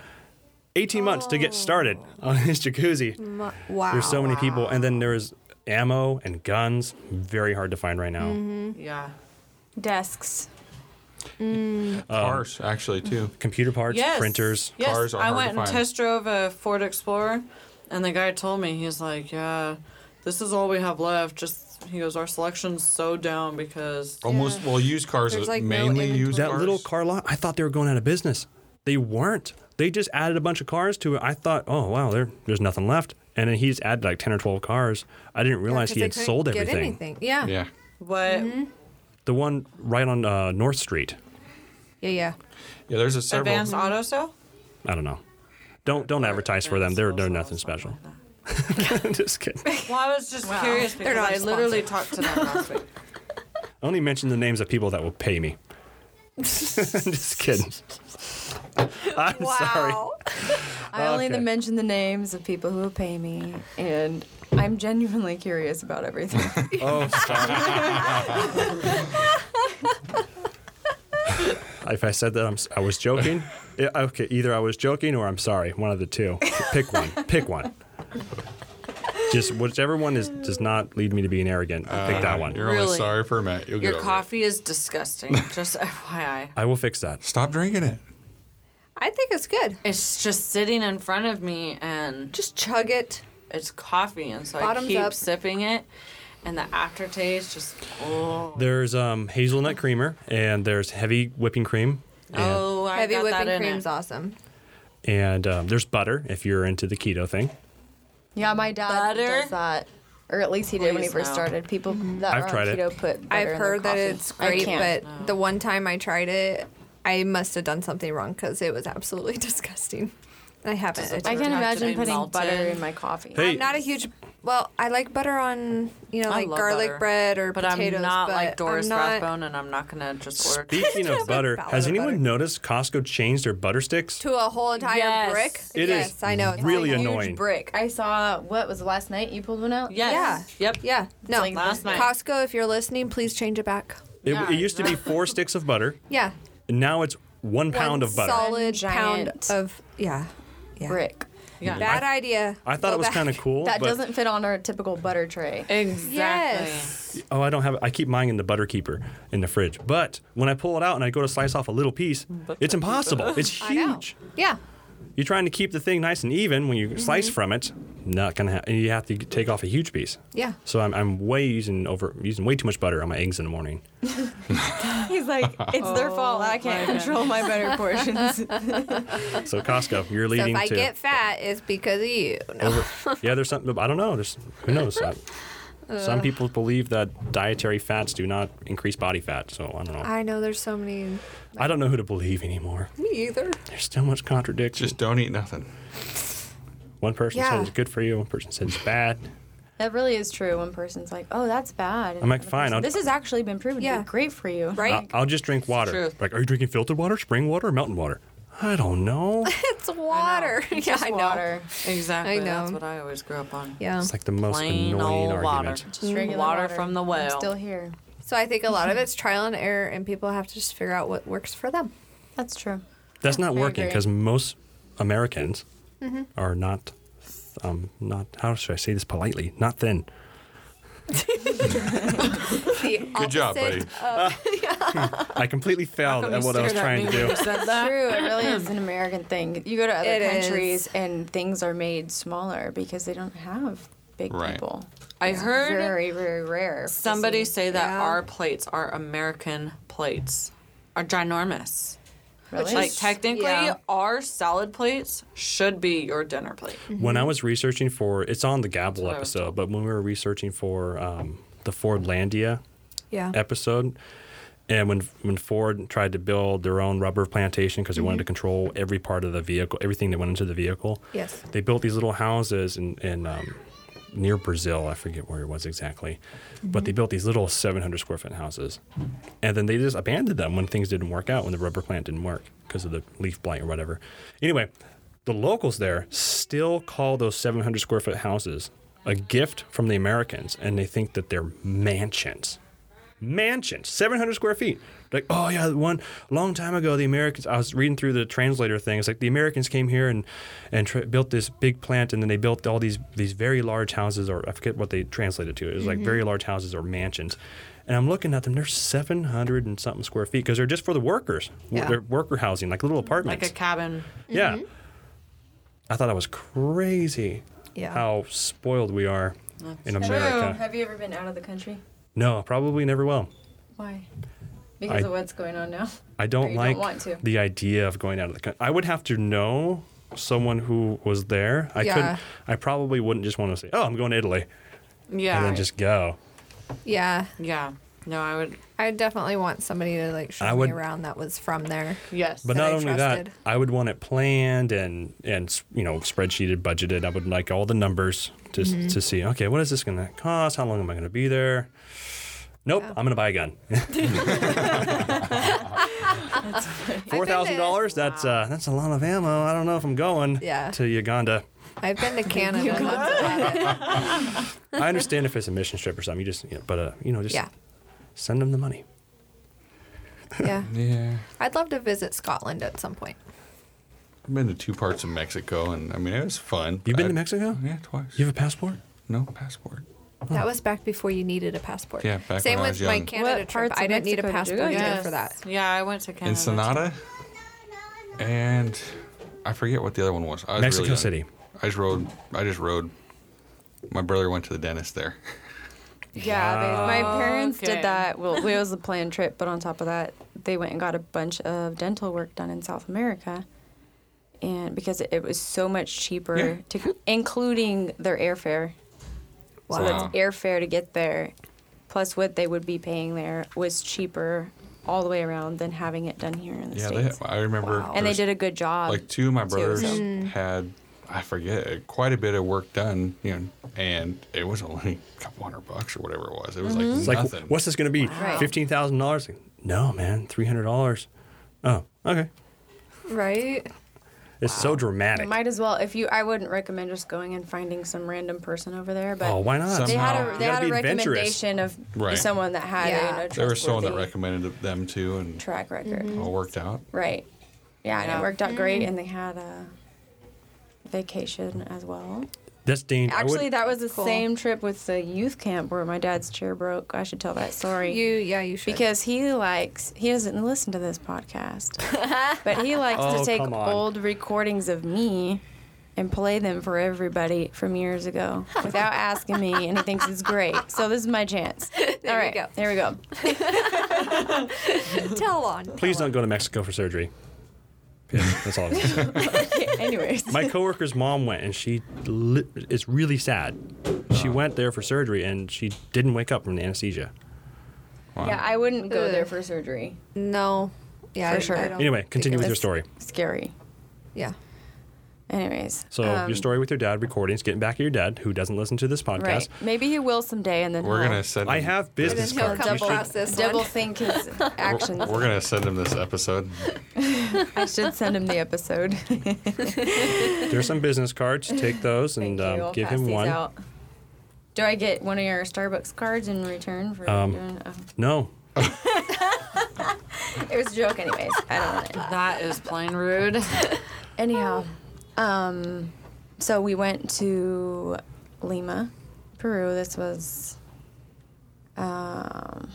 Speaker 1: 18 months to get started
Speaker 5: Oh.
Speaker 1: on this jacuzzi.
Speaker 3: my, wow.
Speaker 1: There's so many people, and then there was ammo and guns, very hard to find right now.
Speaker 5: Mm-hmm. Yeah.
Speaker 4: Desks.
Speaker 2: Cars, actually, too.
Speaker 1: Computer parts,
Speaker 5: yes.
Speaker 1: printers.
Speaker 5: Yes.
Speaker 2: Cars are
Speaker 5: I
Speaker 2: hard to
Speaker 5: went and
Speaker 2: find.
Speaker 5: test drove a Ford Explorer, and the guy told me he's like, "Yeah, this is all we have left." Just he goes, "Our selection's so down because
Speaker 1: Oh.
Speaker 2: Almost, well, used cars
Speaker 3: There's,
Speaker 2: is
Speaker 3: like, no
Speaker 2: mainly
Speaker 3: inventory.
Speaker 2: used
Speaker 1: That
Speaker 2: cars.
Speaker 1: little car lot, I thought they were going out of business. They weren't. They just added a bunch of cars to it. I thought, oh wow, there there's nothing left. And then he's added like 10 or 12 cars. I didn't realize he had sold everything.
Speaker 3: Get anything. Yeah. yeah,
Speaker 2: Yeah.
Speaker 5: what
Speaker 1: The one right on uh, North Street.
Speaker 3: yeah,
Speaker 2: Yeah, there's a several.
Speaker 5: advanced auto sale."
Speaker 1: I don't know. Don't don't advertise for them. They're they're nothing special. just kidding.
Speaker 5: Well, I was just curious because
Speaker 3: not
Speaker 5: I
Speaker 3: a
Speaker 5: literally talked to them last week.
Speaker 1: I only mention the names of people that will pay me. just kidding. I'm sorry.
Speaker 4: I only
Speaker 1: Okay.
Speaker 4: mention the names of people who will pay me, and I'm genuinely curious about everything.
Speaker 1: Oh, sorry. if I said that I'm, si was joking, Yeah, okay, either I was joking or I'm sorry. One of the two. Pick one. Pick one. Just whichever one is does not lead me to being arrogant. Pick that one.
Speaker 2: You're
Speaker 5: Really?
Speaker 2: only sorry for Matt. You'll get
Speaker 5: Your
Speaker 2: over it.
Speaker 5: coffee is disgusting. Just FYI.
Speaker 1: I will fix that.
Speaker 2: Stop drinking it.
Speaker 3: I think it's good.
Speaker 5: It's just sitting in front of me and
Speaker 3: Just chug it.
Speaker 5: it's coffee and so I
Speaker 3: Bottoms
Speaker 5: keep
Speaker 3: up.
Speaker 5: sipping it and the aftertaste just oh,
Speaker 1: There's um, hazelnut creamer and there's heavy whipping cream. And,
Speaker 5: oh I
Speaker 3: Heavy
Speaker 5: got that
Speaker 3: whipping
Speaker 5: in
Speaker 3: cream's
Speaker 5: it.
Speaker 3: awesome.
Speaker 1: and um, there's butter if you're into the keto thing.
Speaker 4: yeah, my dad
Speaker 5: Butter?
Speaker 4: does that. Or at least he did when he
Speaker 5: Please,
Speaker 4: first
Speaker 5: no.
Speaker 4: started. People that
Speaker 1: Mm-hmm. I've
Speaker 4: are
Speaker 1: tried it.
Speaker 4: on keto put butter
Speaker 3: I've
Speaker 4: in their
Speaker 3: heard that
Speaker 4: coffee.
Speaker 3: it's
Speaker 4: I
Speaker 3: great,
Speaker 4: can't.
Speaker 3: but the one time I tried it, I must have done something wrong because it was absolutely disgusting. I haven't.
Speaker 5: it
Speaker 4: I
Speaker 3: attempted
Speaker 4: can
Speaker 3: it.
Speaker 5: Have to be
Speaker 4: imagine putting
Speaker 5: melted.
Speaker 4: butter in my coffee.
Speaker 1: Hey.
Speaker 3: I'm not a huge. Well, I like butter on you know
Speaker 5: I
Speaker 3: like
Speaker 5: love
Speaker 3: garlic
Speaker 5: butter,
Speaker 3: bread or
Speaker 5: But
Speaker 3: potatoes.
Speaker 5: I'm not
Speaker 3: but
Speaker 5: like Doris
Speaker 3: I'm not-
Speaker 5: Rathbone, and I'm not gonna just order.
Speaker 1: Speaking of butter,
Speaker 3: Ballad
Speaker 1: has
Speaker 3: of
Speaker 1: anyone
Speaker 3: butter.
Speaker 1: noticed Costco changed their butter sticks?
Speaker 3: to a whole entire
Speaker 5: Yes.
Speaker 3: brick.
Speaker 1: It is
Speaker 3: yes, I know. It's
Speaker 1: really
Speaker 3: like-
Speaker 1: annoying.
Speaker 4: Huge brick. I saw what was it, last night you pulled one out.
Speaker 5: Yes.
Speaker 3: Yeah.
Speaker 5: Yep.
Speaker 3: Yeah. No.
Speaker 4: like
Speaker 5: last night.
Speaker 3: Costco, if you're listening, please change it back.
Speaker 1: It,
Speaker 5: Yeah,
Speaker 1: it used to be
Speaker 5: no.
Speaker 1: four sticks of butter.
Speaker 3: Yeah.
Speaker 1: Now it's one pound
Speaker 3: One
Speaker 1: of butter.
Speaker 4: One
Speaker 3: Solid pound
Speaker 4: giant
Speaker 3: of yeah. Yeah.
Speaker 4: Brick.
Speaker 5: Yeah.
Speaker 3: Bad idea.
Speaker 1: I thought
Speaker 3: Go
Speaker 1: it was
Speaker 3: back.
Speaker 1: kind of cool.
Speaker 4: That
Speaker 1: but,
Speaker 4: doesn't fit on our typical butter tray.
Speaker 5: Exactly.
Speaker 3: Yes.
Speaker 1: Oh, I don't have. I keep mine in the butter keeper in the fridge. But when I pull it out and I go to slice off a little piece, it's impossible. It's
Speaker 3: Mm, I know.
Speaker 1: huge.
Speaker 3: Yeah.
Speaker 1: You're trying to keep the thing nice and even when you
Speaker 3: Mm-hmm.
Speaker 1: slice from it. Not gonna. Ha- and you have to take off a huge piece.
Speaker 3: Yeah.
Speaker 1: So I'm, I'm way using over using way too much butter on my eggs in the morning.
Speaker 4: He's like, it's their fault. I can't control Oh my butter portions.
Speaker 1: So Costco, you're
Speaker 3: So
Speaker 1: leading
Speaker 3: if I
Speaker 1: to.
Speaker 3: get fat, it's because of you. No.
Speaker 1: over- yeah, there's something. I don't know. There's who knows. I- some people believe that dietary fats do not increase body fat. So I don't know.
Speaker 3: I know there's so many.
Speaker 1: I don't know who to believe anymore.
Speaker 3: Me either.
Speaker 1: There's so much contradiction.
Speaker 2: Just don't eat nothing.
Speaker 1: one person
Speaker 3: Yeah.
Speaker 1: says it's good for you, one person says it's bad.
Speaker 4: That really is true. One person's like, oh, that's bad. and
Speaker 1: I'm like,
Speaker 4: another
Speaker 1: fine,
Speaker 4: person,
Speaker 1: I'll-
Speaker 4: This has actually been proven to
Speaker 3: Yeah.
Speaker 4: be great for you.
Speaker 1: I-
Speaker 3: Right?
Speaker 1: I'll just drink water.
Speaker 5: truth.
Speaker 1: Like, are you drinking filtered water, spring water, or mountain water? I don't know.
Speaker 3: it's water.
Speaker 4: It's
Speaker 3: yeah,
Speaker 4: just
Speaker 3: I know.
Speaker 4: water.
Speaker 5: Exactly.
Speaker 3: I know.
Speaker 5: That's what I always grew up on.
Speaker 3: Yeah. Mm.
Speaker 1: It's like the most
Speaker 5: Plain
Speaker 1: annoying
Speaker 5: old water.
Speaker 1: argument.
Speaker 5: Just regular water, from the
Speaker 4: I'm
Speaker 5: well.
Speaker 4: still here.
Speaker 3: So I think a lot of it's trial and error, and people have to just figure out what works for them.
Speaker 4: That's true.
Speaker 1: That's not
Speaker 4: I
Speaker 1: working
Speaker 4: agree. Mm-hmm.
Speaker 1: because most Americans are not, um, not how should I say this politely? Not thin.
Speaker 3: The
Speaker 2: Good job, buddy.
Speaker 3: opposite
Speaker 1: I completely failed
Speaker 5: Come
Speaker 1: at
Speaker 5: you
Speaker 1: what I was
Speaker 5: stared
Speaker 1: trying
Speaker 5: at
Speaker 1: to
Speaker 5: me when
Speaker 1: do.
Speaker 5: you said
Speaker 4: That's
Speaker 5: that.
Speaker 4: true. It really is an American thing. You go to other
Speaker 3: It
Speaker 4: countries
Speaker 3: is.
Speaker 4: and things are made smaller because they don't have big
Speaker 2: Right.
Speaker 4: people.
Speaker 5: I heard
Speaker 4: Very, very rare. to
Speaker 5: somebody
Speaker 4: see.
Speaker 5: say that
Speaker 3: Yeah.
Speaker 5: our plates, our American plates, are ginormous.
Speaker 4: Really?
Speaker 5: Like technically,
Speaker 3: yeah.
Speaker 5: our salad plates should be your dinner plate.
Speaker 1: When I was researching for, it's on the Gavel
Speaker 5: what I was
Speaker 1: episode, but when we were researching for um, the Fordlandia
Speaker 3: Yeah.
Speaker 1: episode, and when when Ford tried to build their own rubber plantation because they wanted
Speaker 3: Mm-hmm.
Speaker 1: to control every part of the vehicle, everything that went into the vehicle,
Speaker 3: Yes.
Speaker 1: they built these little houses in, in um, near Brazil. I forget where it was exactly,
Speaker 3: Mm-hmm.
Speaker 1: but they built these little 700 square foot houses, and then they just abandoned them when things didn't work out, when the rubber plant didn't work because of the leaf blight or whatever. Anyway, the locals there still call those 700 square foot houses a gift from the Americans, and they think that they're mansions mansion, 700 square feet. Like, oh yeah, the one long time ago, the Americans. I was reading through the translator thing. It's like the Americans came here and and tr- built this big plant, and then they built all these these very large houses, or I forget what they translated to. It was like very large houses or mansions. And I'm looking at them. They're 700 and something square feet because they're just for the workers.
Speaker 5: Yeah.
Speaker 1: They're worker housing, like little apartments.
Speaker 5: Like a cabin.
Speaker 1: Yeah. I thought that was crazy.
Speaker 3: Yeah.
Speaker 1: How spoiled we are in America.
Speaker 4: Have you ever been out of the country?
Speaker 1: No, probably never will.
Speaker 4: Why? Because
Speaker 1: I-
Speaker 4: of what's going on now.
Speaker 1: I don't
Speaker 4: you don't
Speaker 1: like
Speaker 4: want to.
Speaker 1: the idea of going out of the country. I would have to know someone who was there. I
Speaker 3: Yeah.
Speaker 1: couldn't. I probably wouldn't just want to say, "Oh, I'm going to Italy,"
Speaker 5: Yeah.
Speaker 1: and then just go.
Speaker 3: Yeah.
Speaker 5: yeah. No, I would.
Speaker 3: I would definitely want somebody to like show
Speaker 1: I would-
Speaker 3: me around that was from there.
Speaker 5: Yes.
Speaker 1: But
Speaker 3: That
Speaker 1: not
Speaker 3: I
Speaker 1: only
Speaker 3: trusted.
Speaker 1: that, I would want it planned and and you know spreadsheeted, budgeted. I would like all the numbers to to see. Okay, what is this going to cost? How long am I going to be there? Nope, I'm going to buy a gun. Four thousand dollars. That's uh, that's a lot of ammo. I don't know if I'm going
Speaker 3: Yeah.
Speaker 1: to Uganda.
Speaker 3: I've been to Canada. and that's about it.
Speaker 1: I understand if it's a mission trip or something. You just, you know, but uh, you know, just
Speaker 3: Yeah.
Speaker 1: send them the money.
Speaker 3: Yeah.
Speaker 2: Yeah.
Speaker 3: I'd love to visit Scotland at some point.
Speaker 2: I've been to two parts of Mexico, and I mean, it was fun.
Speaker 1: You've been
Speaker 2: I-
Speaker 1: to Mexico?
Speaker 2: Yeah, twice.
Speaker 1: You have a passport?
Speaker 2: no passport.
Speaker 3: That was back before you needed a passport.
Speaker 2: Yeah, back
Speaker 3: Same
Speaker 2: when I
Speaker 3: with
Speaker 2: was
Speaker 3: my
Speaker 2: young.
Speaker 3: Canada
Speaker 4: What
Speaker 3: trip.
Speaker 4: parts
Speaker 3: I
Speaker 4: of
Speaker 3: didn't need a
Speaker 4: Mexico did you
Speaker 3: passport
Speaker 4: go to?
Speaker 3: either
Speaker 5: yes.
Speaker 3: for that.
Speaker 5: Yeah, I went to Canada.
Speaker 2: Ensenada, and I forget what the other one was. I was
Speaker 1: Mexico
Speaker 2: really young.
Speaker 1: City.
Speaker 2: I just rode. I just rode. My brother went to the dentist there.
Speaker 4: Yeah, they, my parents
Speaker 5: Okay.
Speaker 4: did that. Well, it was a planned trip, but on top of that, they went and got a bunch of dental work done in South America, and because it, it was so much cheaper,
Speaker 2: Yeah.
Speaker 4: to, including their airfare.
Speaker 3: Wow.
Speaker 4: So
Speaker 2: Wow.
Speaker 4: Oh, that's airfare to get there, plus what they would be paying there was cheaper all the way around than having it done here in the
Speaker 2: Yeah, they,
Speaker 4: states.
Speaker 2: I remember.
Speaker 3: Wow.
Speaker 4: and they
Speaker 2: there's-
Speaker 4: did a good job.
Speaker 2: like two of my brothers
Speaker 4: so-
Speaker 2: had I forget quite a bit of work done, you know, and it was only a couple hundred bucks or whatever it was. It was
Speaker 1: It's
Speaker 2: like
Speaker 1: like,
Speaker 2: nothing.
Speaker 1: what's this going to be? Fifteen thousand dollars? No, man, three hundred dollars. Oh, okay.
Speaker 3: Right?
Speaker 1: It's so dramatic.
Speaker 4: Might as well if you. I wouldn't recommend just going and finding some random person over there. But
Speaker 1: oh, why not?
Speaker 2: Some-
Speaker 4: They had
Speaker 2: Somehow.
Speaker 4: a they
Speaker 1: You
Speaker 4: had
Speaker 1: gotta
Speaker 4: a
Speaker 1: be adventurous.
Speaker 4: recommendation of
Speaker 2: Right.
Speaker 4: someone that had
Speaker 3: Yeah.
Speaker 4: a you know,
Speaker 2: there was someone that
Speaker 4: trustworthy
Speaker 2: recommended them too, and
Speaker 4: track record.
Speaker 2: all worked out.
Speaker 4: Right. Yeah, and
Speaker 5: Yeah.
Speaker 4: it worked out great, and they had a vacation as well.
Speaker 1: That's dangerous.
Speaker 4: Actually, that was the
Speaker 3: Cool.
Speaker 4: same trip with the youth camp where my dad's chair broke. I should tell that story.
Speaker 3: You, yeah, you should.
Speaker 4: because he likes he doesn't listen to this podcast but he likes
Speaker 1: Oh,
Speaker 4: to take
Speaker 1: come on.
Speaker 4: old recordings of me and play them for everybody from years ago without asking me and he thinks it's great so this is my chance all
Speaker 3: we
Speaker 4: right
Speaker 3: go.
Speaker 4: there we go
Speaker 3: tell on. tell
Speaker 1: please
Speaker 3: on.
Speaker 1: don't go to Mexico for surgery. Yeah, that's all. I'm gonna say.
Speaker 4: anyways
Speaker 1: My coworker's mom went, and she li- it's really sad. She went there for surgery, and she didn't wake up from the anesthesia.
Speaker 2: Wow.
Speaker 4: yeah i wouldn't go
Speaker 3: Ugh.
Speaker 4: there for surgery
Speaker 3: No. Yeah,
Speaker 4: For
Speaker 3: I- I
Speaker 4: sure.
Speaker 3: don't
Speaker 1: Anyway,
Speaker 3: think
Speaker 1: continue
Speaker 3: it
Speaker 1: with your
Speaker 3: was-
Speaker 1: story.
Speaker 4: scary
Speaker 3: Yeah.
Speaker 4: anyways
Speaker 1: So your
Speaker 4: um,
Speaker 1: story with your dad, recordings, getting back at your dad who doesn't listen to this podcast.
Speaker 4: right maybe he will someday and then
Speaker 2: We're
Speaker 4: he'll
Speaker 2: gonna send.
Speaker 1: I
Speaker 2: him-
Speaker 1: have business
Speaker 3: Then he'll
Speaker 1: cards.
Speaker 3: come
Speaker 1: You should-
Speaker 3: across this
Speaker 4: double
Speaker 3: one.
Speaker 4: think his actions
Speaker 2: We're gonna send him this episode.
Speaker 4: i should send him the episode
Speaker 1: There's some business cards. Take those and
Speaker 4: Thank
Speaker 1: um,
Speaker 4: you. I'll
Speaker 1: give
Speaker 4: pass
Speaker 1: him
Speaker 4: these
Speaker 1: one.
Speaker 4: out. Do I get one of your Starbucks cards in return for
Speaker 1: Um,
Speaker 4: doing? Oh.
Speaker 1: No,
Speaker 4: It was a joke, anyways. I don't want it.
Speaker 5: That is plain rude.
Speaker 4: Anyhow, um, so we went to Lima, Peru. This was um,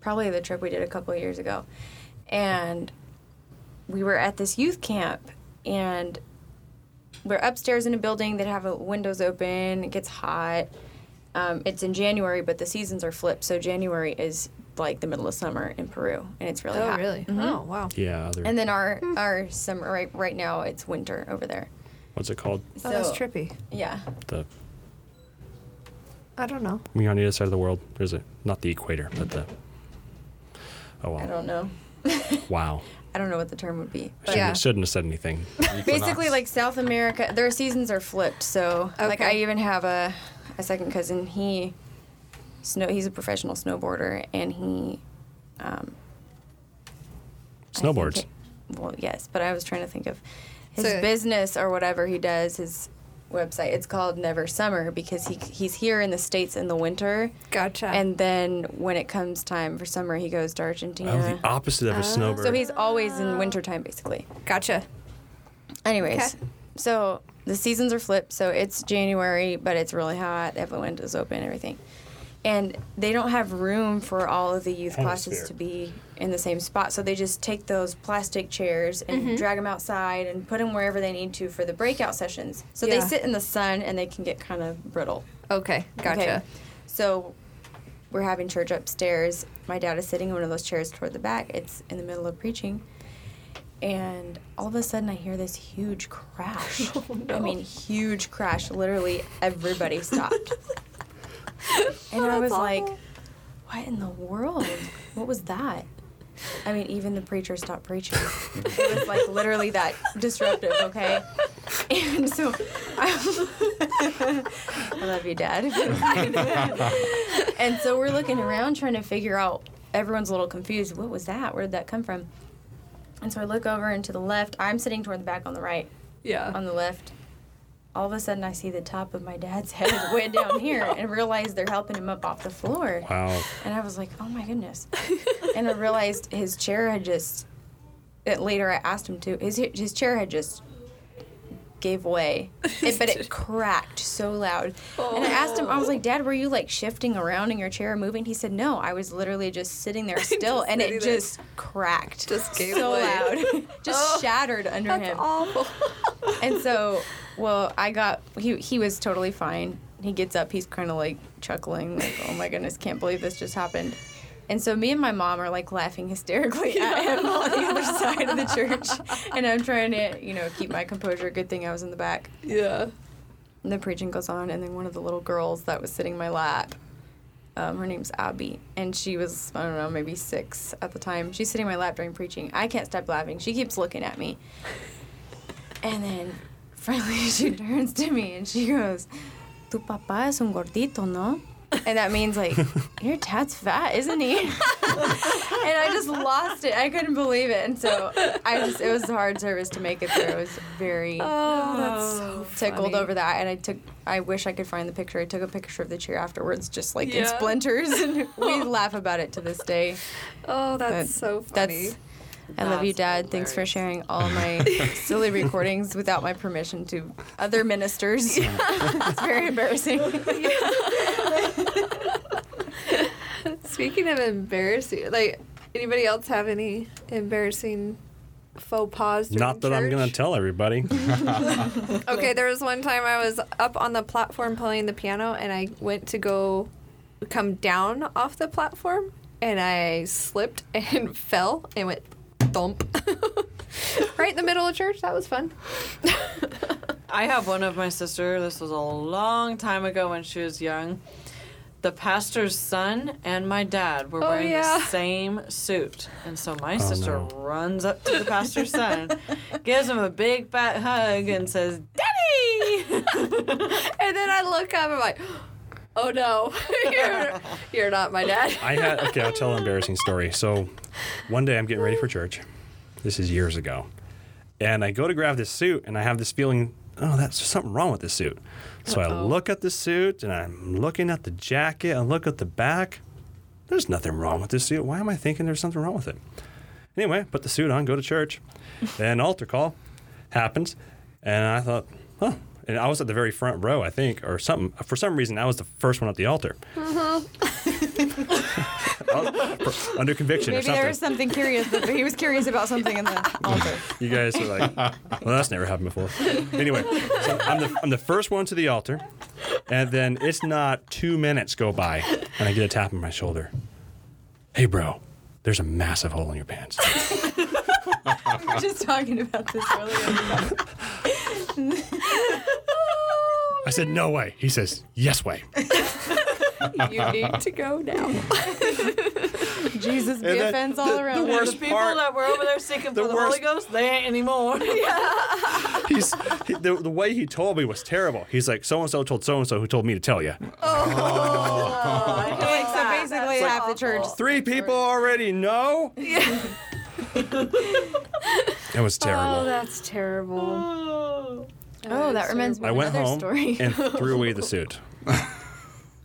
Speaker 4: probably the trip we did a couple of years ago, and we were at this youth camp, and we're upstairs in a building that have uh, windows open. It gets hot. Um, it's in January, but the seasons are flipped, so January is like the middle of summer in Peru, and it's really Mm-hmm.
Speaker 3: Oh,
Speaker 4: hot.
Speaker 3: really? Oh, wow.
Speaker 1: Yeah. Other,
Speaker 4: And then our our summer right right now it's winter over there.
Speaker 1: what's it called?
Speaker 3: Oh, that's trippy.
Speaker 4: Yeah,
Speaker 1: The
Speaker 3: I don't know.
Speaker 1: I mean, on the other side of the world, there's a not the equator, but the oh
Speaker 4: I
Speaker 1: wow,
Speaker 4: don't know.
Speaker 1: wow.
Speaker 4: I don't know what the term would be. But
Speaker 1: Shouldn't,
Speaker 3: Yeah.
Speaker 1: shouldn't have said anything.
Speaker 4: basically, like South America, their seasons are flipped. So, like, I
Speaker 3: Okay.
Speaker 4: even have a a second cousin. He snow. He's a professional snowboarder, and he um, I think
Speaker 1: Snowboards.
Speaker 4: it- well, yes, but I was trying to think of his
Speaker 3: So-
Speaker 4: business or whatever he does. His website. It's called Never Summer because he he's here in the states in the winter,
Speaker 3: Gotcha.
Speaker 4: and then when it comes time for summer, he goes to
Speaker 1: Oh,
Speaker 4: Argentina.
Speaker 1: the opposite of a snowbird.
Speaker 4: so he's always in wintertime, basically.
Speaker 3: gotcha.
Speaker 4: Anyways,
Speaker 3: Okay.
Speaker 4: so the seasons are flipped. So it's January, but it's really hot. They have the windows open, everything. And they don't have room for all of the youth
Speaker 1: Hemisphere.
Speaker 4: classes to be in the same spot. So they just take those plastic chairs and
Speaker 3: Mm-hmm.
Speaker 4: drag them outside and put them wherever they need to for the breakout sessions. So
Speaker 3: Yeah.
Speaker 4: they sit in the sun and they can get kind of brittle.
Speaker 3: Okay, gotcha.
Speaker 4: Okay. So we're having church upstairs. My dad is sitting in one of those chairs toward the back. It's in the middle of preaching. And all of a sudden, I hear this huge crash. I mean, huge crash. Literally, everybody stopped. and I was like, what in the world? What was that? I mean, even the preacher stopped preaching. it was like literally that disruptive, okay? And so I, I love you, Dad. and so we're looking around trying to figure out, everyone's a little confused. What was that? Where did that come from? And so I look over and to the left, I'm sitting toward the back on the right
Speaker 3: Yeah.
Speaker 4: on the left. All of a sudden, I see the top of my dad's head way down here and realize they're helping him up off the floor.
Speaker 1: wow.
Speaker 4: And I was like, oh my goodness. and I realized his chair had just, it, later I asked him to, his, his chair had just gave way. It, but it cracked so loud. And I asked him, I was like, Dad, were you like shifting around in your chair and moving? He said, no, I was literally just sitting there still and it
Speaker 3: sitting there.
Speaker 4: just cracked.
Speaker 3: Just gave
Speaker 4: So
Speaker 3: way. Oh.
Speaker 4: loud. just shattered under him.
Speaker 3: awful.
Speaker 4: And so, well, I got he he was totally fine. He gets up, he's kind of like chuckling, like, "Oh my goodness, can't believe this just happened." And so me and my mom are like laughing hysterically at him on the other side of the church, and I'm trying to, you know, keep my composure. Good thing I was in the back.
Speaker 3: yeah.
Speaker 4: And the preaching goes on, and then one of the little girls that was sitting in my lap, um, her name's Abby, and she was, I don't know, maybe six at the time. She's sitting in my lap during preaching. I can't stop laughing. She keeps looking at me. And then finally she turns to me and she goes, Tu papá es un gordito, no? And that means like, your dad's fat, isn't he? and I just lost it. I couldn't believe it. And so I just, it was a hard service to make it through. It was very
Speaker 3: Oh,
Speaker 4: tickled
Speaker 3: funny.
Speaker 4: over that and I took I wish I could find the picture. I took a picture of the chair afterwards just like in
Speaker 3: Yeah.
Speaker 4: splinters and we laugh about it to this day.
Speaker 3: oh, that's
Speaker 4: But
Speaker 3: so funny.
Speaker 4: That's I love you,
Speaker 5: That's
Speaker 4: Dad. Thanks for
Speaker 5: hilarious.
Speaker 4: sharing all my silly recordings without my permission to other ministers. it's very embarrassing.
Speaker 3: Speaking of embarrassing, like anybody else have any embarrassing faux pas? during
Speaker 1: Not that I'm gonna
Speaker 3: church?
Speaker 1: tell everybody.
Speaker 3: Okay, there was one time I was up on the platform playing the piano, and I went to go come down off the platform, and I slipped and fell and went thump right in the middle of church. That was fun.
Speaker 5: I have one of my sister. This was a long time ago when she was young. The pastor's son and my dad were
Speaker 3: Oh,
Speaker 5: wearing
Speaker 3: yeah.
Speaker 5: the same suit. And so my sister
Speaker 1: Oh, no.
Speaker 5: runs up to the pastor's son, gives him a big fat hug, and says, Daddy!
Speaker 3: And then I look up, I'm like, oh no, you're, you're not my dad.
Speaker 1: I had okay. I'll tell an embarrassing story. So, one day I'm getting ready for church. This is years ago, and I go to grab this suit, and I have this feeling, oh, that's there's something wrong with this suit. So I look at the suit, and I'm looking at the jacket, and look at the back. There's nothing wrong with this suit. Why am I thinking there's something wrong with it? Anyway, put the suit on, go to church. Then altar call happens, and I thought, huh. And I was at the very front row, I think, or something. For some reason, I was the first one at the altar.
Speaker 4: Uh-huh.
Speaker 1: under conviction or
Speaker 4: Maybe
Speaker 1: something.
Speaker 4: there was something curious, but he was curious about something in the altar.
Speaker 1: you guys are like, well, that's never happened before. Anyway, so I'm the, I'm the first one to the altar, and then it's not two minutes go by, and I get a tap on my shoulder. Hey, bro, there's a massive hole in your pants.
Speaker 4: We were just talking about this earlier.
Speaker 1: I said, No way. He says, Yes way.
Speaker 3: you need to go now.
Speaker 4: Jesus, be
Speaker 2: And that-
Speaker 4: offense
Speaker 2: the-
Speaker 4: all
Speaker 2: the
Speaker 4: around.
Speaker 2: worst-
Speaker 5: Those people
Speaker 2: part-
Speaker 5: that were over there seeking
Speaker 1: the
Speaker 5: for the
Speaker 1: worst-
Speaker 5: Holy Ghost, they ain't anymore.
Speaker 1: He's he, the, the way he told me was terrible. He's like, So and so told so and so who told me to tell you.
Speaker 4: Like, so basically, half the church.
Speaker 1: Three people already know. Yeah. it was terrible.
Speaker 3: that's terrible.
Speaker 4: Oh, that reminds me
Speaker 1: I
Speaker 4: of
Speaker 1: went
Speaker 4: another
Speaker 1: home
Speaker 4: story.
Speaker 1: and threw away the suit.
Speaker 4: was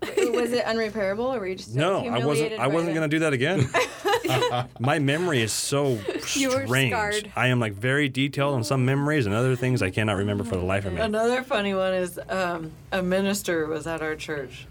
Speaker 4: it unrepairable, or were you just
Speaker 1: No, I wasn't. I wasn't gonna do that again. My memory is so
Speaker 3: You were
Speaker 1: strange.
Speaker 3: scarred.
Speaker 1: I am like very detailed on some memories and other things I cannot remember for the life of me.
Speaker 5: Another funny one is um, a minister was at our church,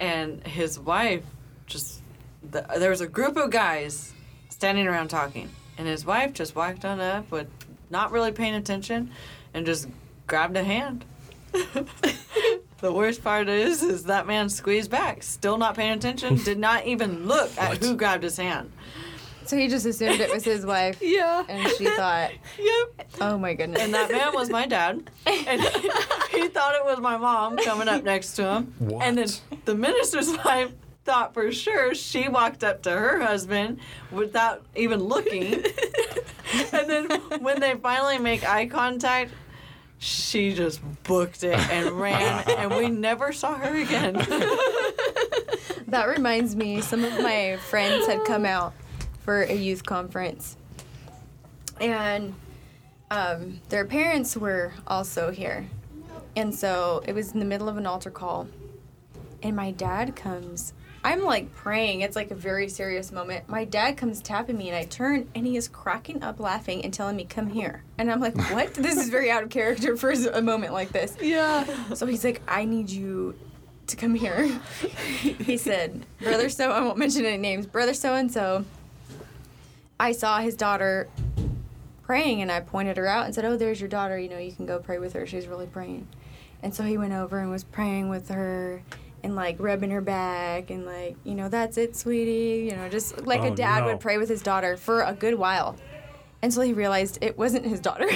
Speaker 5: and his wife just the, there was a group of guys standing around talking, and his wife just walked on up with not really paying attention, and just grabbed a hand. the worst part is, is that man squeezed back, still not paying attention, did not even look at who grabbed his hand.
Speaker 4: So he just assumed it was his wife,
Speaker 3: Yeah.
Speaker 4: and she thought,
Speaker 5: Yep.
Speaker 4: "Oh my goodness."
Speaker 5: And that man was my dad. And he, he thought it was my mom coming up next to him. And then the minister's wife thought for sure she walked up to her husband without even looking. and then when they finally make eye contact, she just booked it and ran, and we never saw her again.
Speaker 4: That reminds me, some of my friends had come out for a youth conference, and um, their parents were also here. And so it was in the middle of an altar call, and my dad comes. I'm like praying. It's like a very serious moment. My dad comes tapping me, and I turn, and he is cracking up laughing and telling me, Come here. And I'm like, What? this is very out of character for a moment like this.
Speaker 3: Yeah.
Speaker 4: So he's like, I need you to come here. he said, Brother so, I won't mention any names, Brother so and so, I saw his daughter praying and I pointed her out and said, Oh, there's your daughter. You know, you can go pray with her. She's really praying. And so he went over and was praying with her and like rubbing her back and like, you know, that's it, sweetie. You know, just like
Speaker 1: Oh,
Speaker 4: a dad
Speaker 1: no.
Speaker 4: would pray with his daughter for a good while until he realized it wasn't his daughter.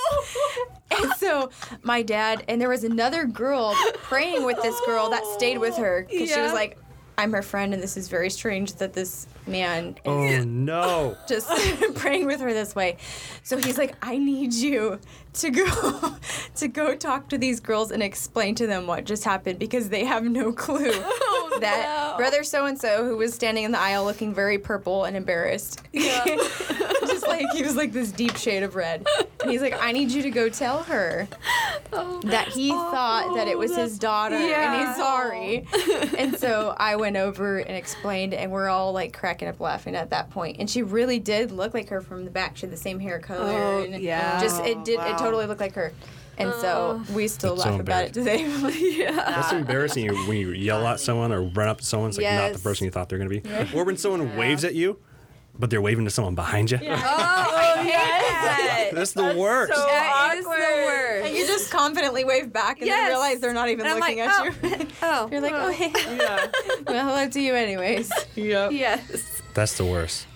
Speaker 4: and so my dad and there was another girl praying with this girl that stayed with her because she
Speaker 3: Yeah.
Speaker 4: was like, "I'm her friend, and this is very strange that this man is
Speaker 1: Oh no!
Speaker 4: just praying with her this way." So he's like, "I need you to go to go talk to these girls and explain to them what just happened because they have no clue." That brother so and so who was standing in the aisle looking very purple and embarrassed. just like he was like this deep shade of red. And he's like, I need you to go tell her that he thought that it was his daughter and he's sorry. and so I went over and explained, and we're all like cracking up laughing at that point. And she really did look like her from the back. She had the same hair color.
Speaker 3: Oh,
Speaker 4: and
Speaker 3: yeah.
Speaker 4: Just it did. It totally looked like her. And so we still
Speaker 1: That's so
Speaker 4: laugh about it today. yeah.
Speaker 1: That's embarrassing when you yell at someone or run up to someone. It's like not the
Speaker 3: Yes.
Speaker 1: person you thought they're gonna be, or when someone waves at you, but they're waving to someone behind you.
Speaker 3: Oh, yes.
Speaker 1: That's the worst.
Speaker 3: That is the worst.
Speaker 4: And you just confidently wave back and
Speaker 3: Yes.
Speaker 4: then realize they're not even
Speaker 3: And I'm
Speaker 4: looking
Speaker 3: like,
Speaker 4: at
Speaker 3: "Oh."
Speaker 4: you.
Speaker 3: Oh.
Speaker 4: You're like, oh, hey.
Speaker 5: yeah.
Speaker 4: well, hello to you, anyways.
Speaker 5: Yep.
Speaker 3: Yes.
Speaker 1: That's the worst.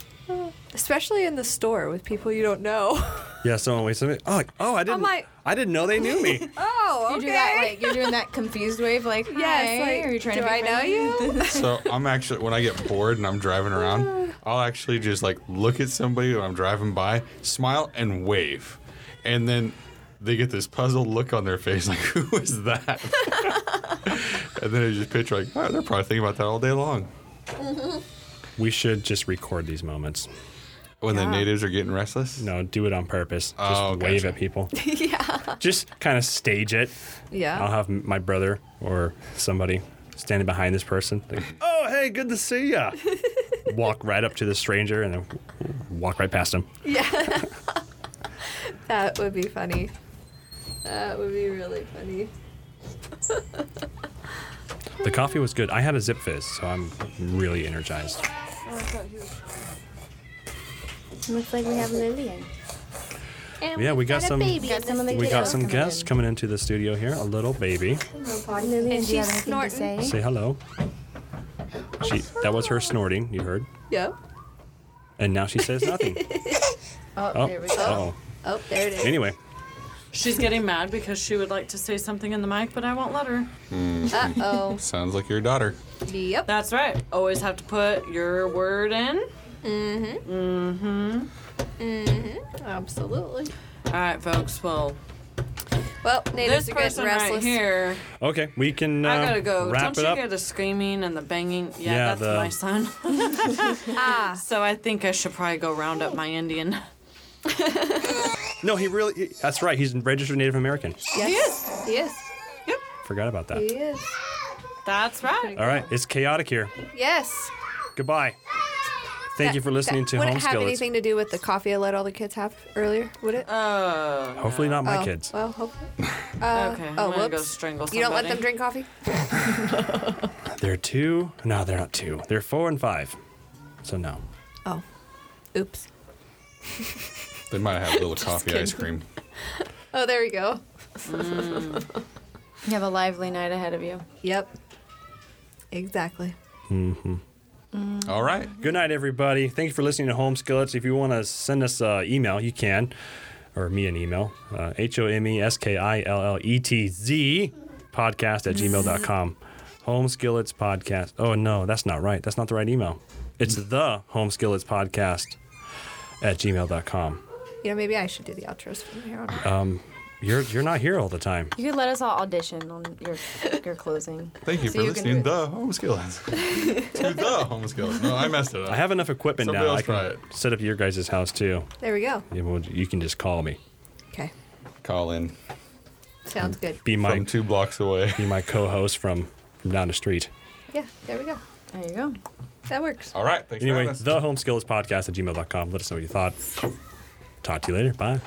Speaker 3: Especially in the store with people you don't know.
Speaker 1: Yeah, someone waves at me. Oh, like, oh, I didn't.
Speaker 3: like-
Speaker 1: I didn't know they knew me.
Speaker 3: Oh,
Speaker 4: You
Speaker 3: okay.
Speaker 4: do that like you're doing that confused wave, like, hi,
Speaker 3: yes. Like,
Speaker 4: are you trying
Speaker 3: do
Speaker 4: to be
Speaker 3: I know
Speaker 4: friendly?"
Speaker 3: you?
Speaker 2: So I'm actually when I get bored and I'm driving around, I'll actually just like look at somebody when I'm driving by, smile and wave, and then they get this puzzled look on their face, like who is that? and then I just picture like, oh, they're probably thinking about that all day long.
Speaker 1: We should just record these moments.
Speaker 2: When the natives are getting restless.
Speaker 1: No, do it on purpose. Just
Speaker 2: Oh,
Speaker 1: wave
Speaker 2: gotcha.
Speaker 1: at people. yeah. Just kind of stage it.
Speaker 3: Yeah.
Speaker 1: I'll have m- my brother or somebody standing behind this person. Like, oh, hey, good to see ya. walk right up to the stranger and then walk right past him.
Speaker 3: Yeah. that would be funny. That would be really funny.
Speaker 1: The coffee was good. I had a zip fizz, so I'm really energized.
Speaker 7: Looks like we have Lillian. And
Speaker 1: Yeah, we got some-
Speaker 7: Baby got some of the
Speaker 1: We got some guests coming into the studio here. A little baby.
Speaker 7: Lillian, do you have anything to
Speaker 3: snorting.
Speaker 7: say?
Speaker 1: Say hello.
Speaker 7: Oh,
Speaker 1: She, that was her snorting, you heard.
Speaker 3: Yep.
Speaker 1: And now she says nothing.
Speaker 4: Oh,
Speaker 1: Oh,
Speaker 4: there we go.
Speaker 1: oh.
Speaker 3: Oh, there it is.
Speaker 1: Anyway,
Speaker 5: She's getting mad because she would like to say something in the mic, but I won't let her.
Speaker 3: Uh oh.
Speaker 2: Sounds like your daughter.
Speaker 3: Yep.
Speaker 5: That's right. Always have to put your word in.
Speaker 3: Absolutely.
Speaker 5: All right, folks. Well,
Speaker 3: Well, natives
Speaker 5: this
Speaker 3: are getting
Speaker 5: person
Speaker 3: restless.
Speaker 5: right here,
Speaker 1: okay, we can uh,
Speaker 5: I gotta go.
Speaker 1: wrap
Speaker 5: Don't
Speaker 1: it
Speaker 5: you
Speaker 1: up.
Speaker 5: hear the screaming and the banging? Yeah,
Speaker 1: Yeah,
Speaker 5: that's
Speaker 1: the-
Speaker 5: my son.
Speaker 3: Ah.
Speaker 5: so I think I should probably go round up my Indian.
Speaker 1: No, he really. he- that's right. He's registered Native American.
Speaker 3: Yes. Yes.
Speaker 1: Forgot about that.
Speaker 3: Yes.
Speaker 5: That's right.
Speaker 1: All right, it's chaotic here.
Speaker 3: Yes.
Speaker 1: Goodbye. Thank
Speaker 3: That-
Speaker 1: you for listening
Speaker 3: that
Speaker 1: to
Speaker 3: Wouldn't
Speaker 1: Home
Speaker 3: have
Speaker 1: Skillets.
Speaker 3: anything to do with the coffee I let all the kids have earlier, would it?
Speaker 5: Oh.
Speaker 1: Hopefully not my
Speaker 3: Oh,
Speaker 1: kids.
Speaker 3: Well, hopefully. Uh,
Speaker 5: Okay, I'm
Speaker 3: Oh,
Speaker 5: gonna go
Speaker 3: whoops.
Speaker 5: strangle
Speaker 3: You don't let
Speaker 5: somebody.
Speaker 3: them drink coffee?
Speaker 1: They're two. No, they're not two. They're four and five. So no.
Speaker 3: Oh. Oops.
Speaker 2: They might have a little coffee ice cream.
Speaker 3: Oh, there we go.
Speaker 4: You have a lively night ahead of you.
Speaker 3: Yep. Exactly.
Speaker 2: All right.
Speaker 1: Good night, everybody. Thank you for listening to Home Skillets. If you want to send us an email, you can, or me an email, H O M E S K I L L E T Z podcast at gmail.com. Home Skillets podcast. Oh, no, that's not right. That's not the right email. It's the Home Skillets podcast at gmail.com.
Speaker 3: You know, maybe I should do the outros from here on.
Speaker 1: Oh.
Speaker 3: out.
Speaker 1: You're, you're not here all the time.
Speaker 4: You could let us all audition on your your closing.
Speaker 2: Thank you for
Speaker 4: you can
Speaker 2: listening.
Speaker 4: do
Speaker 2: The home skillets. to the home skillets. No, I messed it up.
Speaker 1: I have enough equipment
Speaker 2: Somebody
Speaker 1: now.
Speaker 2: else
Speaker 1: I can
Speaker 2: try it.
Speaker 1: set up your guys' house too.
Speaker 3: There we go.
Speaker 1: You, know, you can just call me.
Speaker 3: Okay.
Speaker 2: Call in
Speaker 3: Sounds good.
Speaker 1: Be my
Speaker 2: from two blocks away.
Speaker 1: be my co-host from, from down the street.
Speaker 3: Yeah, there we go.
Speaker 4: There you go.
Speaker 3: That works.
Speaker 2: All right. Thanks for
Speaker 1: Anyway,
Speaker 2: having us.
Speaker 1: the home skills podcast at gmail.com. Let us know what you thought. Talk to you later. Bye.